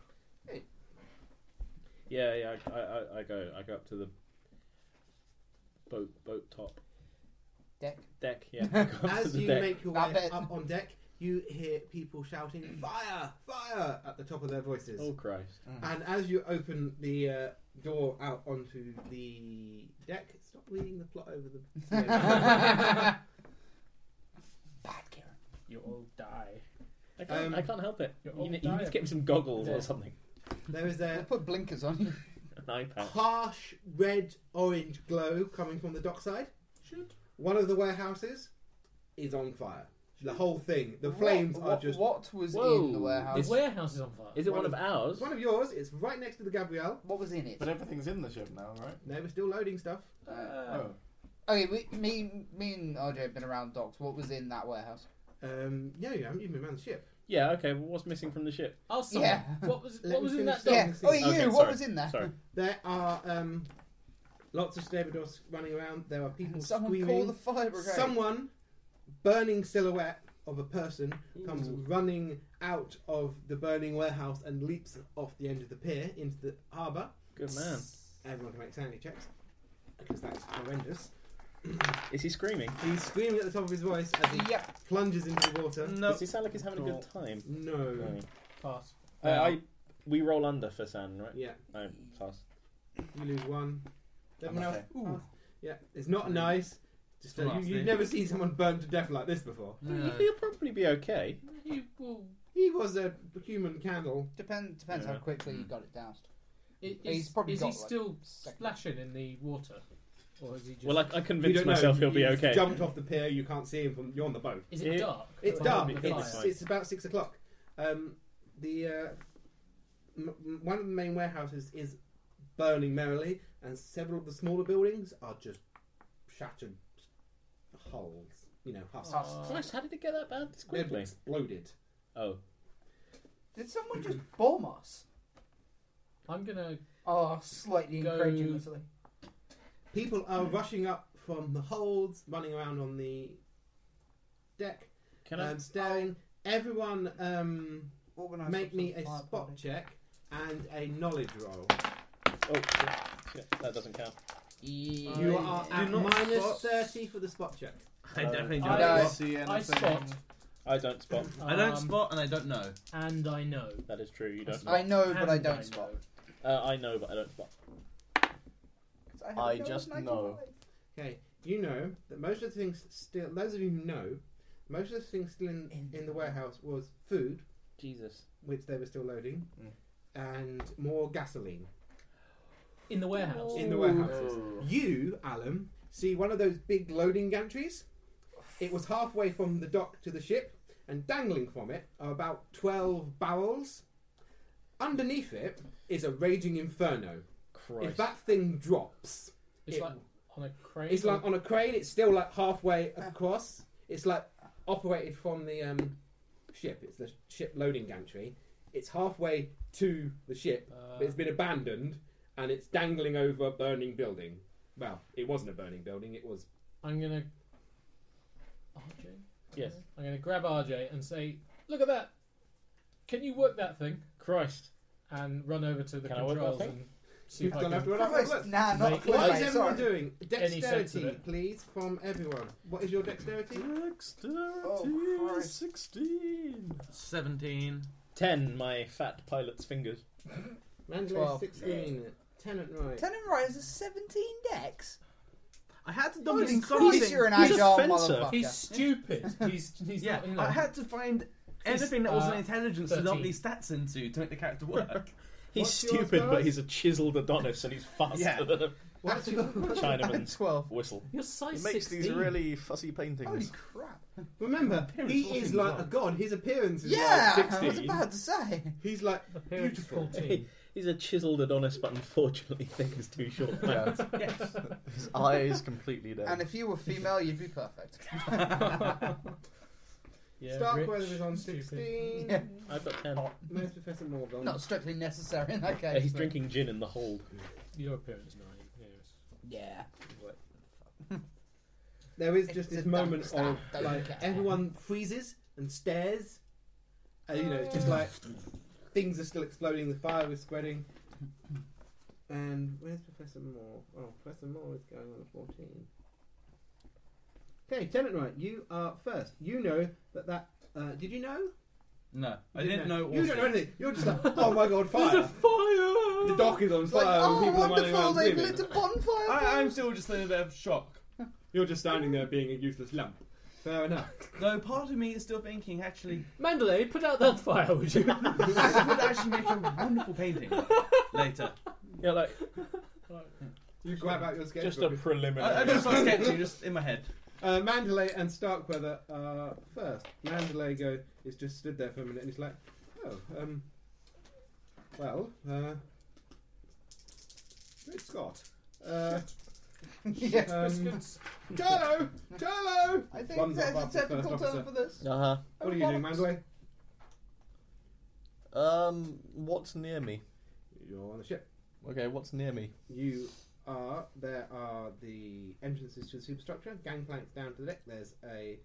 Yeah, yeah. I, I, I go. I go up to the boat boat top Deck. deck. Yeah. I go up to As the you deck. make your I way bet. up on deck, you hear people shouting "Fire! Fire!" at the top of their voices. Oh Christ! And as you open the uh, door out onto the deck, stop reading the plot over [LAUGHS] [LAUGHS] the. Bad Karen. You all die. I can't, Um, I can't help it. You're You, all ne- you need dying. to get me some goggles Yeah. or something. [LAUGHS] there is We'll a put blinkers on you. An iPad. harsh red orange glow coming from the dockside. Shoot. One of the warehouses is on fire. The whole thing, the What- flames what, are just. What was Whoa. in the warehouse? The warehouse is on fire. Is it One one, of- of, ours? It's one of yours. It's right next to the Gabrielle. What was in it? But everything's in the ship now, right? They were still loading stuff. Uh, Oh. Okay, we, me, me and RJ have been around docks. What was in that warehouse? Um, yeah, you haven't even been around the ship. Yeah. Okay. Well, what's missing from the ship? I'll stop. Yeah. What was Let me what was in finish that that. dock? Yeah. Dogs. Oh, you. Okay, what sorry. was in there? Sorry. There are um, lots of stevedores running around. There are people [LAUGHS] Someone call screaming. the fire brigade. Someone, burning silhouette of a person, comes Ooh. running out of the burning warehouse and leaps off the end of the pier into the harbour. Good [LAUGHS] man. Everyone can make sanity checks because that's horrendous. Is he screaming? He's screaming at the top of his voice as he Yep. plunges into the water. No. Does he sound like he's having a good time? No. Pass. I, I, we roll under for San, right? Yeah, I pass. you lose one. Everyone else? okay. Ooh. Yeah, it's not nice. Just, uh, you, Nasty. you've never seen someone burned to death like this before. [LAUGHS] He'll probably be okay. He will. He was a human candle. Depend, depends how Yeah. Mm. quickly you got it doused. Is, He's probably is got, he like, still second. splashing in the water, or is he just? Well, I, I You convinced don't know, myself he'll you- be you okay. Jumped off the pier. You can't see him from. You're on the boat. is it, It- dark? It's From dark. the It's- fire? It's, it's about six o'clock. Um, the uh, m- m- one of the main warehouses is burning merrily, and several of the smaller buildings are just shattered holes. You know, husks. Aw. Christ, how did it get that bad this They've quickly? exploded. Oh, Did someone just bomb us? I'm gonna. Oh, slightly Go- incredulously. People are rushing up from the holds, running around on the deck, can I? and staring. Everyone. Um, Organise Make some me a sort of fire spot party. check and a knowledge roll. Oh, shit, shit, that doesn't count. You are I- at not minus spot. 30 for the spot check. I definitely I- I- don't. see anything. I spot. I don't spot. I don't um, spot and I don't know. And I know. That is true. You don't. I- Spot. I know, but I And don't spot. know. Uh, I know, but I don't spot. 'Cause have I a just knowledge know. 95. Okay, you know that most of the things still, those of you who know, most of the things still in, in the warehouse was food, Jesus. which they were still loading, Mm. and more gasoline In the warehouse. in the warehouses. You, Alan, see one of those big loading gantries. It was halfway from the dock to the ship, and dangling from it are about 12 barrels. Underneath it is a raging inferno. If Christ. that thing drops, It's It- like on a crane. it's like on a crane. It's still like halfway across. It's like operated from the um, ship. It's the ship loading gantry. It's halfway to the ship, but it's been abandoned and it's dangling over a burning building. Well, it wasn't a burning building. It was. I'm gonna. RJ. Yes. I'm gonna grab RJ and say, "Look at that! Can you work that thing?" Christ. And run over to the Can I work that controls thing? and See You've if I done can- everyone else. Christ, nah, not a Mate, clue, What is mate, everyone sorry. doing? Any sense of Dexterity, it. please, from everyone. What is your dexterity? Oh, Dexterity Christ. 16. 17. Ten, my fat pilot's fingers. Mandrake Twelve. 16. Tenant right. Tell him right, is a 17 dex? I had to Holy double in Christ, something. you're an He's a agile fencer. motherfucker. He's stupid. he's he's Yeah, not. You know, I had to find anything that wasn't uh, intelligence to dump 13. these stats into to make the character work. He's What's yours, stupid, but guys? he's a chiseled Adonis, and he's faster [LAUGHS] Yeah. than a What's [LAUGHS] your- Chinaman's 12. [LAUGHS] whistle. You're size He makes 16. these really fussy Holy paintings. crap. Remember, Appearance he is wasn't like a wrong. god. His appearance is Yeah, like I was 16. about to say. He's like Appearance beautiful. [LAUGHS] 14. [LAUGHS] He's a chiseled Adonis, but unfortunately, [LAUGHS] thick is too short. [LAUGHS] Yeah. yes. His eyes completely dead. And if you were female, you'd be perfect. [LAUGHS] Yeah, Starkweather rich, is on stupid. 16. Yeah. I've got ten. Where's Professor Morgan? Not strictly necessary in that Uh, case. he's but- drinking gin in the hold. Your appearance nine. Yes. Yeah. There is It's just this a moment dumpster, of don't like care. everyone freezes and stares. Uh, you know, it's just like things are still exploding, the fire is spreading. And where's Professor Moore? Oh, Professor Moore is going on a 14. Okay, Tenant Right, you are first. You know that that. Uh, did you know? [LAUGHS] No, I You didn't know. all You don't know six. anything. You're just like, oh my god, fire! Fire! The dock is on It's like, fire. and oh, people are wonderful, running around they've screaming. lit a bonfire. I, I'm still just in a bit of shock. You're just standing there being a useless lump. Fair enough. Though part of me is still thinking, actually, Mandalay, put out that fire, would you? I would actually make a wonderful painting later. Yeah, like [LAUGHS] You grab out your sketchbook. just a preliminary. [LAUGHS] I, I just [LAUGHS] start sketching just in my head. Uh, Mandalay and Starkweather are first. Mandalay go is just stood there for a minute and he's like, oh, um, well, uh, great Scott. Uh, [LAUGHS] yeah. um, Turlo! Turlo! I One's think there's above a the technical first term officer. for this. Uh What are you doing, Bollocks. Mandalay? huh. Um, what's near me? You're on the ship. Okay, what's near me? You are, there are the entrances to the superstructure, gangplanks down to the deck. There's a,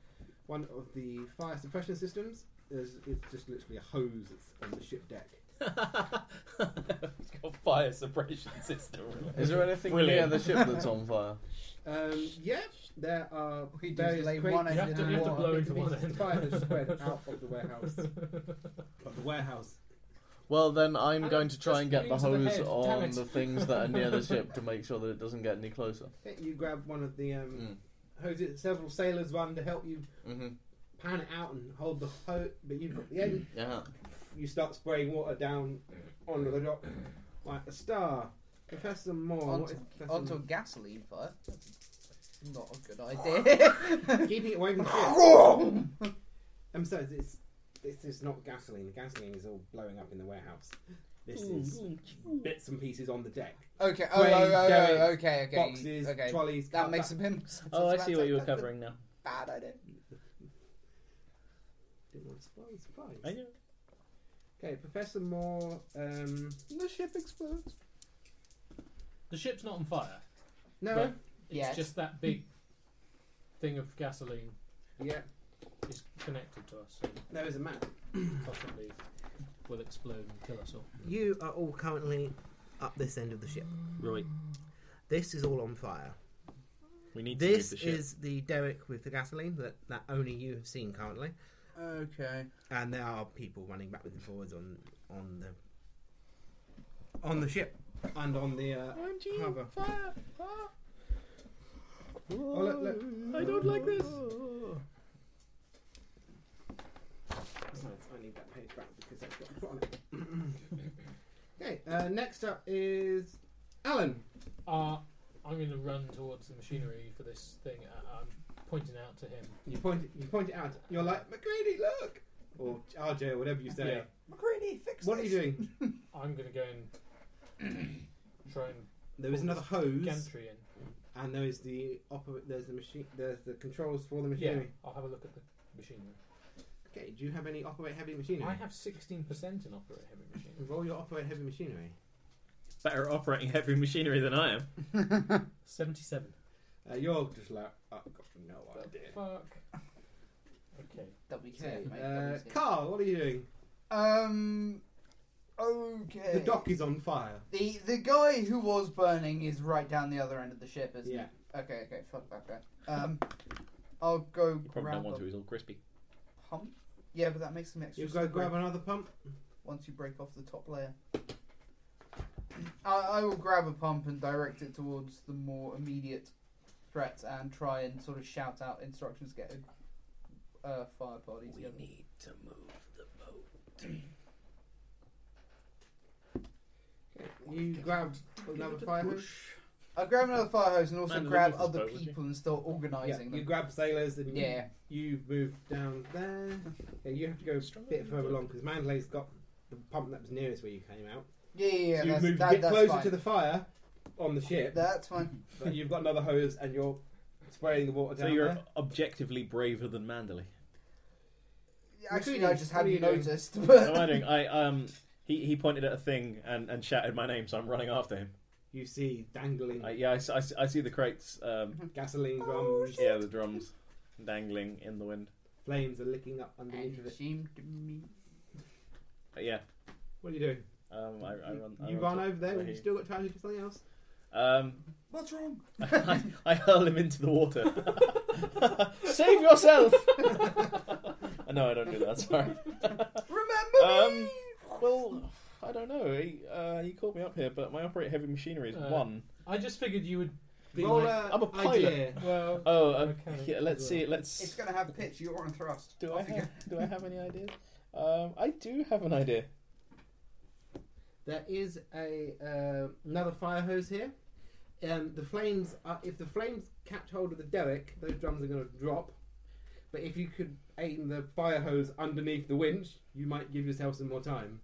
one of the fire suppression systems. There's, it's just literally a hose that's on the ship deck. it's got fire suppression system. [LAUGHS] Is there anything Brilliant. near the ship that's on fire? Um, yeah, there are We just various lay crates- one end You have to- in you have to water. blow Bits and into one pieces of end. uh, fire that's [LAUGHS] spread out of the warehouse. But the warehouse. Well, then I'm I going don't to try and get the just into the hose head, damn on it. the things that are near the ship to make sure that it doesn't get any closer. You grab one of the um, hoses. Several sailors run to help you Mm-hmm. pan it out and hold the hose. But you've got the end. Yeah. You start spraying water down onto the dock like a star. Professor Moore. what Onto, is Professor onto a Moore? gasoline fire. That's Not a good [LAUGHS] idea. keeping it away from the ship. I'm sorry, this, this is not gasoline. The gasoline is all blowing up in the warehouse. This is bits and pieces on the deck. okay, oh, oh, Grey, oh, oh, derrick, okay, okay. Boxes, okay. trolleys. That cut- makes him him. Oh, I see what you were That's a covering now. Bad idea. Didn't want to spoil the surprise. I know. Okay, Professor Moore. Um, The ship explodes. the ship's not on fire. no, Right. It's Yes. just that big thing of gasoline yeah, is connected to us and there is a map. possibly will explode and kill us all. You are all currently up this end of the ship. Right, This is all on fire. we need to This leave the ship. is the derrick with the gasoline that, that only you have seen currently, Okay. and there are people running backwards and forwards on on the on the ship and on the uh, harbour. Oh, look, look. I don't like this. Besides, I need that page back because that's got plot on it. [LAUGHS] okay, uh, next up is Alan. Uh, I'm going to run towards the machinery for this thing. I- I'm pointing out to him. You point it, you point it out. You're like McCready, look, or RJ, or whatever you say. Yeah. McCready, fix What are you this. doing? I'm going to go and try and There is another hose, gantry in. and there is the oper- There's the machine. There's the controls for the Yeah, machinery. I'll have a look at the machinery. Okay, do you have any operate heavy machinery? I have 16% in operate heavy machinery. Roll your operate heavy machinery. Better at operating heavy machinery than I am. [LAUGHS] 77. Uh, you're just like I've got no idea. Fuck. Okay. WTF, Okay, mate, uh, WTF. Carl, what are you doing? Um, Okay. The dock is on fire. The the guy who was burning is right down the other end of the ship, isn't Yeah. he? Okay, okay, fuck that guy. Um, I'll go You probably grab don't a want to. He's all crispy. pump. Yeah, but that makes some extra. You go stuff grab another pump. once you break off the top layer. [CLEARS THROAT] I, I will grab a pump and direct it towards the more immediate threat and try and sort of shout out instructions. Get a uh, fire party together. need to move the boat. Oh, You grab another fire hose. I grab another fire hose and also Man, grab look at this other boat, would you? people and start Yeah, organising you them. grab sailors and Yeah. you move down there. Yeah, you have to go a bit further along because Mandelay's got the pump that was nearest where you came out. Yeah, yeah, yeah. so you that's, moved that, a bit that's closer fine. to the fire on the ship, [LAUGHS] [LAUGHS] That's fine. but you've got another hose and you're spraying the water So down you're there. objectively braver than Mandalay. [LAUGHS] Actually, doing- I just what are you hadn't doing? noticed. [LAUGHS] What am I But doing? I um. He, he pointed at a thing and, and shouted my name, so I'm running after him. You see dangling I, yeah, I, s- I s- I see the crates. Um, [LAUGHS] gasoline drums, yeah, the drums dangling in the wind. flames are licking up underneath of it it. seemed to me. But yeah, What are you doing? um, I, I You- run. I you run to- over there. where You've he- still got time to do something else. Um, What's wrong? I, I hurl him into the water. [LAUGHS] Save yourself! [LAUGHS] Uh, no, I don't do that. Sorry. [LAUGHS] Remember Um, me. Well, I don't know. He, uh, he called me up here, but my operate heavy machinery is Uh, one. I just figured you would be Roll like, a I'm a pilot. idea. well, Oh, uh, mechanic yeah, as let's well. see. It's Let's. gonna have pitch. You're on thrust. Do I Off you [LAUGHS] go. have, do I have any ideas? Um, I do have an idea. There is a uh, another fire hose here. Um, the flames are, if the flames catch hold of the derrick, those drums are going to drop. But if you could aim the fire hose underneath the winch, you might give yourself some more time.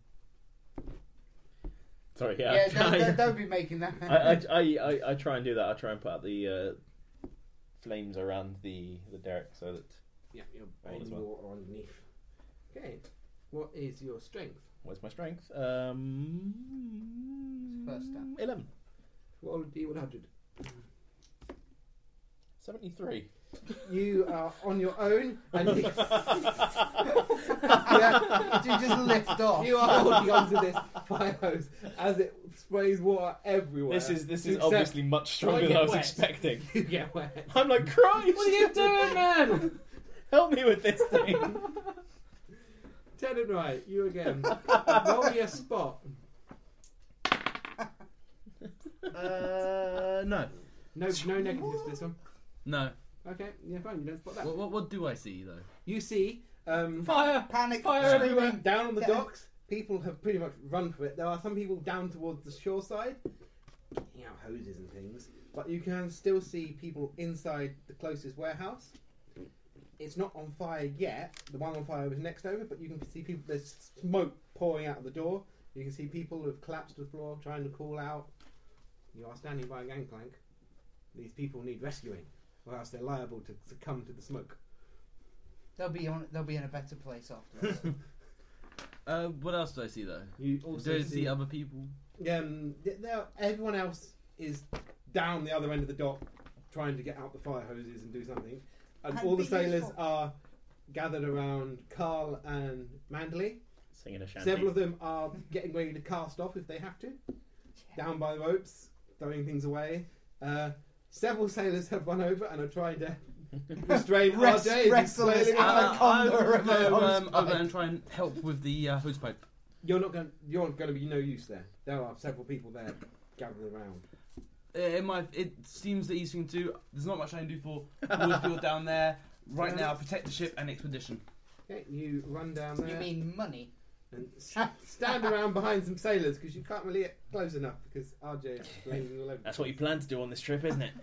Sorry, yeah. Yeah, I, don't, don't, don't be making that. [LAUGHS] I, I, I, I, I try and do that. I try and put out the uh, flames around the, the derrick so that Yeah, you're All as aiming well. water underneath. Okay, what is your strength? Where's my strength? Um, [LAUGHS] [LAUGHS] First down. 11. Roll a d100. 73. You are on your own, [LAUGHS] and you, Yeah, you just lift off. you are holding onto this fire hose as it sprays water everywhere. This is this is Except obviously much stronger Do I than I get was wet? expecting. [LAUGHS] you get wet. I'm like, Christ! What are you doing, man? [LAUGHS] Help me with this thing. Turn it right, you [LAUGHS] again. Roll me a spot. Uh, no, No, no negatives for this one. no. Okay, yeah, fine. You don't spot that. What, what, what do I see though? You see, um, Fire! Panic. Fire screaming. everywhere. down on the Yeah. docks, people have pretty much run for it. There are some people down towards the shore side, picking out hoses and things, but you can still see people inside the closest warehouse. It's not on fire yet. The one on fire was next over, but you can see people. There's smoke pouring out of the door. You can see people who have collapsed to the floor, trying to call out. You are standing by a gangplank. These people need rescuing, or else they're liable to succumb to the smoke. They'll be on. They'll be in a better place [LAUGHS] afterwards. Uh, what else do I see though? You Do also I see see other people? um, th- there- everyone else is down the other end of the dock trying to get out the fire hoses and do something. And And all the be sailors useful. are gathered around Carl and Mandley. Singing a shanty. Several of them are getting ready to cast off if they have to, down by the ropes, throwing things away. Uh, several sailors have run over and are trying to restrain Wrest- RJ. as he's wrestle his flailing around. Uh, Anaconda I would remote go, um, hosepipe. over and try and help with the uh, hose pipe. You're not going. You're going to be no use there. There are several people there gathered around. Uh, in my, it seems the easiest thing to do. There's not much I can do for all the people down there right now. Protect the ship and expedition. Okay, you run down there. you mean money? and s- stand around behind some sailors because you can't really get close enough because RJ is blazing all over. That's what you plan to do on this trip, isn't it?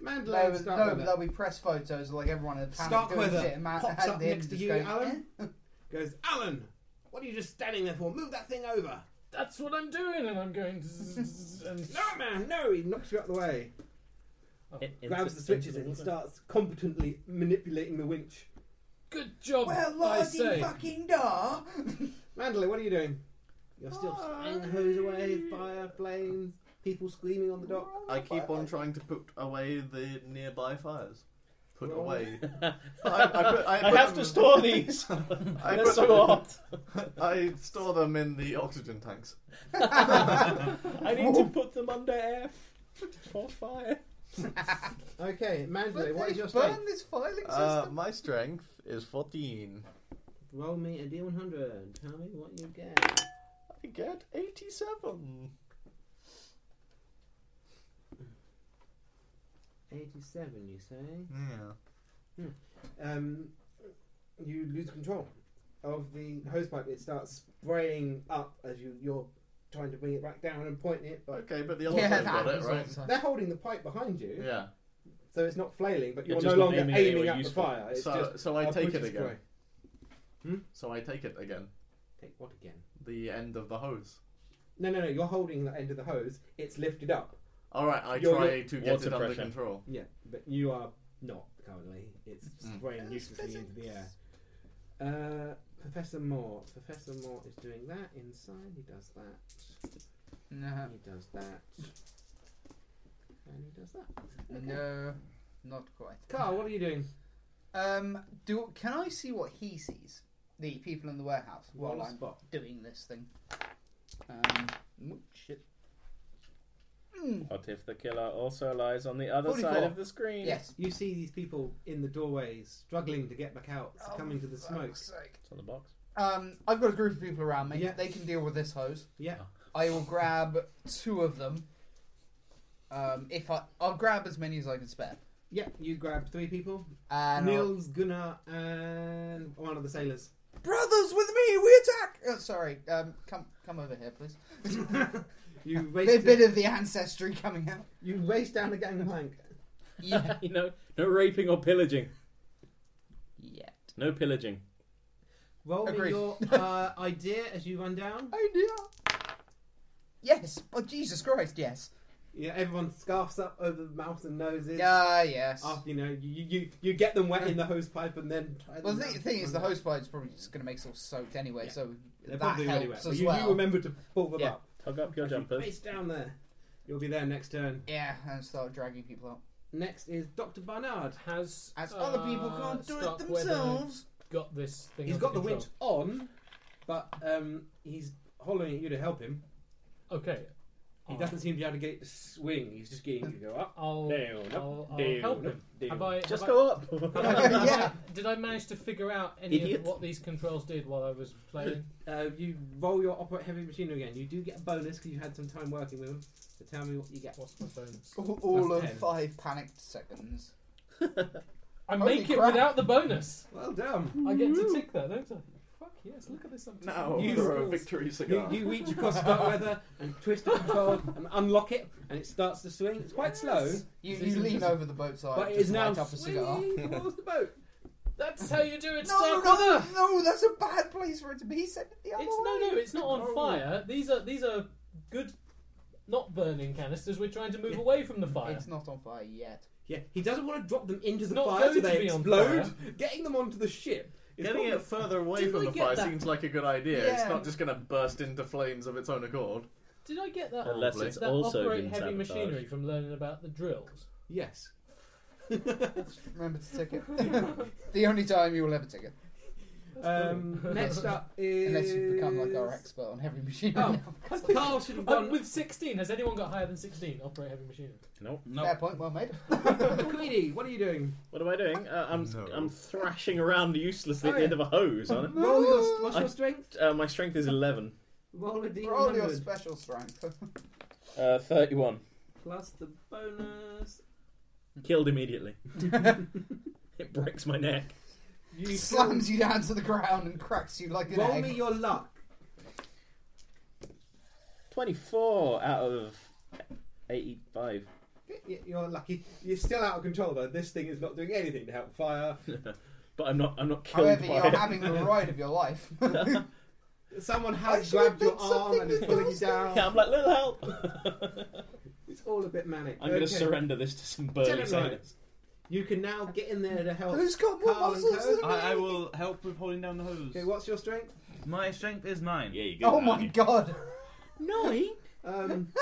Mandalay No, will but- start no, with but it. there'll be press photos of like everyone in a panic doing Starkweather shit. And Matt pops at up the end next to just you, going, "Eh." Alan. [LAUGHS] Goes, Alan, what are you just standing there for? Move that thing over. That's what I'm doing, and I'm going. zzz, and No, man, no. He knocks you out the way, grabs the switches, and starts competently manipulating the winch. Good job, "Eh? Well, I lordy say. fucking [LAUGHS] da. Mandalay, what are you doing? You're Oh, still spraying the hose away, fire, flames, people screaming on the dock. I keep on trying to put away the nearby fires. put Well- away. put- I, put have them- to store these. [LAUGHS] I They're put so them- hot. I store them in the oxygen tanks. I need to put them under F for fire. Okay, Mandalay, But what is they your burn strength? this filing system. Uh, my strength is 14. Roll me a d100. Tell me what you get. I get 87. 87, you say? Yeah. Mm. Um, you lose control of the hose pipe. It starts spraying up as you, you're trying to bring it back down and pointing it. But Okay, but the other yeah, one's that got it, happens all right? the time. they're holding the pipe behind you, Yeah. so it's not flailing. But You're you're no just not longer aiming aiming, at it where at the useful. fire. It's so just so I a take push it and again. spray. So I take it again. Take what again? The end of the hose. No, no, no. You're holding the end of the hose. It's lifted up. All right, I You're- try to get Water it under pressure. control. Yeah, but you are not currently. It's Mm. spraying uselessly into the air. Uh, Professor Moore. Professor Moore is doing that inside. He does that. No, He does that. And he does that. no, not quite. Carl, what are you doing? Um, do can I see what he sees? The people in the warehouse while Roll a I'm spot. doing this thing. Um, oh, shit. Mm, What if the killer also lies on the other 44. side of the screen? yes. You see these people in the doorways struggling to get back out, Oh, succumbing to the fuck's smoke. sake. It's on the box. [LAUGHS] Um, I've got a group of people around me. Yeah. They can deal with this hose. Yeah. I will grab two of them. Um, if I, I'll grab as many as I can spare. Yeah, you grab three people And I'll- Nils, Gunnar, and one of the [LAUGHS] sailors. brothers, with me, we attack. Oh, sorry. Um, come, come over here, [LAUGHS] please. [LAUGHS] You race, Bit, bit to- of the ancestry [LAUGHS] coming out. you race down the gangplank. Yeah. you know, no raping or pillaging. yeah. No pillaging. Roll me Agreed. [LAUGHS] your uh, idea as you run down. Idea. Yes. Oh, Jesus Christ. Yes. Yeah, everyone scarfs up over the mouths and noses. Ah, yes. After you know, you, you- you you get them wet in the hose pipe and then. tie Well, them the down. thing, thing is, the hose pipe's probably just going to make us all soaked anyway, Yeah. so They're that probably helps already wet. but as you, well. you remember to pull them Yeah. up. Tug up your As you jumpers. Race down there. You'll be there next turn. Yeah, and start dragging people out. Next is Dr. Barnard. Has As other people uh, can't do it Starkweather themselves. Got this thing. He's under got the control? winch on, but um, he's hollering at you to help him. Okay. He Alright. doesn't seem to be able to get it to swing. He's just getting to go up. I'll, Down, up, I'll, I'll down, help up, him. down. Have I- Just have go up. [LAUGHS] [LAUGHS] Yeah. Did I manage to figure out any Idiot. of what these controls did while I was playing? Uh, you roll your operate heavy machinery again. You do get a bonus because you had some time working with him. So tell me what you get. What's my bonus? All, of of ten. five panicked [LAUGHS] seconds. I Holy make it crap. without the bonus. Well done. I get to tick that, don't I? Fuck yes! Look at this. I'm Now You- for a victory You, cigar. you reach across the weather and twist the control and unlock it, and it starts to swing. It's quite slow, You, This is you lean just- over the boat side, but it just is now light up a cigar. swinging towards the boat. That's how you do it, No, no, Starkweather. [LAUGHS] no, that's a bad place for it to be. He said it the other It's no, way. no. It's not on fire. These are these are good, not burning canisters. We're trying to move Yeah. away from the fire. It's not on fire yet. Yeah, he doesn't want to drop them into the Not fire so going to they be on explode. Getting them onto the ship. is Getting probably- it further away Didn't from I the get fire that? seems like a good idea. It's Yeah. not just going to burst into flames of its own accord. Did I get that? Unless Probably. it's that also operate been heavy sabotaged. machinery from learning about the drills. Yes. Remember to tick it. [LAUGHS] the only time you will ever tick it. um, next up is Unless you become like our expert on heavy machinery. Oh. now. Carl should have Oh, [LAUGHS] gone. with 16, has anyone got higher than 16? Operate heavy machinery. Fair point, well made. [LAUGHS] Queenie, what are you doing? What am I doing? Uh, I'm No. I'm thrashing around uselessly at Oh, the end of a hose. Aren't Roll your, what's I- your strength? I? Uh, my strength is eleven. Roll a d100 Roll your special [LAUGHS] strength. Uh, Thirty-one. plus the bonus. Killed immediately. it breaks my neck. You slams you down to the ground and cracks you like an Roll egg. me your luck. Twenty-four out of eighty-five. Y- You're lucky. You're still out of control though. This thing is not doing anything to help fire. But I'm not I'm not killed However, by you're it. having the ride of [LAUGHS] your life. Someone I has should have grabbed your done arm something and is with pulling you those [LAUGHS] down. Yeah, I'm like little help. It's all a bit manic. I'm going to Okay. surrender this to some burly Generally. sailors. You can now get in there to help. Who's got more Carl and muscles than Coke. me? I, I will help with holding down the hose. Okay, what's your strength? My strength is nine. Yeah, you good, Oh aren't my you? god. No, Um,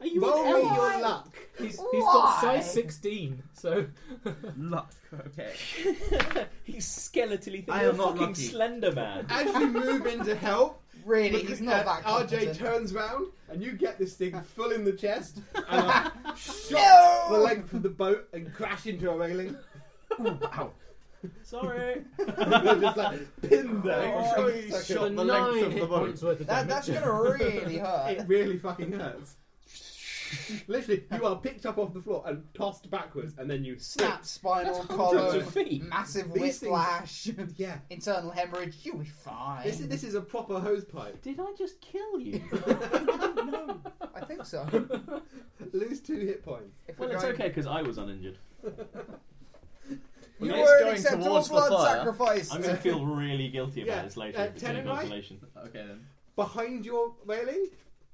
are you [LAUGHS] roll an me elf? your luck. He's, he's got Why? size 16, so. Luck. Okay. He's skeletally thin. I You're am not fucking lucky. Slender Man. As you move in to help, [LAUGHS] Really, he's not that uh, competent. RJ turns round and you get this thing full in the [LAUGHS] chest and I shot No! the length of the boat and crash into a railing. [LAUGHS] Wow. Sorry. You're just like pinned there. Oh, for you a second. shot the length Nine of the hit boat. points worth of That, damage. that's [LAUGHS] gonna really It hurt. really fucking hurts. [LAUGHS] Literally, you are picked up off the floor and tossed backwards, and then you snap. Snap, spinal hundreds column, of feet. massive These things- whiplash, Yeah, [LAUGHS] internal hemorrhage. You'll be fine. this is this is a proper hose pipe. Did I just kill you? I [LAUGHS] think so. Lose two hit points. If well, we're it's going- okay because I was uninjured. You When were an going acceptable towards the blood fire, sacrifice. I'm going to feel really guilty about Yeah, this later. uh, if it's any Tenon, right? consolation. Okay then. Behind your railing,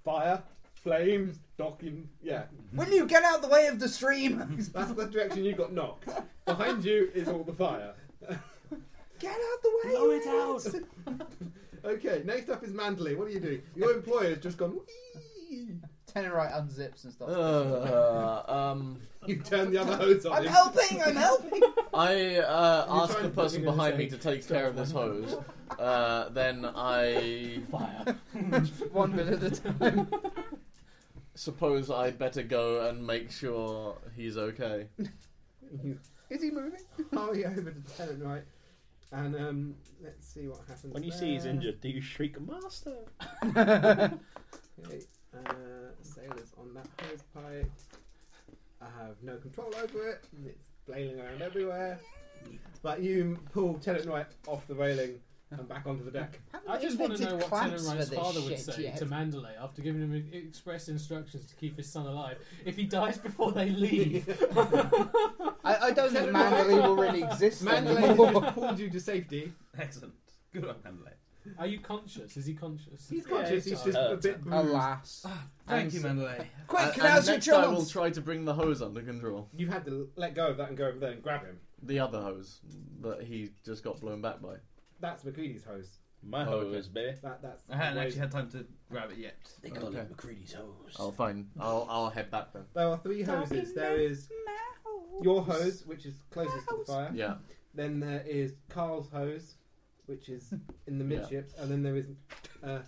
fire, flames, docking. Yeah, Will you get out the way of the stream? that's the direction you got knocked. Behind you is all the fire. get out the way. Blow it [LAUGHS] out. Okay, next up is Mandley. What do you do? Your employer has just gone. "Whee!" Tenorite unzips and stuff. Uh, um, You turn the other hose on I'm him. helping. I'm helping. I uh, You ask try the and person fucking behind me to say, take care of this hose. Uh, then I Fire. One bit [LAUGHS] at a time. suppose I better go and make sure he's okay. Is he moving? Hurry Oh, over to Tenant right, and um, let's see what happens. When you see he's there. injured, do you shriek, Master? Okay, uh, sailors on that hose pipe. I have no control over it. and It's flailing around everywhere. But you pull Tenant Knight off the railing and back onto the deck. I just want to know what Clamps for Tenenrai's this father would shit say yet. to Mandalay after giving him e- express instructions to keep his son alive if he dies before they [LAUGHS] leave. I, I don't think Mandalay will really exist Mandalay has [LAUGHS] anymore. just pulled you to safety. Excellent. Good on Mandalay. Are you conscious? Is he conscious? He's conscious. Yeah, he's just uh, a bit bruised. Alas. Thank And you, so- Mandalay. And- [LAUGHS] Quick, and now's your next I will chance. try to bring the hose under control. You had to let go of that and go over there and grab him. The other hose that he just got blown back by. That's McCready's hose. My Oh, hose, baby. That that's. I hadn't the way- Uh-huh, actually had time to grab it yet. They call Okay. it McCready's hose. Oh. I'll find. I'll I'll head back then. There are three hoses. There is your hose, which is closest to the fire. Yeah. Then there is Carl's hose, which is in the midships, and then there is uh,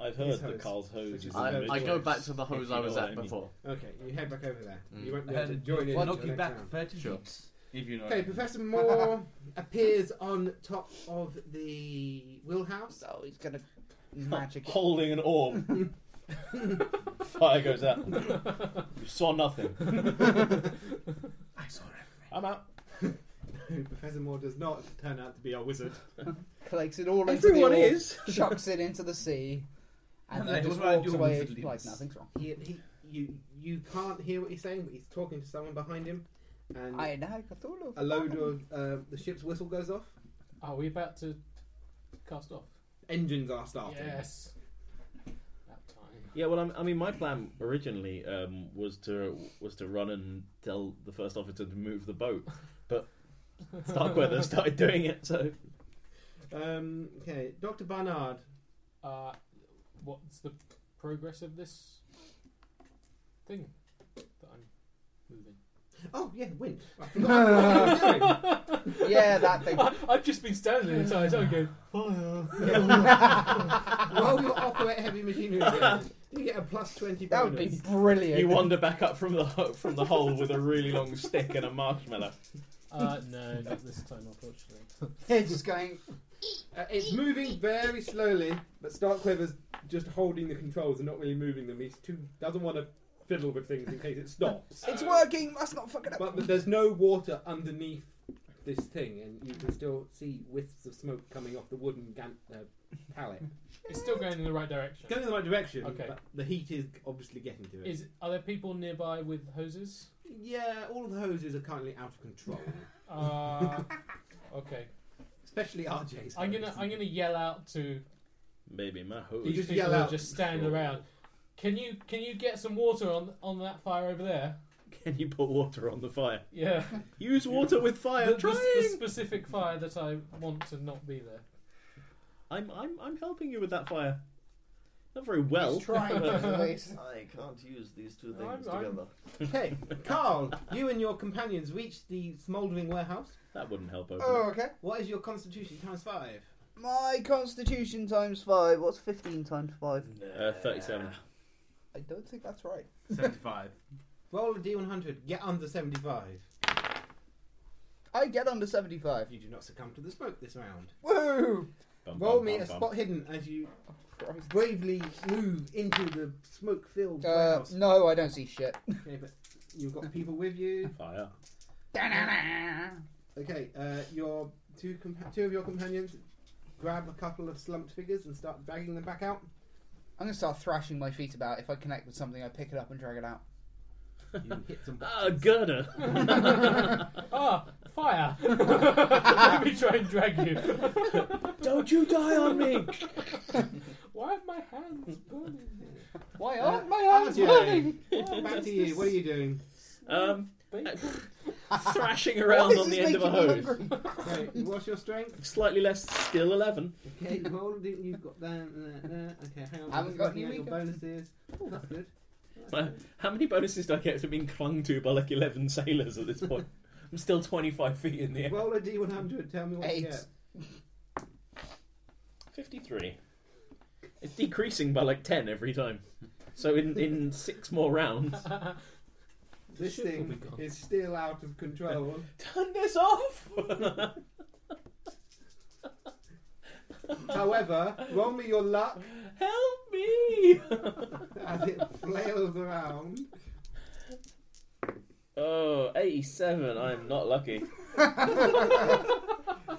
I've heard His that hose, Carl's which hose is is the I, very I go worst, back to the if hose you I know was what at I mean. before. Okay, you head back over there. Mm. You won't be I able to had- join in. Why until knock Um, you next back round. 30 Sure. feet? If you know. what I Okay, mean. Professor Moore appears on top of the wheelhouse. [LAUGHS] Oh, he's gonna magic. [LAUGHS] it. Holding an orb. Fire goes out. You saw [LAUGHS] nothing. I saw everything. I'm out. Professor Moore does not turn out to be a wizard. Collects it all into Everyone [LAUGHS] the orb, is. chucks it into the sea, and Mandalay, then just what about walks your away wizardliness? like nothing's wrong. He, he, you, you can't hear what he's saying, but he's talking to someone behind him, and I know Cthulhu. a load of uh, the ship's whistle goes off. Are we about to cast off? Engines are starting. Yes. That time. Yeah, well, I'm, I mean, my plan originally um, was to was to run and tell the first officer to move the boat, but Starkweather started doing it, so Um, okay, Doctor Barnard. Uh, what's the progress of this thing that I'm moving? Oh yeah, wind. [LAUGHS] I forgot [LAUGHS] what we were doing. Yeah, that thing. [LAUGHS] I, I've just been standing there entire time going, fire. [LAUGHS] [LAUGHS] Roll your operate heavy machinery. [LAUGHS] again. You get a plus twenty That bonus. would be brilliant. you wander back up from the ho- from the hole with a really long stick and a marshmallow. Uh, no, not this time, unfortunately. Yeah, just going. Uh, it's moving very slowly, but Starkweather's just holding the controls and not really moving them. He's too doesn't want to fiddle with things in case it stops. It's working. Let's not fuck it up. but, but there's no water underneath this thing, and you can still see wisps of smoke coming off the wooden gan- uh, pallet. It's still going in the right direction. It's going in the right direction, Okay. but the heat is obviously getting to it. Is are there people nearby with hoses? yeah, all of the hoses are currently out of [LAUGHS] control, Uh, okay, especially RJ's. I'm gonna hose. I'm gonna yell out to Maybe my these hose. just people yell who are out. just standing around. Can you can you get some water on on that fire over there? Can you put water on the fire? Yeah, Use water with fire. the, the- trying. the specific fire that I want to not be there. I'm I'm I'm helping you with that fire. Not very well. He's trying but- to [LAUGHS] waste. I can't use these two I'm- things I'm- together. Okay, Carl, you and your companions reach the smouldering warehouse. that wouldn't help open Oh, it. okay. What is your constitution times five? My Constitution times five. What's fifteen times five? Uh, 37. I don't think that's right. [LAUGHS] 75. Roll a d100. Get under 75. I get under seventy-five. You do not succumb to the smoke this round. Woo! Bum, Roll bum, me bum, a bum. spot hidden as you Christ. bravely move into the smoke-filled Uh, warehouse. no, I don't see shit. [LAUGHS] Okay, but you've got people with you. Fire. Okay, uh, your two compa- two of your companions grab a couple of slumped figures and start dragging them back out. I'm gonna start thrashing my feet about. If I connect with something, I pick it up and drag it out. Hit some Ah, girder. [LAUGHS] Ah, fire! [LAUGHS] Let me try and drag you. [LAUGHS] Don't you die on me! Why are my hands burning? Why Uh, aren't Oh, my hands Ajay. burning? Back to you. [LAUGHS] What are you doing? Um, Bacon. [LAUGHS] thrashing Why around is on the this end of a making me hose. hungry? Okay, what's your strength? Slightly less, still 11. Okay, roll. it. You've got that. that, that. Okay, hang on. Haven't just got looking any at your weaker. bonuses. Oh, that's good. Uh, how many bonuses do I get for being clung to by like 11 sailors at this point? I'm still 25 feet in the air. Roll a d100. Tell me what Eight. you get. 53. It's decreasing by like 10 every time. So in, in six more rounds. This Shit will be thing gone. is still out of control. Turn this [LAUGHS] off! [LAUGHS] However, roll me your luck Help me! as it flails around. [LAUGHS] oh, 87. I'm not lucky. [LAUGHS]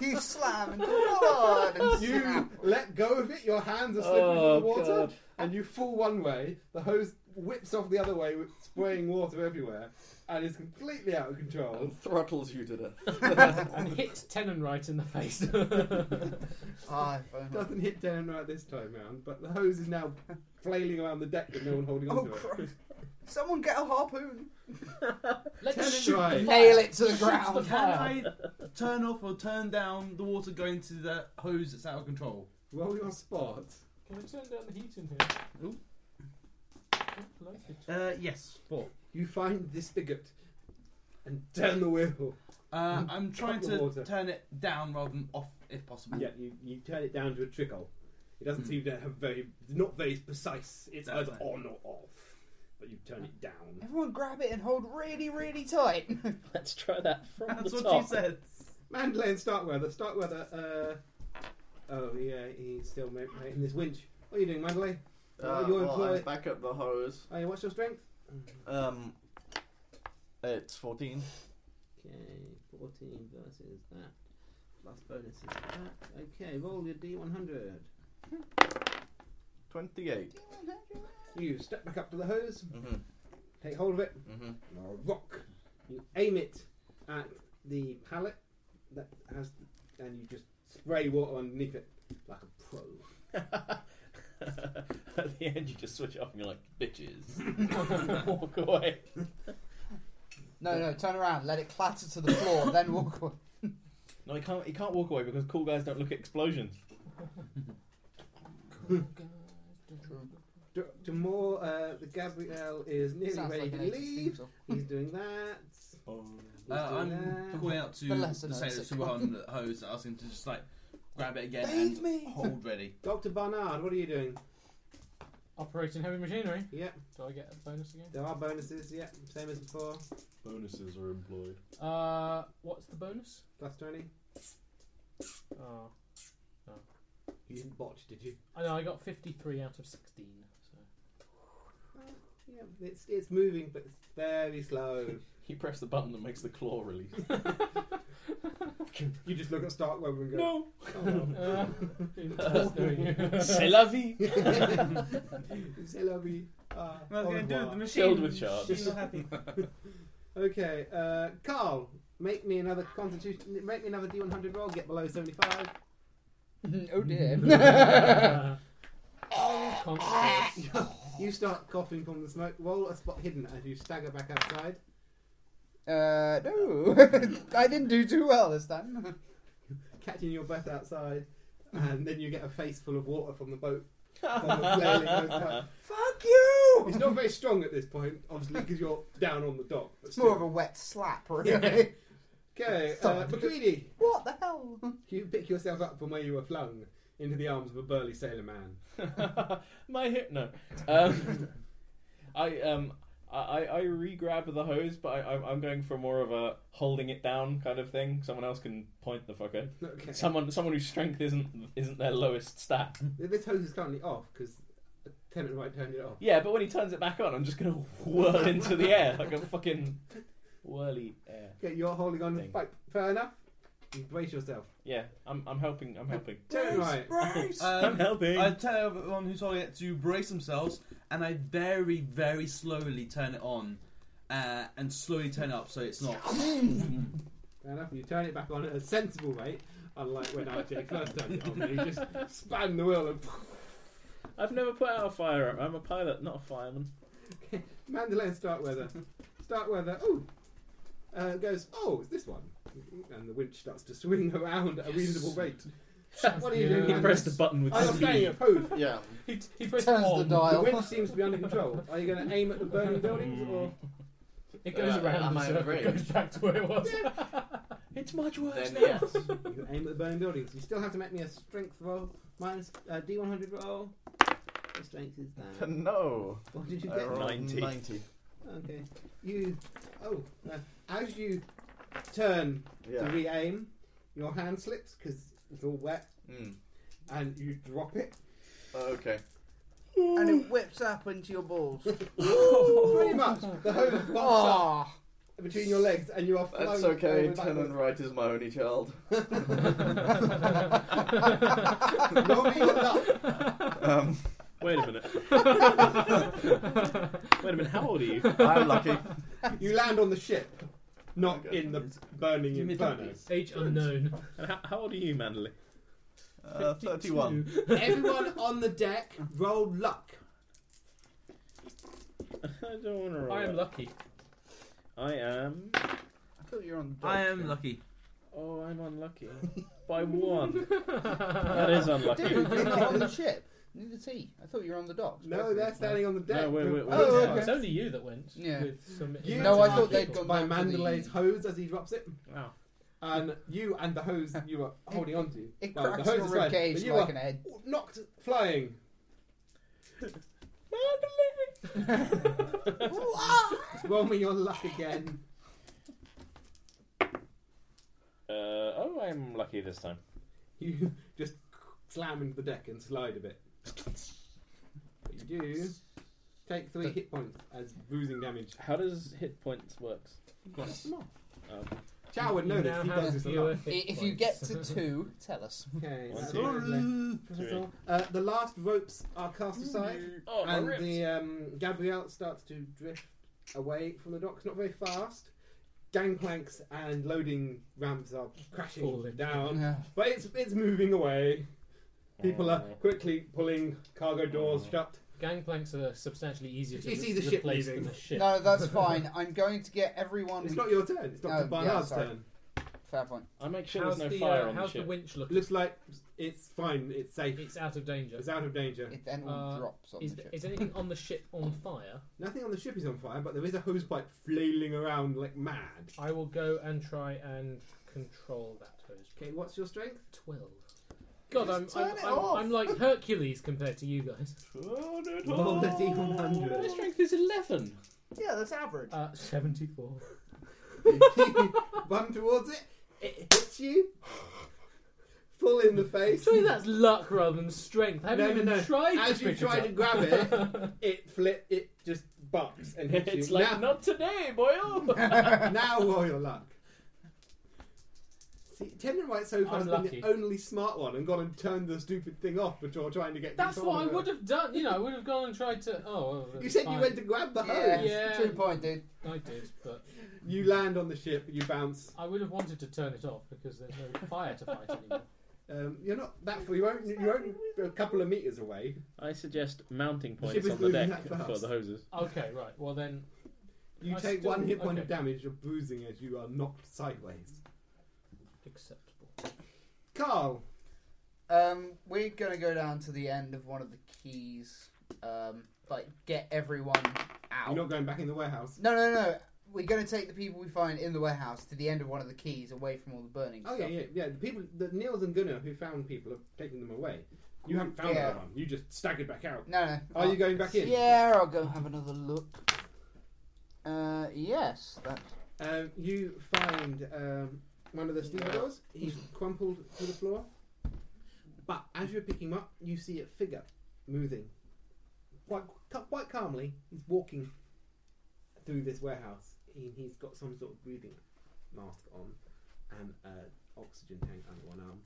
you slam and hard and You snap. let go of it, your hands are slipping Oh, in the water, God. and you fall one way, the hose whips off the other way, with spraying water everywhere, and is completely out of control. And throttles you to death. [LAUGHS] and hits Tenon right in the face. [LAUGHS] Ah, if only. Doesn't hit Dan right this time round, but the hose is now flailing around the deck with no one holding Oh, onto it. Christ. Someone get a harpoon. Tenon Let's shoot right. the fire. Nail it to the Shoot the ground. Can I fire. turn off or turn down the water going to the hose that's out of control? Roll your spot. Can we turn down the heat in here? Ooh. Don't like it. Uh, yes, four. You find this spigot and turn the wheel. Uh, I'm trying the water. to turn it down rather than off if possible. Yeah, you, you turn it down to a trickle. It doesn't seem to have very, not very precise. It's That's either fine. on or off, but you turn it down. Everyone grab it and hold really, really tight. [LAUGHS] Let's try that from [LAUGHS] That's the what top. she said. Mandalay Starkweather. Starkweather, uh. Oh, yeah, he's still ma- making this winch. What are you doing, Mandalay? Uh, Your well, employ- I'm back up the hose. Oh, yeah, what's your strength? Um, it's 14. Okay, 14 versus that. Plus bonus is that. Okay, roll your d100. 28. You step back up to the hose, Mm-hmm. take hold of it, Mm-hmm. and a rock. You aim it at the pallet that has. and you just spray water underneath it like a pro. [LAUGHS] At the end, you just switch off and you're like, [LAUGHS] bitches. [LAUGHS] Walk away. No, no, turn around. Let it clatter to the [LAUGHS] floor, then walk away. No, he can't. He can't walk away because cool guys don't look at explosions. D- the more uh, the Gabrielle is nearly Sounds ready like an to 80s theme leave, song. he's doing that. Oh, Uh, I'm calling out to The the, lesser known sailors who were on the hose and asking to just like grab it again Bathe and me. [LAUGHS] hold ready. Dr. Barnard, what are you doing? Operating heavy machinery. Yeah, Do I get a bonus again? there are bonuses, yeah, same as before. Bonuses are employed. Uh, what's the bonus? Plus 20. Oh, You didn't botch, did you? I know I got 53 out of 16. So Yeah, it's, it's moving, but it's very slow. You press the button that makes the claw release. you just look at Starkweather and go, No, "Oh, well." Uh, [LAUGHS] that's knowing you. [LAUGHS] c'est la [LAUGHS] vie. C'est la vie. Ah, au revoir. machine. Filled with sharks. She's not happy. [LAUGHS] Okay, uh, Carl, make me another constitution, make me another D100 roll, get below 75. [LAUGHS] oh dear. [LAUGHS] Oh, constant. You start coughing from the smoke. Roll a spot hidden as you stagger back outside. Uh, no. [LAUGHS] I didn't do too well this time. [LAUGHS] catching your breath outside, and then you get a face full of water from the boat kind of flailing with that. Fuck you! It's not very strong at this point, obviously, because you're down on the dock. But It's still. [LAUGHS] more of a wet slap, really. [LAUGHS] Okay, uh, McCready, What the hell? you pick yourself up from where you were flung into the arms of a burly sailor man. [LAUGHS] My hip. No. Um, I um. I, I I re-grab the hose, but I, I'm- I'm going for more of a holding it down kind of thing. Someone else can point the fucker. Okay. Someone, someone whose strength isn't isn't their lowest stat. This hose is currently off because Lieutenant Wright turned it off. Yeah, but when he turns it back on, I'm just gonna [LAUGHS] whirl into the air like a fucking whirly air. Okay, you're holding on to the Thing. pipe. Fair enough. You brace yourself. Yeah, I'm, I'm helping. I'm helping. Lieutenant Wright. Brace! I'm Um, helping. I tell everyone who's holding it to brace themselves, and I very, very slowly turn it on, uh, and slowly turn it up so it's not. Fair enough. You turn it back on at a sensible rate, unlike when RJ first turned it on. where You just span the wheel and [LAUGHS] I've never put out a firearm. I'm a pilot, not a fireman. Mandalay and Starkweather. Starkweather, oh, uh, goes, oh, it's this one. And the winch starts to swing [LAUGHS] around at a reasonable rate. what are you doing? He Mandalay? pressed the button with Oh, you're playing speed. at Pope. [LAUGHS] Yeah. [LAUGHS] He, he Turns pressed the on. The dial. winch seems to be under control. Are you going to aim at the burning buildings or? It goes Uh, around am the I circle, brave? it goes back to where it was. It's much worse Then now. yes. You aim at the burning buildings. You still have to make me a strength roll minus uh, D100 roll. What strength is that? No. What did you I get? rolled 90. 90. Okay. You. Oh, no. as you turn to Yeah. re-aim, your hand slips because it's all wet, Mm. and you drop it. Okay. [LAUGHS] and it whips up into your balls. [LAUGHS] [LAUGHS] Pretty much, the hose bumps up Ah, between your legs, and you are flown That's okay. over Tenant backwards. Wright is my only child. [LAUGHS] Roll me your luck. [LAUGHS] Um, Wait a minute. Wait a minute. How old are you? I'm lucky. You land on the ship, not Okay. in the burning Give me inferno. Age unknown. And how, how old are you, Manly? [LAUGHS] Uh, 31. [LAUGHS] Everyone on the deck, roll luck. I don't want to roll. I am it. lucky. I am. I thought you were on the I am lucky. Oh, I'm unlucky. By one. That [LAUGHS] is unlucky. Dude, you're not on the ship. Neither is he. I thought you were on the docks. No, they're standing on the deck. No, wait, wait, wait. Oh, okay. It's only you that went. Yeah. With some You- No, I imaginary thought they'd people. gone By back to the- Mandalay's hose as he drops it. Wow. And you and the hose you [LAUGHS] were holding onto. It well, cracks the hose your is red, ribcage but you like are [LAUGHS] an egg. knocked flying. Roll me your luck again. [LAUGHS] Uh, oh, I'm lucky this time. You just slam into the deck and slide a bit. But you do take three hit points as bruising damage. How does hit points works? Chow would know You this. now He have does this a fewer lot. hit If you get points. to two, [LAUGHS] tell us. Okay, One, that's two, all. That's all. Uh, the last ropes are cast aside, Oh, my and ribs. the um, Gabrielle starts to drift away from the docks, not very fast. Gangplanks and loading ramps are crashing Falling. down, but it's it's moving away. People are quickly pulling cargo doors shut. Gangplanks are substantially easier to You see re- the ship replace leaving. than the ship. No, [LAUGHS] that's fine. I'm going to get everyone. It's not your turn. It's Dr. Oh, yeah, Barnard's sorry. turn. Fair point. I make sure How's there's no the, fire uh, on the how's the ship. winch It looking? looks like it's fine. It's safe. It's out of danger. It's out of danger. It then all Uh, drops on Is, the ship. is anything on the ship on fire? Nothing on the ship is on fire, but there is a hose pipe flailing around like mad. I will go and try and control that hose. Okay, what's your strength? [LAUGHS] Twelve. God, I'm Just I'm, turn it I'm, off. I'm like Hercules compared to you guys. Roll the D100. My strength is 11. Yeah, [LAUGHS] that's average. Uh, Seventy-four. run towards it, it hits you, full in the face. Surely that's luck rather than strength. I haven't No, no, even no. tried. As to you pick try it to up. grab [LAUGHS] it, it flip, it just bucks and hits it's you. like, now, not today, boyo! Oh, now roll your luck. See, Tendon White so far I'm has been lucky. the only smart one and gone and turned the stupid thing off before trying to get That's control what I of it. would have done. You know, I would have gone and tried to. Oh, well, You said fine. you went to grab the [LAUGHS] yeah, hose. Yeah. true point, dude. I did, but You land on the ship, you bounce. I would have wanted to turn it off because there's no fire to fight anymore. Um, you're not that far. You're only, you're only a couple of meters away. I suggest mounting ship points is on the moving deck that fast. for the hoses. Okay, right. Well then, You I take still- one hit point of okay. damage. You're bruising as you are knocked sideways. acceptable. Carl, Um, we're gonna go down to the end of one of the keys. Um, like get everyone out. You're not going back in the warehouse. No, no, no. We're going to take the people we find in the warehouse to the end of one of the keys, away from all the burning Oh yeah, stuff. yeah, yeah. The people, the Niels and Gunnar who found people have taken them away. You haven't found Yeah. anyone. You just staggered back out. No, no. Are you going back in? Yeah, I'll go have another look. Uh, yes. That. Um, you find um, one of the steel doors. He's crumpled to the floor. But as you're picking him up, you see a figure moving quite ca- quite calmly. He's walking through this warehouse. He, he's got some sort of breathing mask on and an oxygen tank under one arm,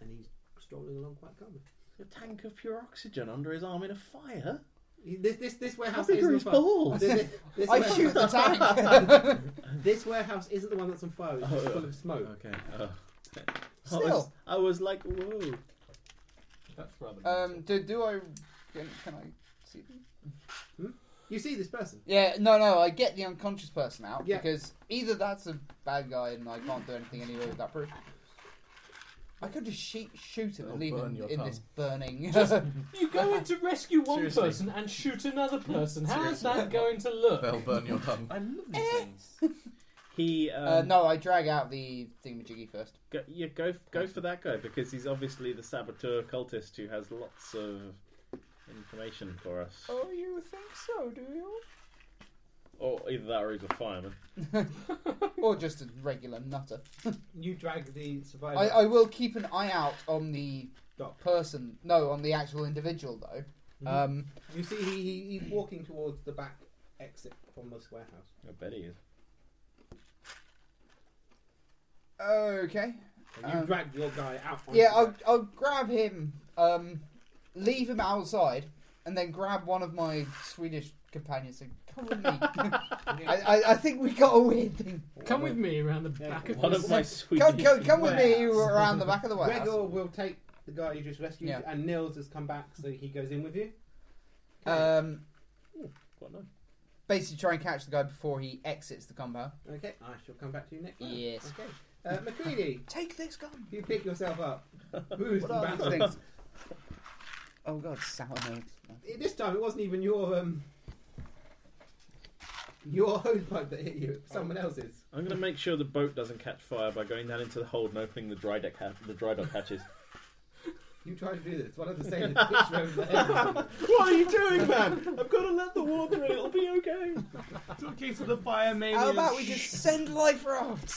and he's strolling along quite calmly. A tank of pure oxygen under his arm in a fire. He- This this this How warehouse big are isn't his on fire. balls? This, this I warehouse- [LAUGHS] shoot the [LAUGHS] tank. this warehouse isn't the one that's on fire. It's just full of smoke. [LAUGHS] Okay. Oh. I, was, Still. I was like, whoa. That's rather. um, do, do I? Can, can I see? Them? You see this person. Yeah. No, no. I get the unconscious person out Yeah. because either that's a bad guy and I can't do anything anyway with that proof. I could just shoot, shoot him It'll and leave burn him your in tongue. this burning. [LAUGHS] um, You go in to rescue one Seriously. person and shoot another person. How is that going to look? They'll burn your tongue. I love these things. He. Um, uh, no, I drag out the thingamajiggy first. Go, yeah, go go for that guy because he's obviously the saboteur cultist who has lots of information for us. Oh, you think so? Do you? Or either that or he's a fireman. [LAUGHS] or just a regular nutter. [LAUGHS] You drag the survivor. I, I will keep an eye out on the Doc. person. No, on the actual individual though. Um, You see, he, he, he's walking towards the back exit from this warehouse. I bet he is. okay. And you Um, drag your guy out. onto Yeah, the I'll, back. I'll grab him, um, leave him outside, and then grab one of my Swedish companions and come with me. I, I, I think we got a weird thing. Come with me around the back of One this. of my sweet. Come, come, come with me around the back of the Gregor warehouse. will take the guy you just rescued, Yeah. and Nils has come back, so he goes in with you. Um, What, no? basically, try and catch the guy before he exits the compound. Okay, I shall come back to you next time. Yes. Okay. Uh, McCready, [LAUGHS] Take this gun. you pick yourself [LAUGHS] up. Bruised What and are these battered. [LAUGHS] things? Oh god, sour notes. This time it wasn't even your um, your [LAUGHS] hose pipe that hit you. It was someone else's. I'm gonna make sure the boat doesn't catch fire by going down into the hold and opening the dry deck ha- the dry dock hatches. You try to do this. One of the [LAUGHS] sailors hits you over the head. what are you doing, man? I've got to let the water in. It'll be okay. Talking to the fire maniac. How about we just send life rafts?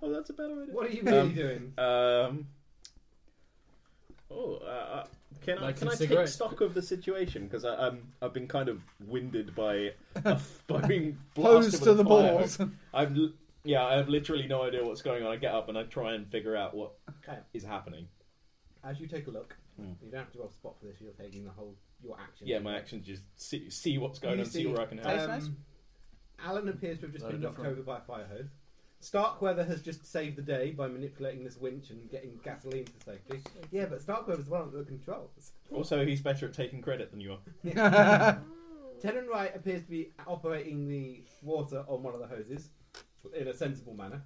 Oh, that's a better idea. What are you really Um, doing? Um. Oh, uh, uh, can I Like can a I take cigarette. stock of the situation because I um I've been kind of winded by [LAUGHS] a fucking Close blast to the balls. balls. [LAUGHS] I've l- yeah, I have literally no idea what's going on. I get up and I try and figure out what Okay. is happening. As you take a look, Hmm. you don't have to roll spot for this. You're taking the whole your action. Yeah, my actions just see, see what's going You on, see, see- where I can help. Um, Alan appears to have just Load been of knocked over by a fire hose. Starkweather has just saved the day by manipulating this winch and getting gasoline to safety. Yeah, but Starkweather's the one at the controls. Also, he's better at taking credit than you are. Tennant Wright appears to be operating the water on one of the hoses in a sensible manner.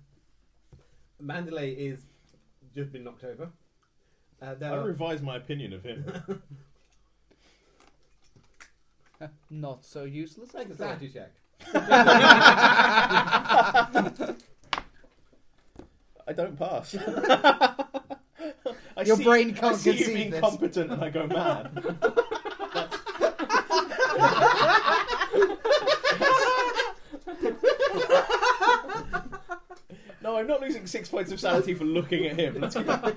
Mandalay is just been knocked over. Uh, there I are- revise my opinion of him. Not so useless. Make a sanity check. [LAUGHS] I don't [LAUGHS] pass. [LAUGHS] I Your see- brain I can't see you conceive being this. competent, and I go [LAUGHS] mad. no, I'm not losing six points of sanity for looking at him. Let's go.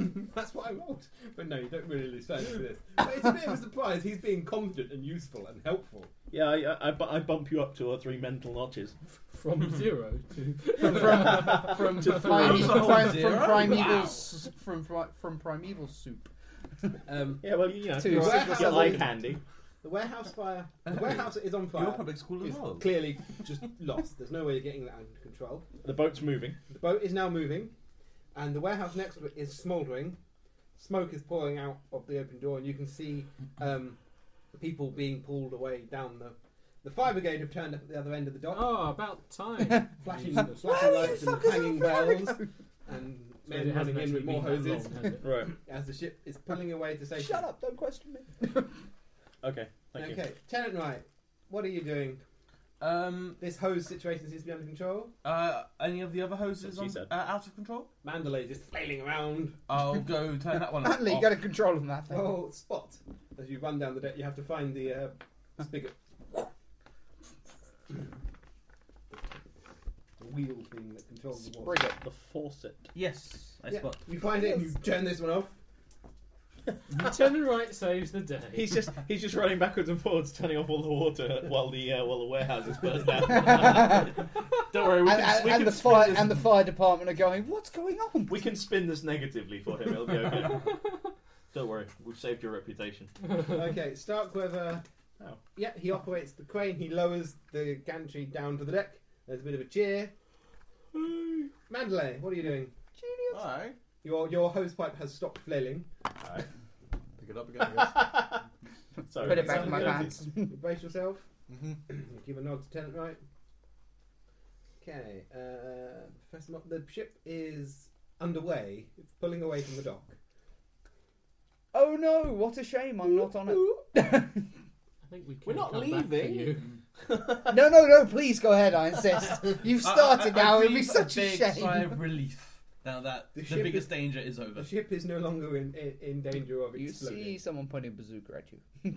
[LAUGHS] That's what I rolled. But no, you don't really lose sanity for this. But it's a bit of a surprise. He's being competent and useful and helpful. Yeah, I, I- I, bu- I bump you up two or three mental notches. From zero to. from, to prime, three. prime, from primeval s- from pri- from primeval soup. Um, Yeah, well, you know, Two. [LAUGHS] you're Well, right, that's your a- eye candy. the warehouse fire. The warehouse is on fire. Your public school as It's well. clearly just lost. There's no way of getting that under control. The boat's moving. The boat is now moving, and the warehouse next to it is smouldering. Smoke is pouring out of the open door, and you can see um, people being pulled away down the. The fire brigade have turned up at the other end of the dock, Oh, ah, about time. flashing, Jesus. flashing lights and hanging bells, and men running in with more hoses Right. as the ship is pulling away to safety. Shut up! Don't question me. [LAUGHS] Okay. Thank you. Okay, Tenant Knight, what are you doing? Um, This hose situation seems to be under control. uh, any of the other That's hoses what on, she uh, said. out of control? Mandalay just flailing around. I'll go turn that one off. Oh. Manly, you got to control on that thing. Oh, spot! As you run down the deck, you have to find the uh, spigot. the wheel thing that controls the water. Bring it. The faucet. Yes, I Yeah. spot. You find it and you turn this one off. Turning right saves the day. [LAUGHS] He's just he's just running backwards and forwards, turning off all the water while the uh, while the warehouse is burned [LAUGHS] down. [LAUGHS] Don't worry, we And, can, and, we and can the spin fire this, and the fire department are going. What's going on? we can spin this negatively for him. It'll be okay. Don't worry, we've saved your reputation. okay, Starkweather. Oh. Yeah, he operates the crane. He lowers the gantry down to the deck. There's a bit of a cheer. Mandalay, what are you doing? Oh, Alright. Your your hose pipe has stopped flailing. Pick it up again. I guess. Sorry, Put it back in my Sorry. pants. [LAUGHS] You brace yourself. Mm-hmm. Mhm. Give a nod to Tenant Right. Okay, uh, Professor Mop, the ship is underway. It's pulling away from the dock. Oh no! What a shame! I'm not on it. I think we can We're not come back to leaving. you. [LAUGHS] No, no, no! Please go ahead. [LAUGHS] I insist. You've started I- I- I now. It'd be breathe such a, big Sigh shame. of relief now that The the, ship biggest is- danger is over. The ship is no longer in, in, in danger of You exploding. see someone pointing a bazooka at you.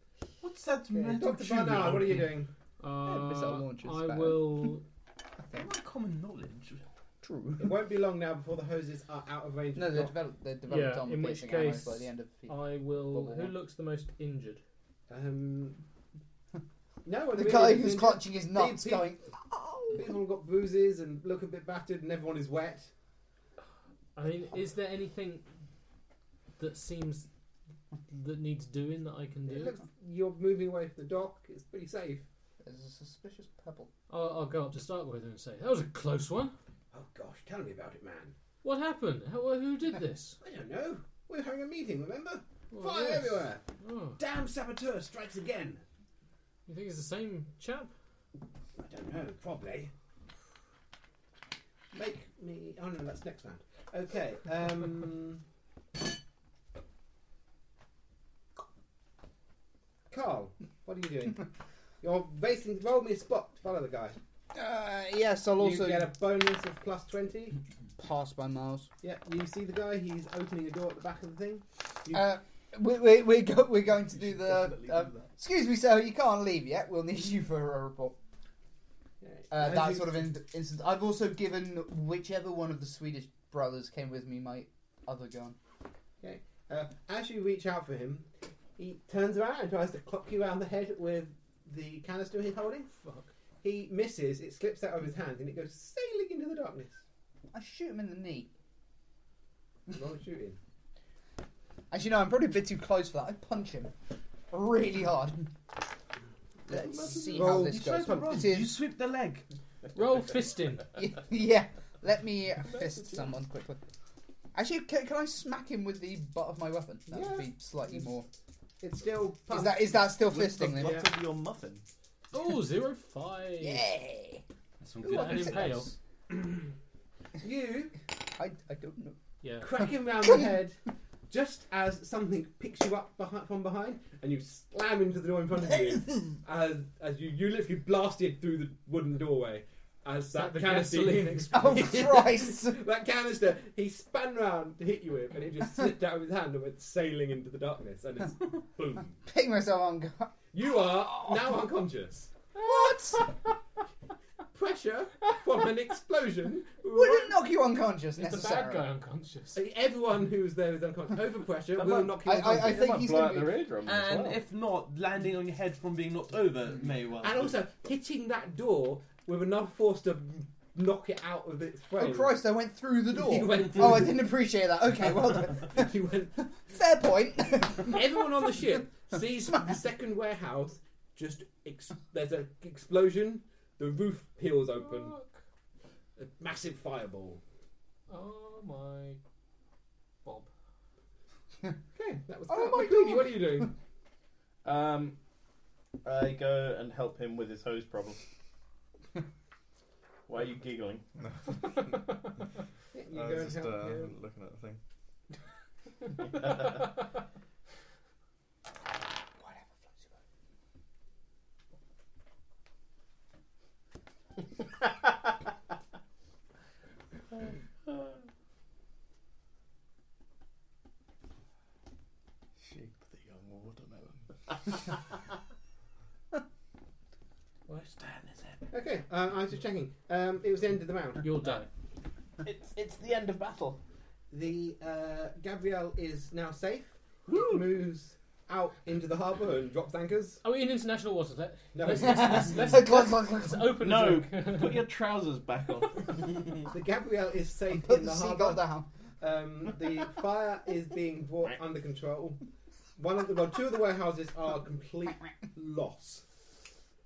[LAUGHS] What's that Okay, metal Dr. Barnard, what are you doing? Uh, missile launch is I bad. will. I think. Not common knowledge. True. It won't be long now before the hoses are out of range. No, of they're the dock. developed. They're developed Yeah, on in which piercing ammo case, by the end of the. I will. Bubble Who one. looks the most injured? [LAUGHS] um, no, The guy who's clutching his nuts, Pete- going. People have got bruises and look a bit battered, and everyone is wet. I mean, is there anything that seems that needs doing that I can do? It looks you're moving away from the dock. It's pretty safe. There's a suspicious pebble. I'll, I'll go up to start with and say that was a close one. Oh gosh, tell me about it, man. What happened? How, who [LAUGHS] did this? I don't know. We're having a meeting, remember? Well, Fire yes. everywhere. Oh, Damn saboteur strikes again. you think it's the same [LAUGHS] chap? I don't know. Probably. Make me. Oh no, that's next round. Okay. Um. Carl, what are you [LAUGHS] doing? You're basically roll me a spot to follow the guy. Uh, yes, I'll you also get a bonus of plus twenty. pass by Miles. Yeah, you see the guy. He's opening a door at the back of the thing. You- Uh, we, we, we're, go- we're going to do the. Definitely Um, do that. excuse me, sir, you can't leave yet. We'll need you for a report. Uh, As that you- sort of in- instance. I've also given whichever one of the Swedish brothers came with me my other gun. Uh, as you reach out for him, he turns around and tries to clock you around the head with the canister he's holding. Fuck. He misses, it slips out of his hand, and it goes sailing into the darkness. I shoot him in the knee. Roll shooting. As you know, I'm probably a bit too close for that. I punch him really hard. Let's see how Roll- this you tried goes. to roll. This You is, sweep the leg. Roll fisting. [LAUGHS] yeah, let me fist someone quickly. Actually, can, can I smack him with the butt of my weapon? That would Yeah. be slightly more. It's still. Is pumped. that is that still With the fisting? Then? butt of your muffin. Oh, zero five. Yay! That's what Is that an impale? you I, I don't know. [LAUGHS] Yeah. crack him round the head just as something picks you up behi- from behind, and you slam into the door in front of [LAUGHS] you as, as you you literally blasted through the wooden doorway. As that, that the canister, gasoline Oh Christ! [LAUGHS] that canister, he spun round to hit you with, and it just slipped out of his hand and went sailing into the darkness. And it's boom. Pick myself on. go- You are now unconscious. What? Pressure from an explosion. Would it knock you unconscious It's the bad necessarily? guy unconscious. Everyone who's there is unconscious. Overpressure That will might- knock you I, unconscious. I, I think might he's blow out going to their be. eardrum as And well. if not, landing on your head from being knocked over may well. And do. also hitting that door with enough force to knock it out of its frame. Oh [LAUGHS] Christ! I went through the door. He went through oh, I the- didn't appreciate that. Okay, well done. [LAUGHS] He went- Fair point. [LAUGHS] Everyone [LAUGHS] on the ship sees the second warehouse. Just ex- there's an explosion. The roof peels open. Fuck. A massive fireball. Oh my. Bob. Okay, that was. Oh my McCready, God. What are you doing? Um, I go and help him with his hose problem. Why are you giggling? Yeah, you I go was and just help uh, him. looking at the thing. Shake the young watermelon. [LAUGHS] Okay, uh, I was just checking. Um, it was the end of the round. You'll die. It's it's the end of battle. The uh, Gabrielle is now safe. It moves out into the harbour and drops anchors. Are we in international waters? Let, No. let's, let's, let's, Glug, glug, glug. let's open No. the drink. Put your trousers back on. [LAUGHS] The Gabrielle is safe Put in the the seagull harbour. down. Um, the fire is being brought under control. One of the well, two of the warehouses are complete loss.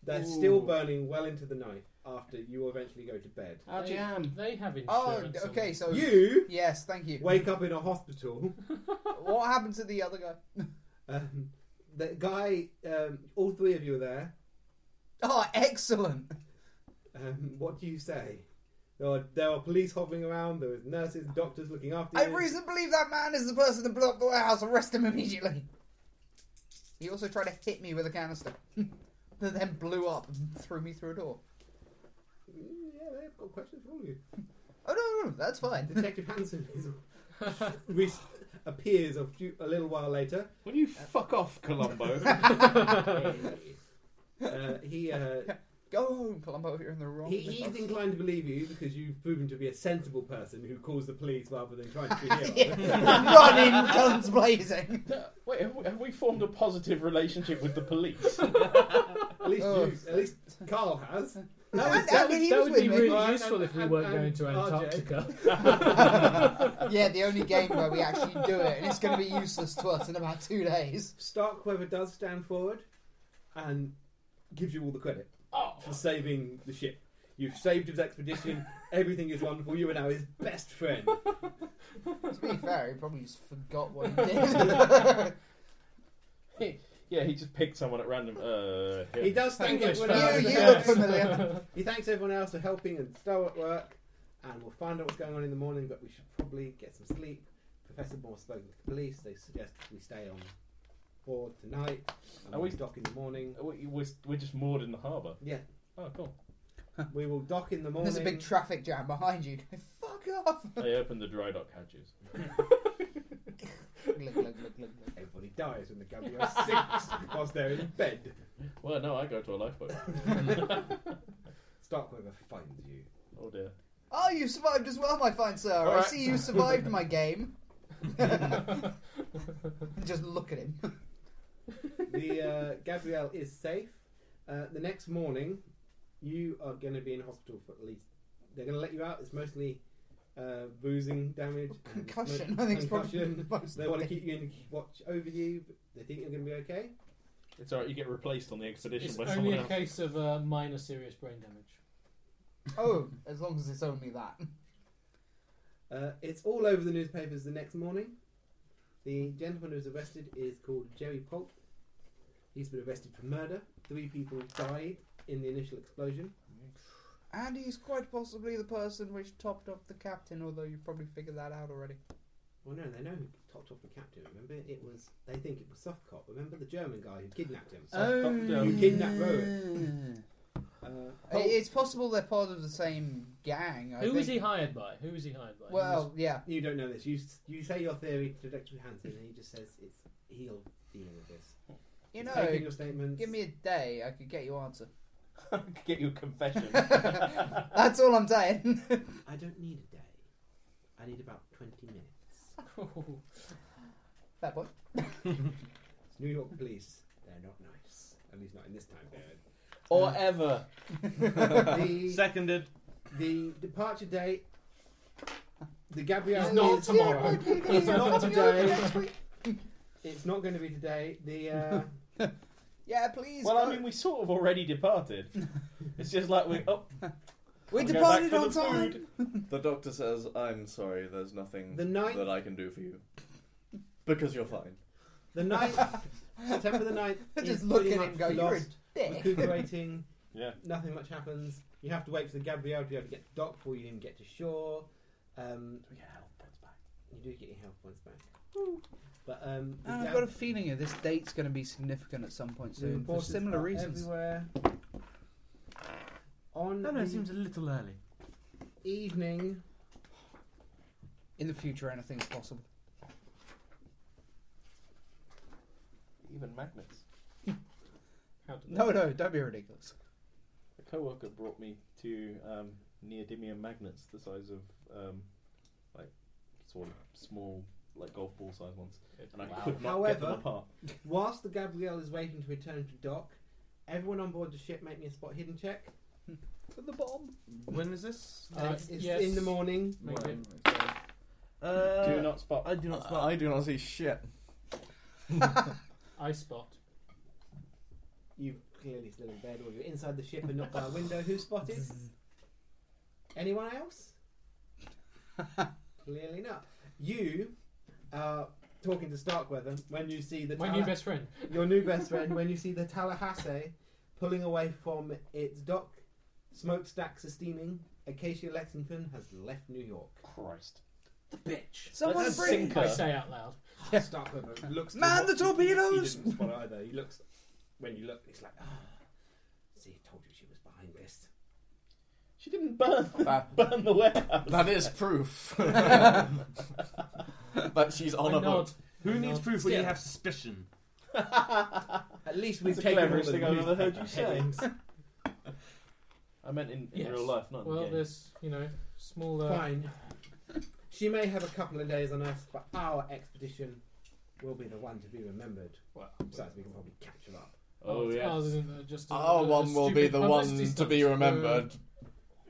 They're still burning well into the night after you eventually go to bed. Our [LAUGHS] They- jam. They have Oh, insurance. on okay. them. So You Yes, thank you. wake up in a hospital. [LAUGHS] What happened to the other guy? [LAUGHS] Um, the guy, um, all three of you are there. Oh, excellent. Um, what do you say? There are, there are police hovering around. There is nurses, doctors looking after I you. reason to believe that man is the person that blew up the warehouse. Arrest him immediately. He also tried to hit me with a canister [LAUGHS] that then blew up and threw me through a door. Mm, yeah, they've got questions for all of you. Oh no, no, no that's fine. [LAUGHS] [LAUGHS] Detective Hanson is, re- appears a, few, a little while later. Will you fuck off, Columbo? [LAUGHS] Uh, he, uh, Go home, Columbo. You're in the wrong. he he's [LAUGHS] inclined to believe you because you've proven to be a sensible person who calls the police rather than trying to be a [LAUGHS] hero. Running, guns blazing. [LAUGHS] Wait, have we, have we formed a positive relationship with [LAUGHS] the police? At least, Oh. you, at least Carl has. And- That and would, he that was would with be me. really Well, useful and- if we and- weren't and going to RJ. Antarctica. Yeah, the only game where we actually do it, and it's going to be useless to us in about two days. Starkweather does stand forward and gives you all the credit for saving the ship. You've saved his [LAUGHS] expedition. Everything is wonderful. You are now his best friend. To [LAUGHS] be fair, he probably just forgot what he [LAUGHS] did. yeah, he just picked someone at random. Uh, here. He does thank English everyone fellow. else. for you, you help. look familiar. He thanks everyone else for helping and still at work. And we'll find out what's going on in the morning. But we should probably get some sleep. Professor Moore spoke to the police. They suggest we stay on board tonight. And Are we we- dock in the morning? We- We're, we're just moored in the harbour. Yeah. Oh, cool. We will dock in the morning. There's a big traffic jam behind you. [LAUGHS] Go, Fuck [LAUGHS] off! They opened the dry dock hatches. Glug, glug, glug, glug, glug. Everybody dies when the Gabriel [LAUGHS] sinks whilst they're in bed. Well, no, I go to a lifeboat. Starkweather finds you. Oh dear. Oh, you survived as well, my fine sir. I Alright. see you survived my [LAUGHS] game. [LAUGHS] Just look at him. [LAUGHS] the uh, Gabrielle is safe. Uh, the next morning, you are going to be in hospital for at least. They're going to let you out. It's mostly uh, bruising damage, and Concussion. smoke- I think it's probably concussion. [LAUGHS] the most. They want to keep you and watch over you. But they think you're going to be okay. It's alright, you get replaced on the expedition it's by only someone a [LAUGHS] else. case of uh, minor serious brain damage. Oh, as long as it's only that. Uh, it's all over the newspapers the next morning. The gentleman who's arrested is called Jerry Polk. He's been arrested for murder. Three people died in the initial explosion. And he's quite possibly the person which topped off the captain, although you probably figured that out already. Well, no, they know who topped off the captain. Remember, it was they think it was Softcop. Remember the German guy who kidnapped him. Oh, You kidnapped Rowan. Oh. Uh, I- Polk- It's possible they're part of the same gang. I Who was he think. hired by? Who was he hired by? He Well, yeah. you don't know this. You s- you say your theory to Detective Hansen, and he just says it's he'll deal with this. You He's know, taking your statements. give me a day, I could get you answer. [LAUGHS] get [LAUGHS] your confession. That's all I'm saying. [LAUGHS] I don't need a day. I need about twenty minutes. was- Fair point. It's New York police. They're not nice. At least not in this time [LAUGHS] period. or ever. the, Seconded. the departure date. The Gabrielle It's is- not tomorrow. It's [LAUGHS] not today. Next week. It's not going to be today. The [LAUGHS] uh, Yeah, please. Well, I go. mean, we sort of already departed. It's just like we. Oh, we I'll go back departed for on the time. food. The doctor says, "I'm sorry. There's nothing The ninth- that I can do for you because you're fine." the night September the 9th. [LAUGHS] Just is [LAUGHS] look pretty at much him go, "You're a lost, dick." recuperating. Yeah. Nothing much happens. You have to wait for the Gabrielle to be able to get to dock before you even get to shore. Um, We get help points back. you do get your health points back. But um, the And Ah, I've Gab- got a feeling that this date's going to be significant at some point soon for importance similar are reasons. Everywhere. On No, no, the it seems a little early. evening, In the future, anything's possible. Even magnets. How did No, no, don't be ridiculous. A coworker brought me to um, neodymium magnets the size of um, like sort of small like golf ball size ones, and I Wow. could not get them However- apart. whilst the Gabrielle is waiting to return to dock, everyone on board the ship make me a spot hidden check. To the bomb. When is this? Uh, it's it's yes. in the morning. Make it. Uh, do not spot. I do not spot. I do not see shit. I spot. You clearly still in bed, or you're inside the ship and not by a window. Who spotted? Anyone [LAUGHS] else? clearly not. You are talking to Starkweather when you see the My new best friend. your new best friend when you see the Tallahassee pulling away from its dock. Smokestacks are steaming. Acacia Lexington has left New York. Christ. The bitch. Someone Let's bring. sink I her. say out loud. Starkweather looks. to Man, what- the torpedoes! He didn't spot it either. He looks when you look. It's like, ah, see, I told you she was behind this. She didn't burn That- [LAUGHS] burn the warehouse. That is [LAUGHS] proof that she's on I a boat. nod. Who I needs nod. proof when you Still. have suspicion? At least we've That's the taken all cleverest the thing I've ever heard you newspaper say. headings. I meant in, in Yes. real life, not Well, in game. there's you know small. Uh, Fine. She may have a couple of days on Earth, but our expedition will be the one to be remembered. Well, Besides, we can probably catch her up. Oh, yes. Ours isn't uh, just a- Our a- a Ah, Oh, one will be stupid the publicity one to stunt. be remembered Uh,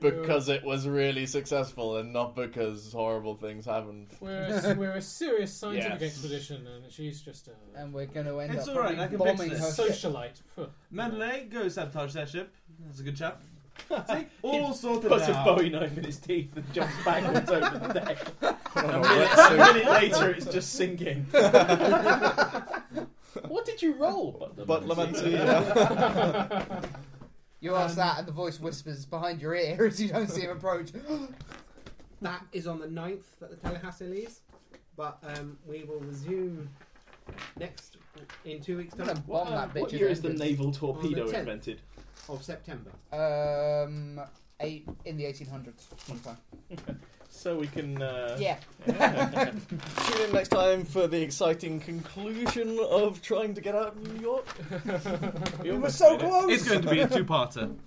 because it was really successful and not because horrible things happened. [LAUGHS] We're a, we're a serious scientific Yes. expedition, and she's just a And we're going to end It's up all right, probably I can fix bombing this. her ship. socialite. Phew. Mandalay, go sabotage that ship. That's a good chap. See, all sorted Puts a out. Bowie knife in his teeth and jumps backwards over the deck. Put on A a minute, a wetsuit. minute later, it's just [LAUGHS] sinking. what did you roll? But, But Lamancy, [LAUGHS] You ask Um, that, and the voice whispers behind your ear [LAUGHS] as you don't see [LAUGHS] him approach. That is on the 9th that the Tallahassee leaves, but um, we will resume next in two weeks' I'm gonna time bomb that bitch. what year is the naval On torpedo the tenth. invented? of September. Um, eight in the 1800s. sometime. So we can. Uh, [LAUGHS] Yeah. Tune in next time for the exciting conclusion of trying to get out of New York. we We were almost so made it. close. [LAUGHS] It's going to be a two-parter.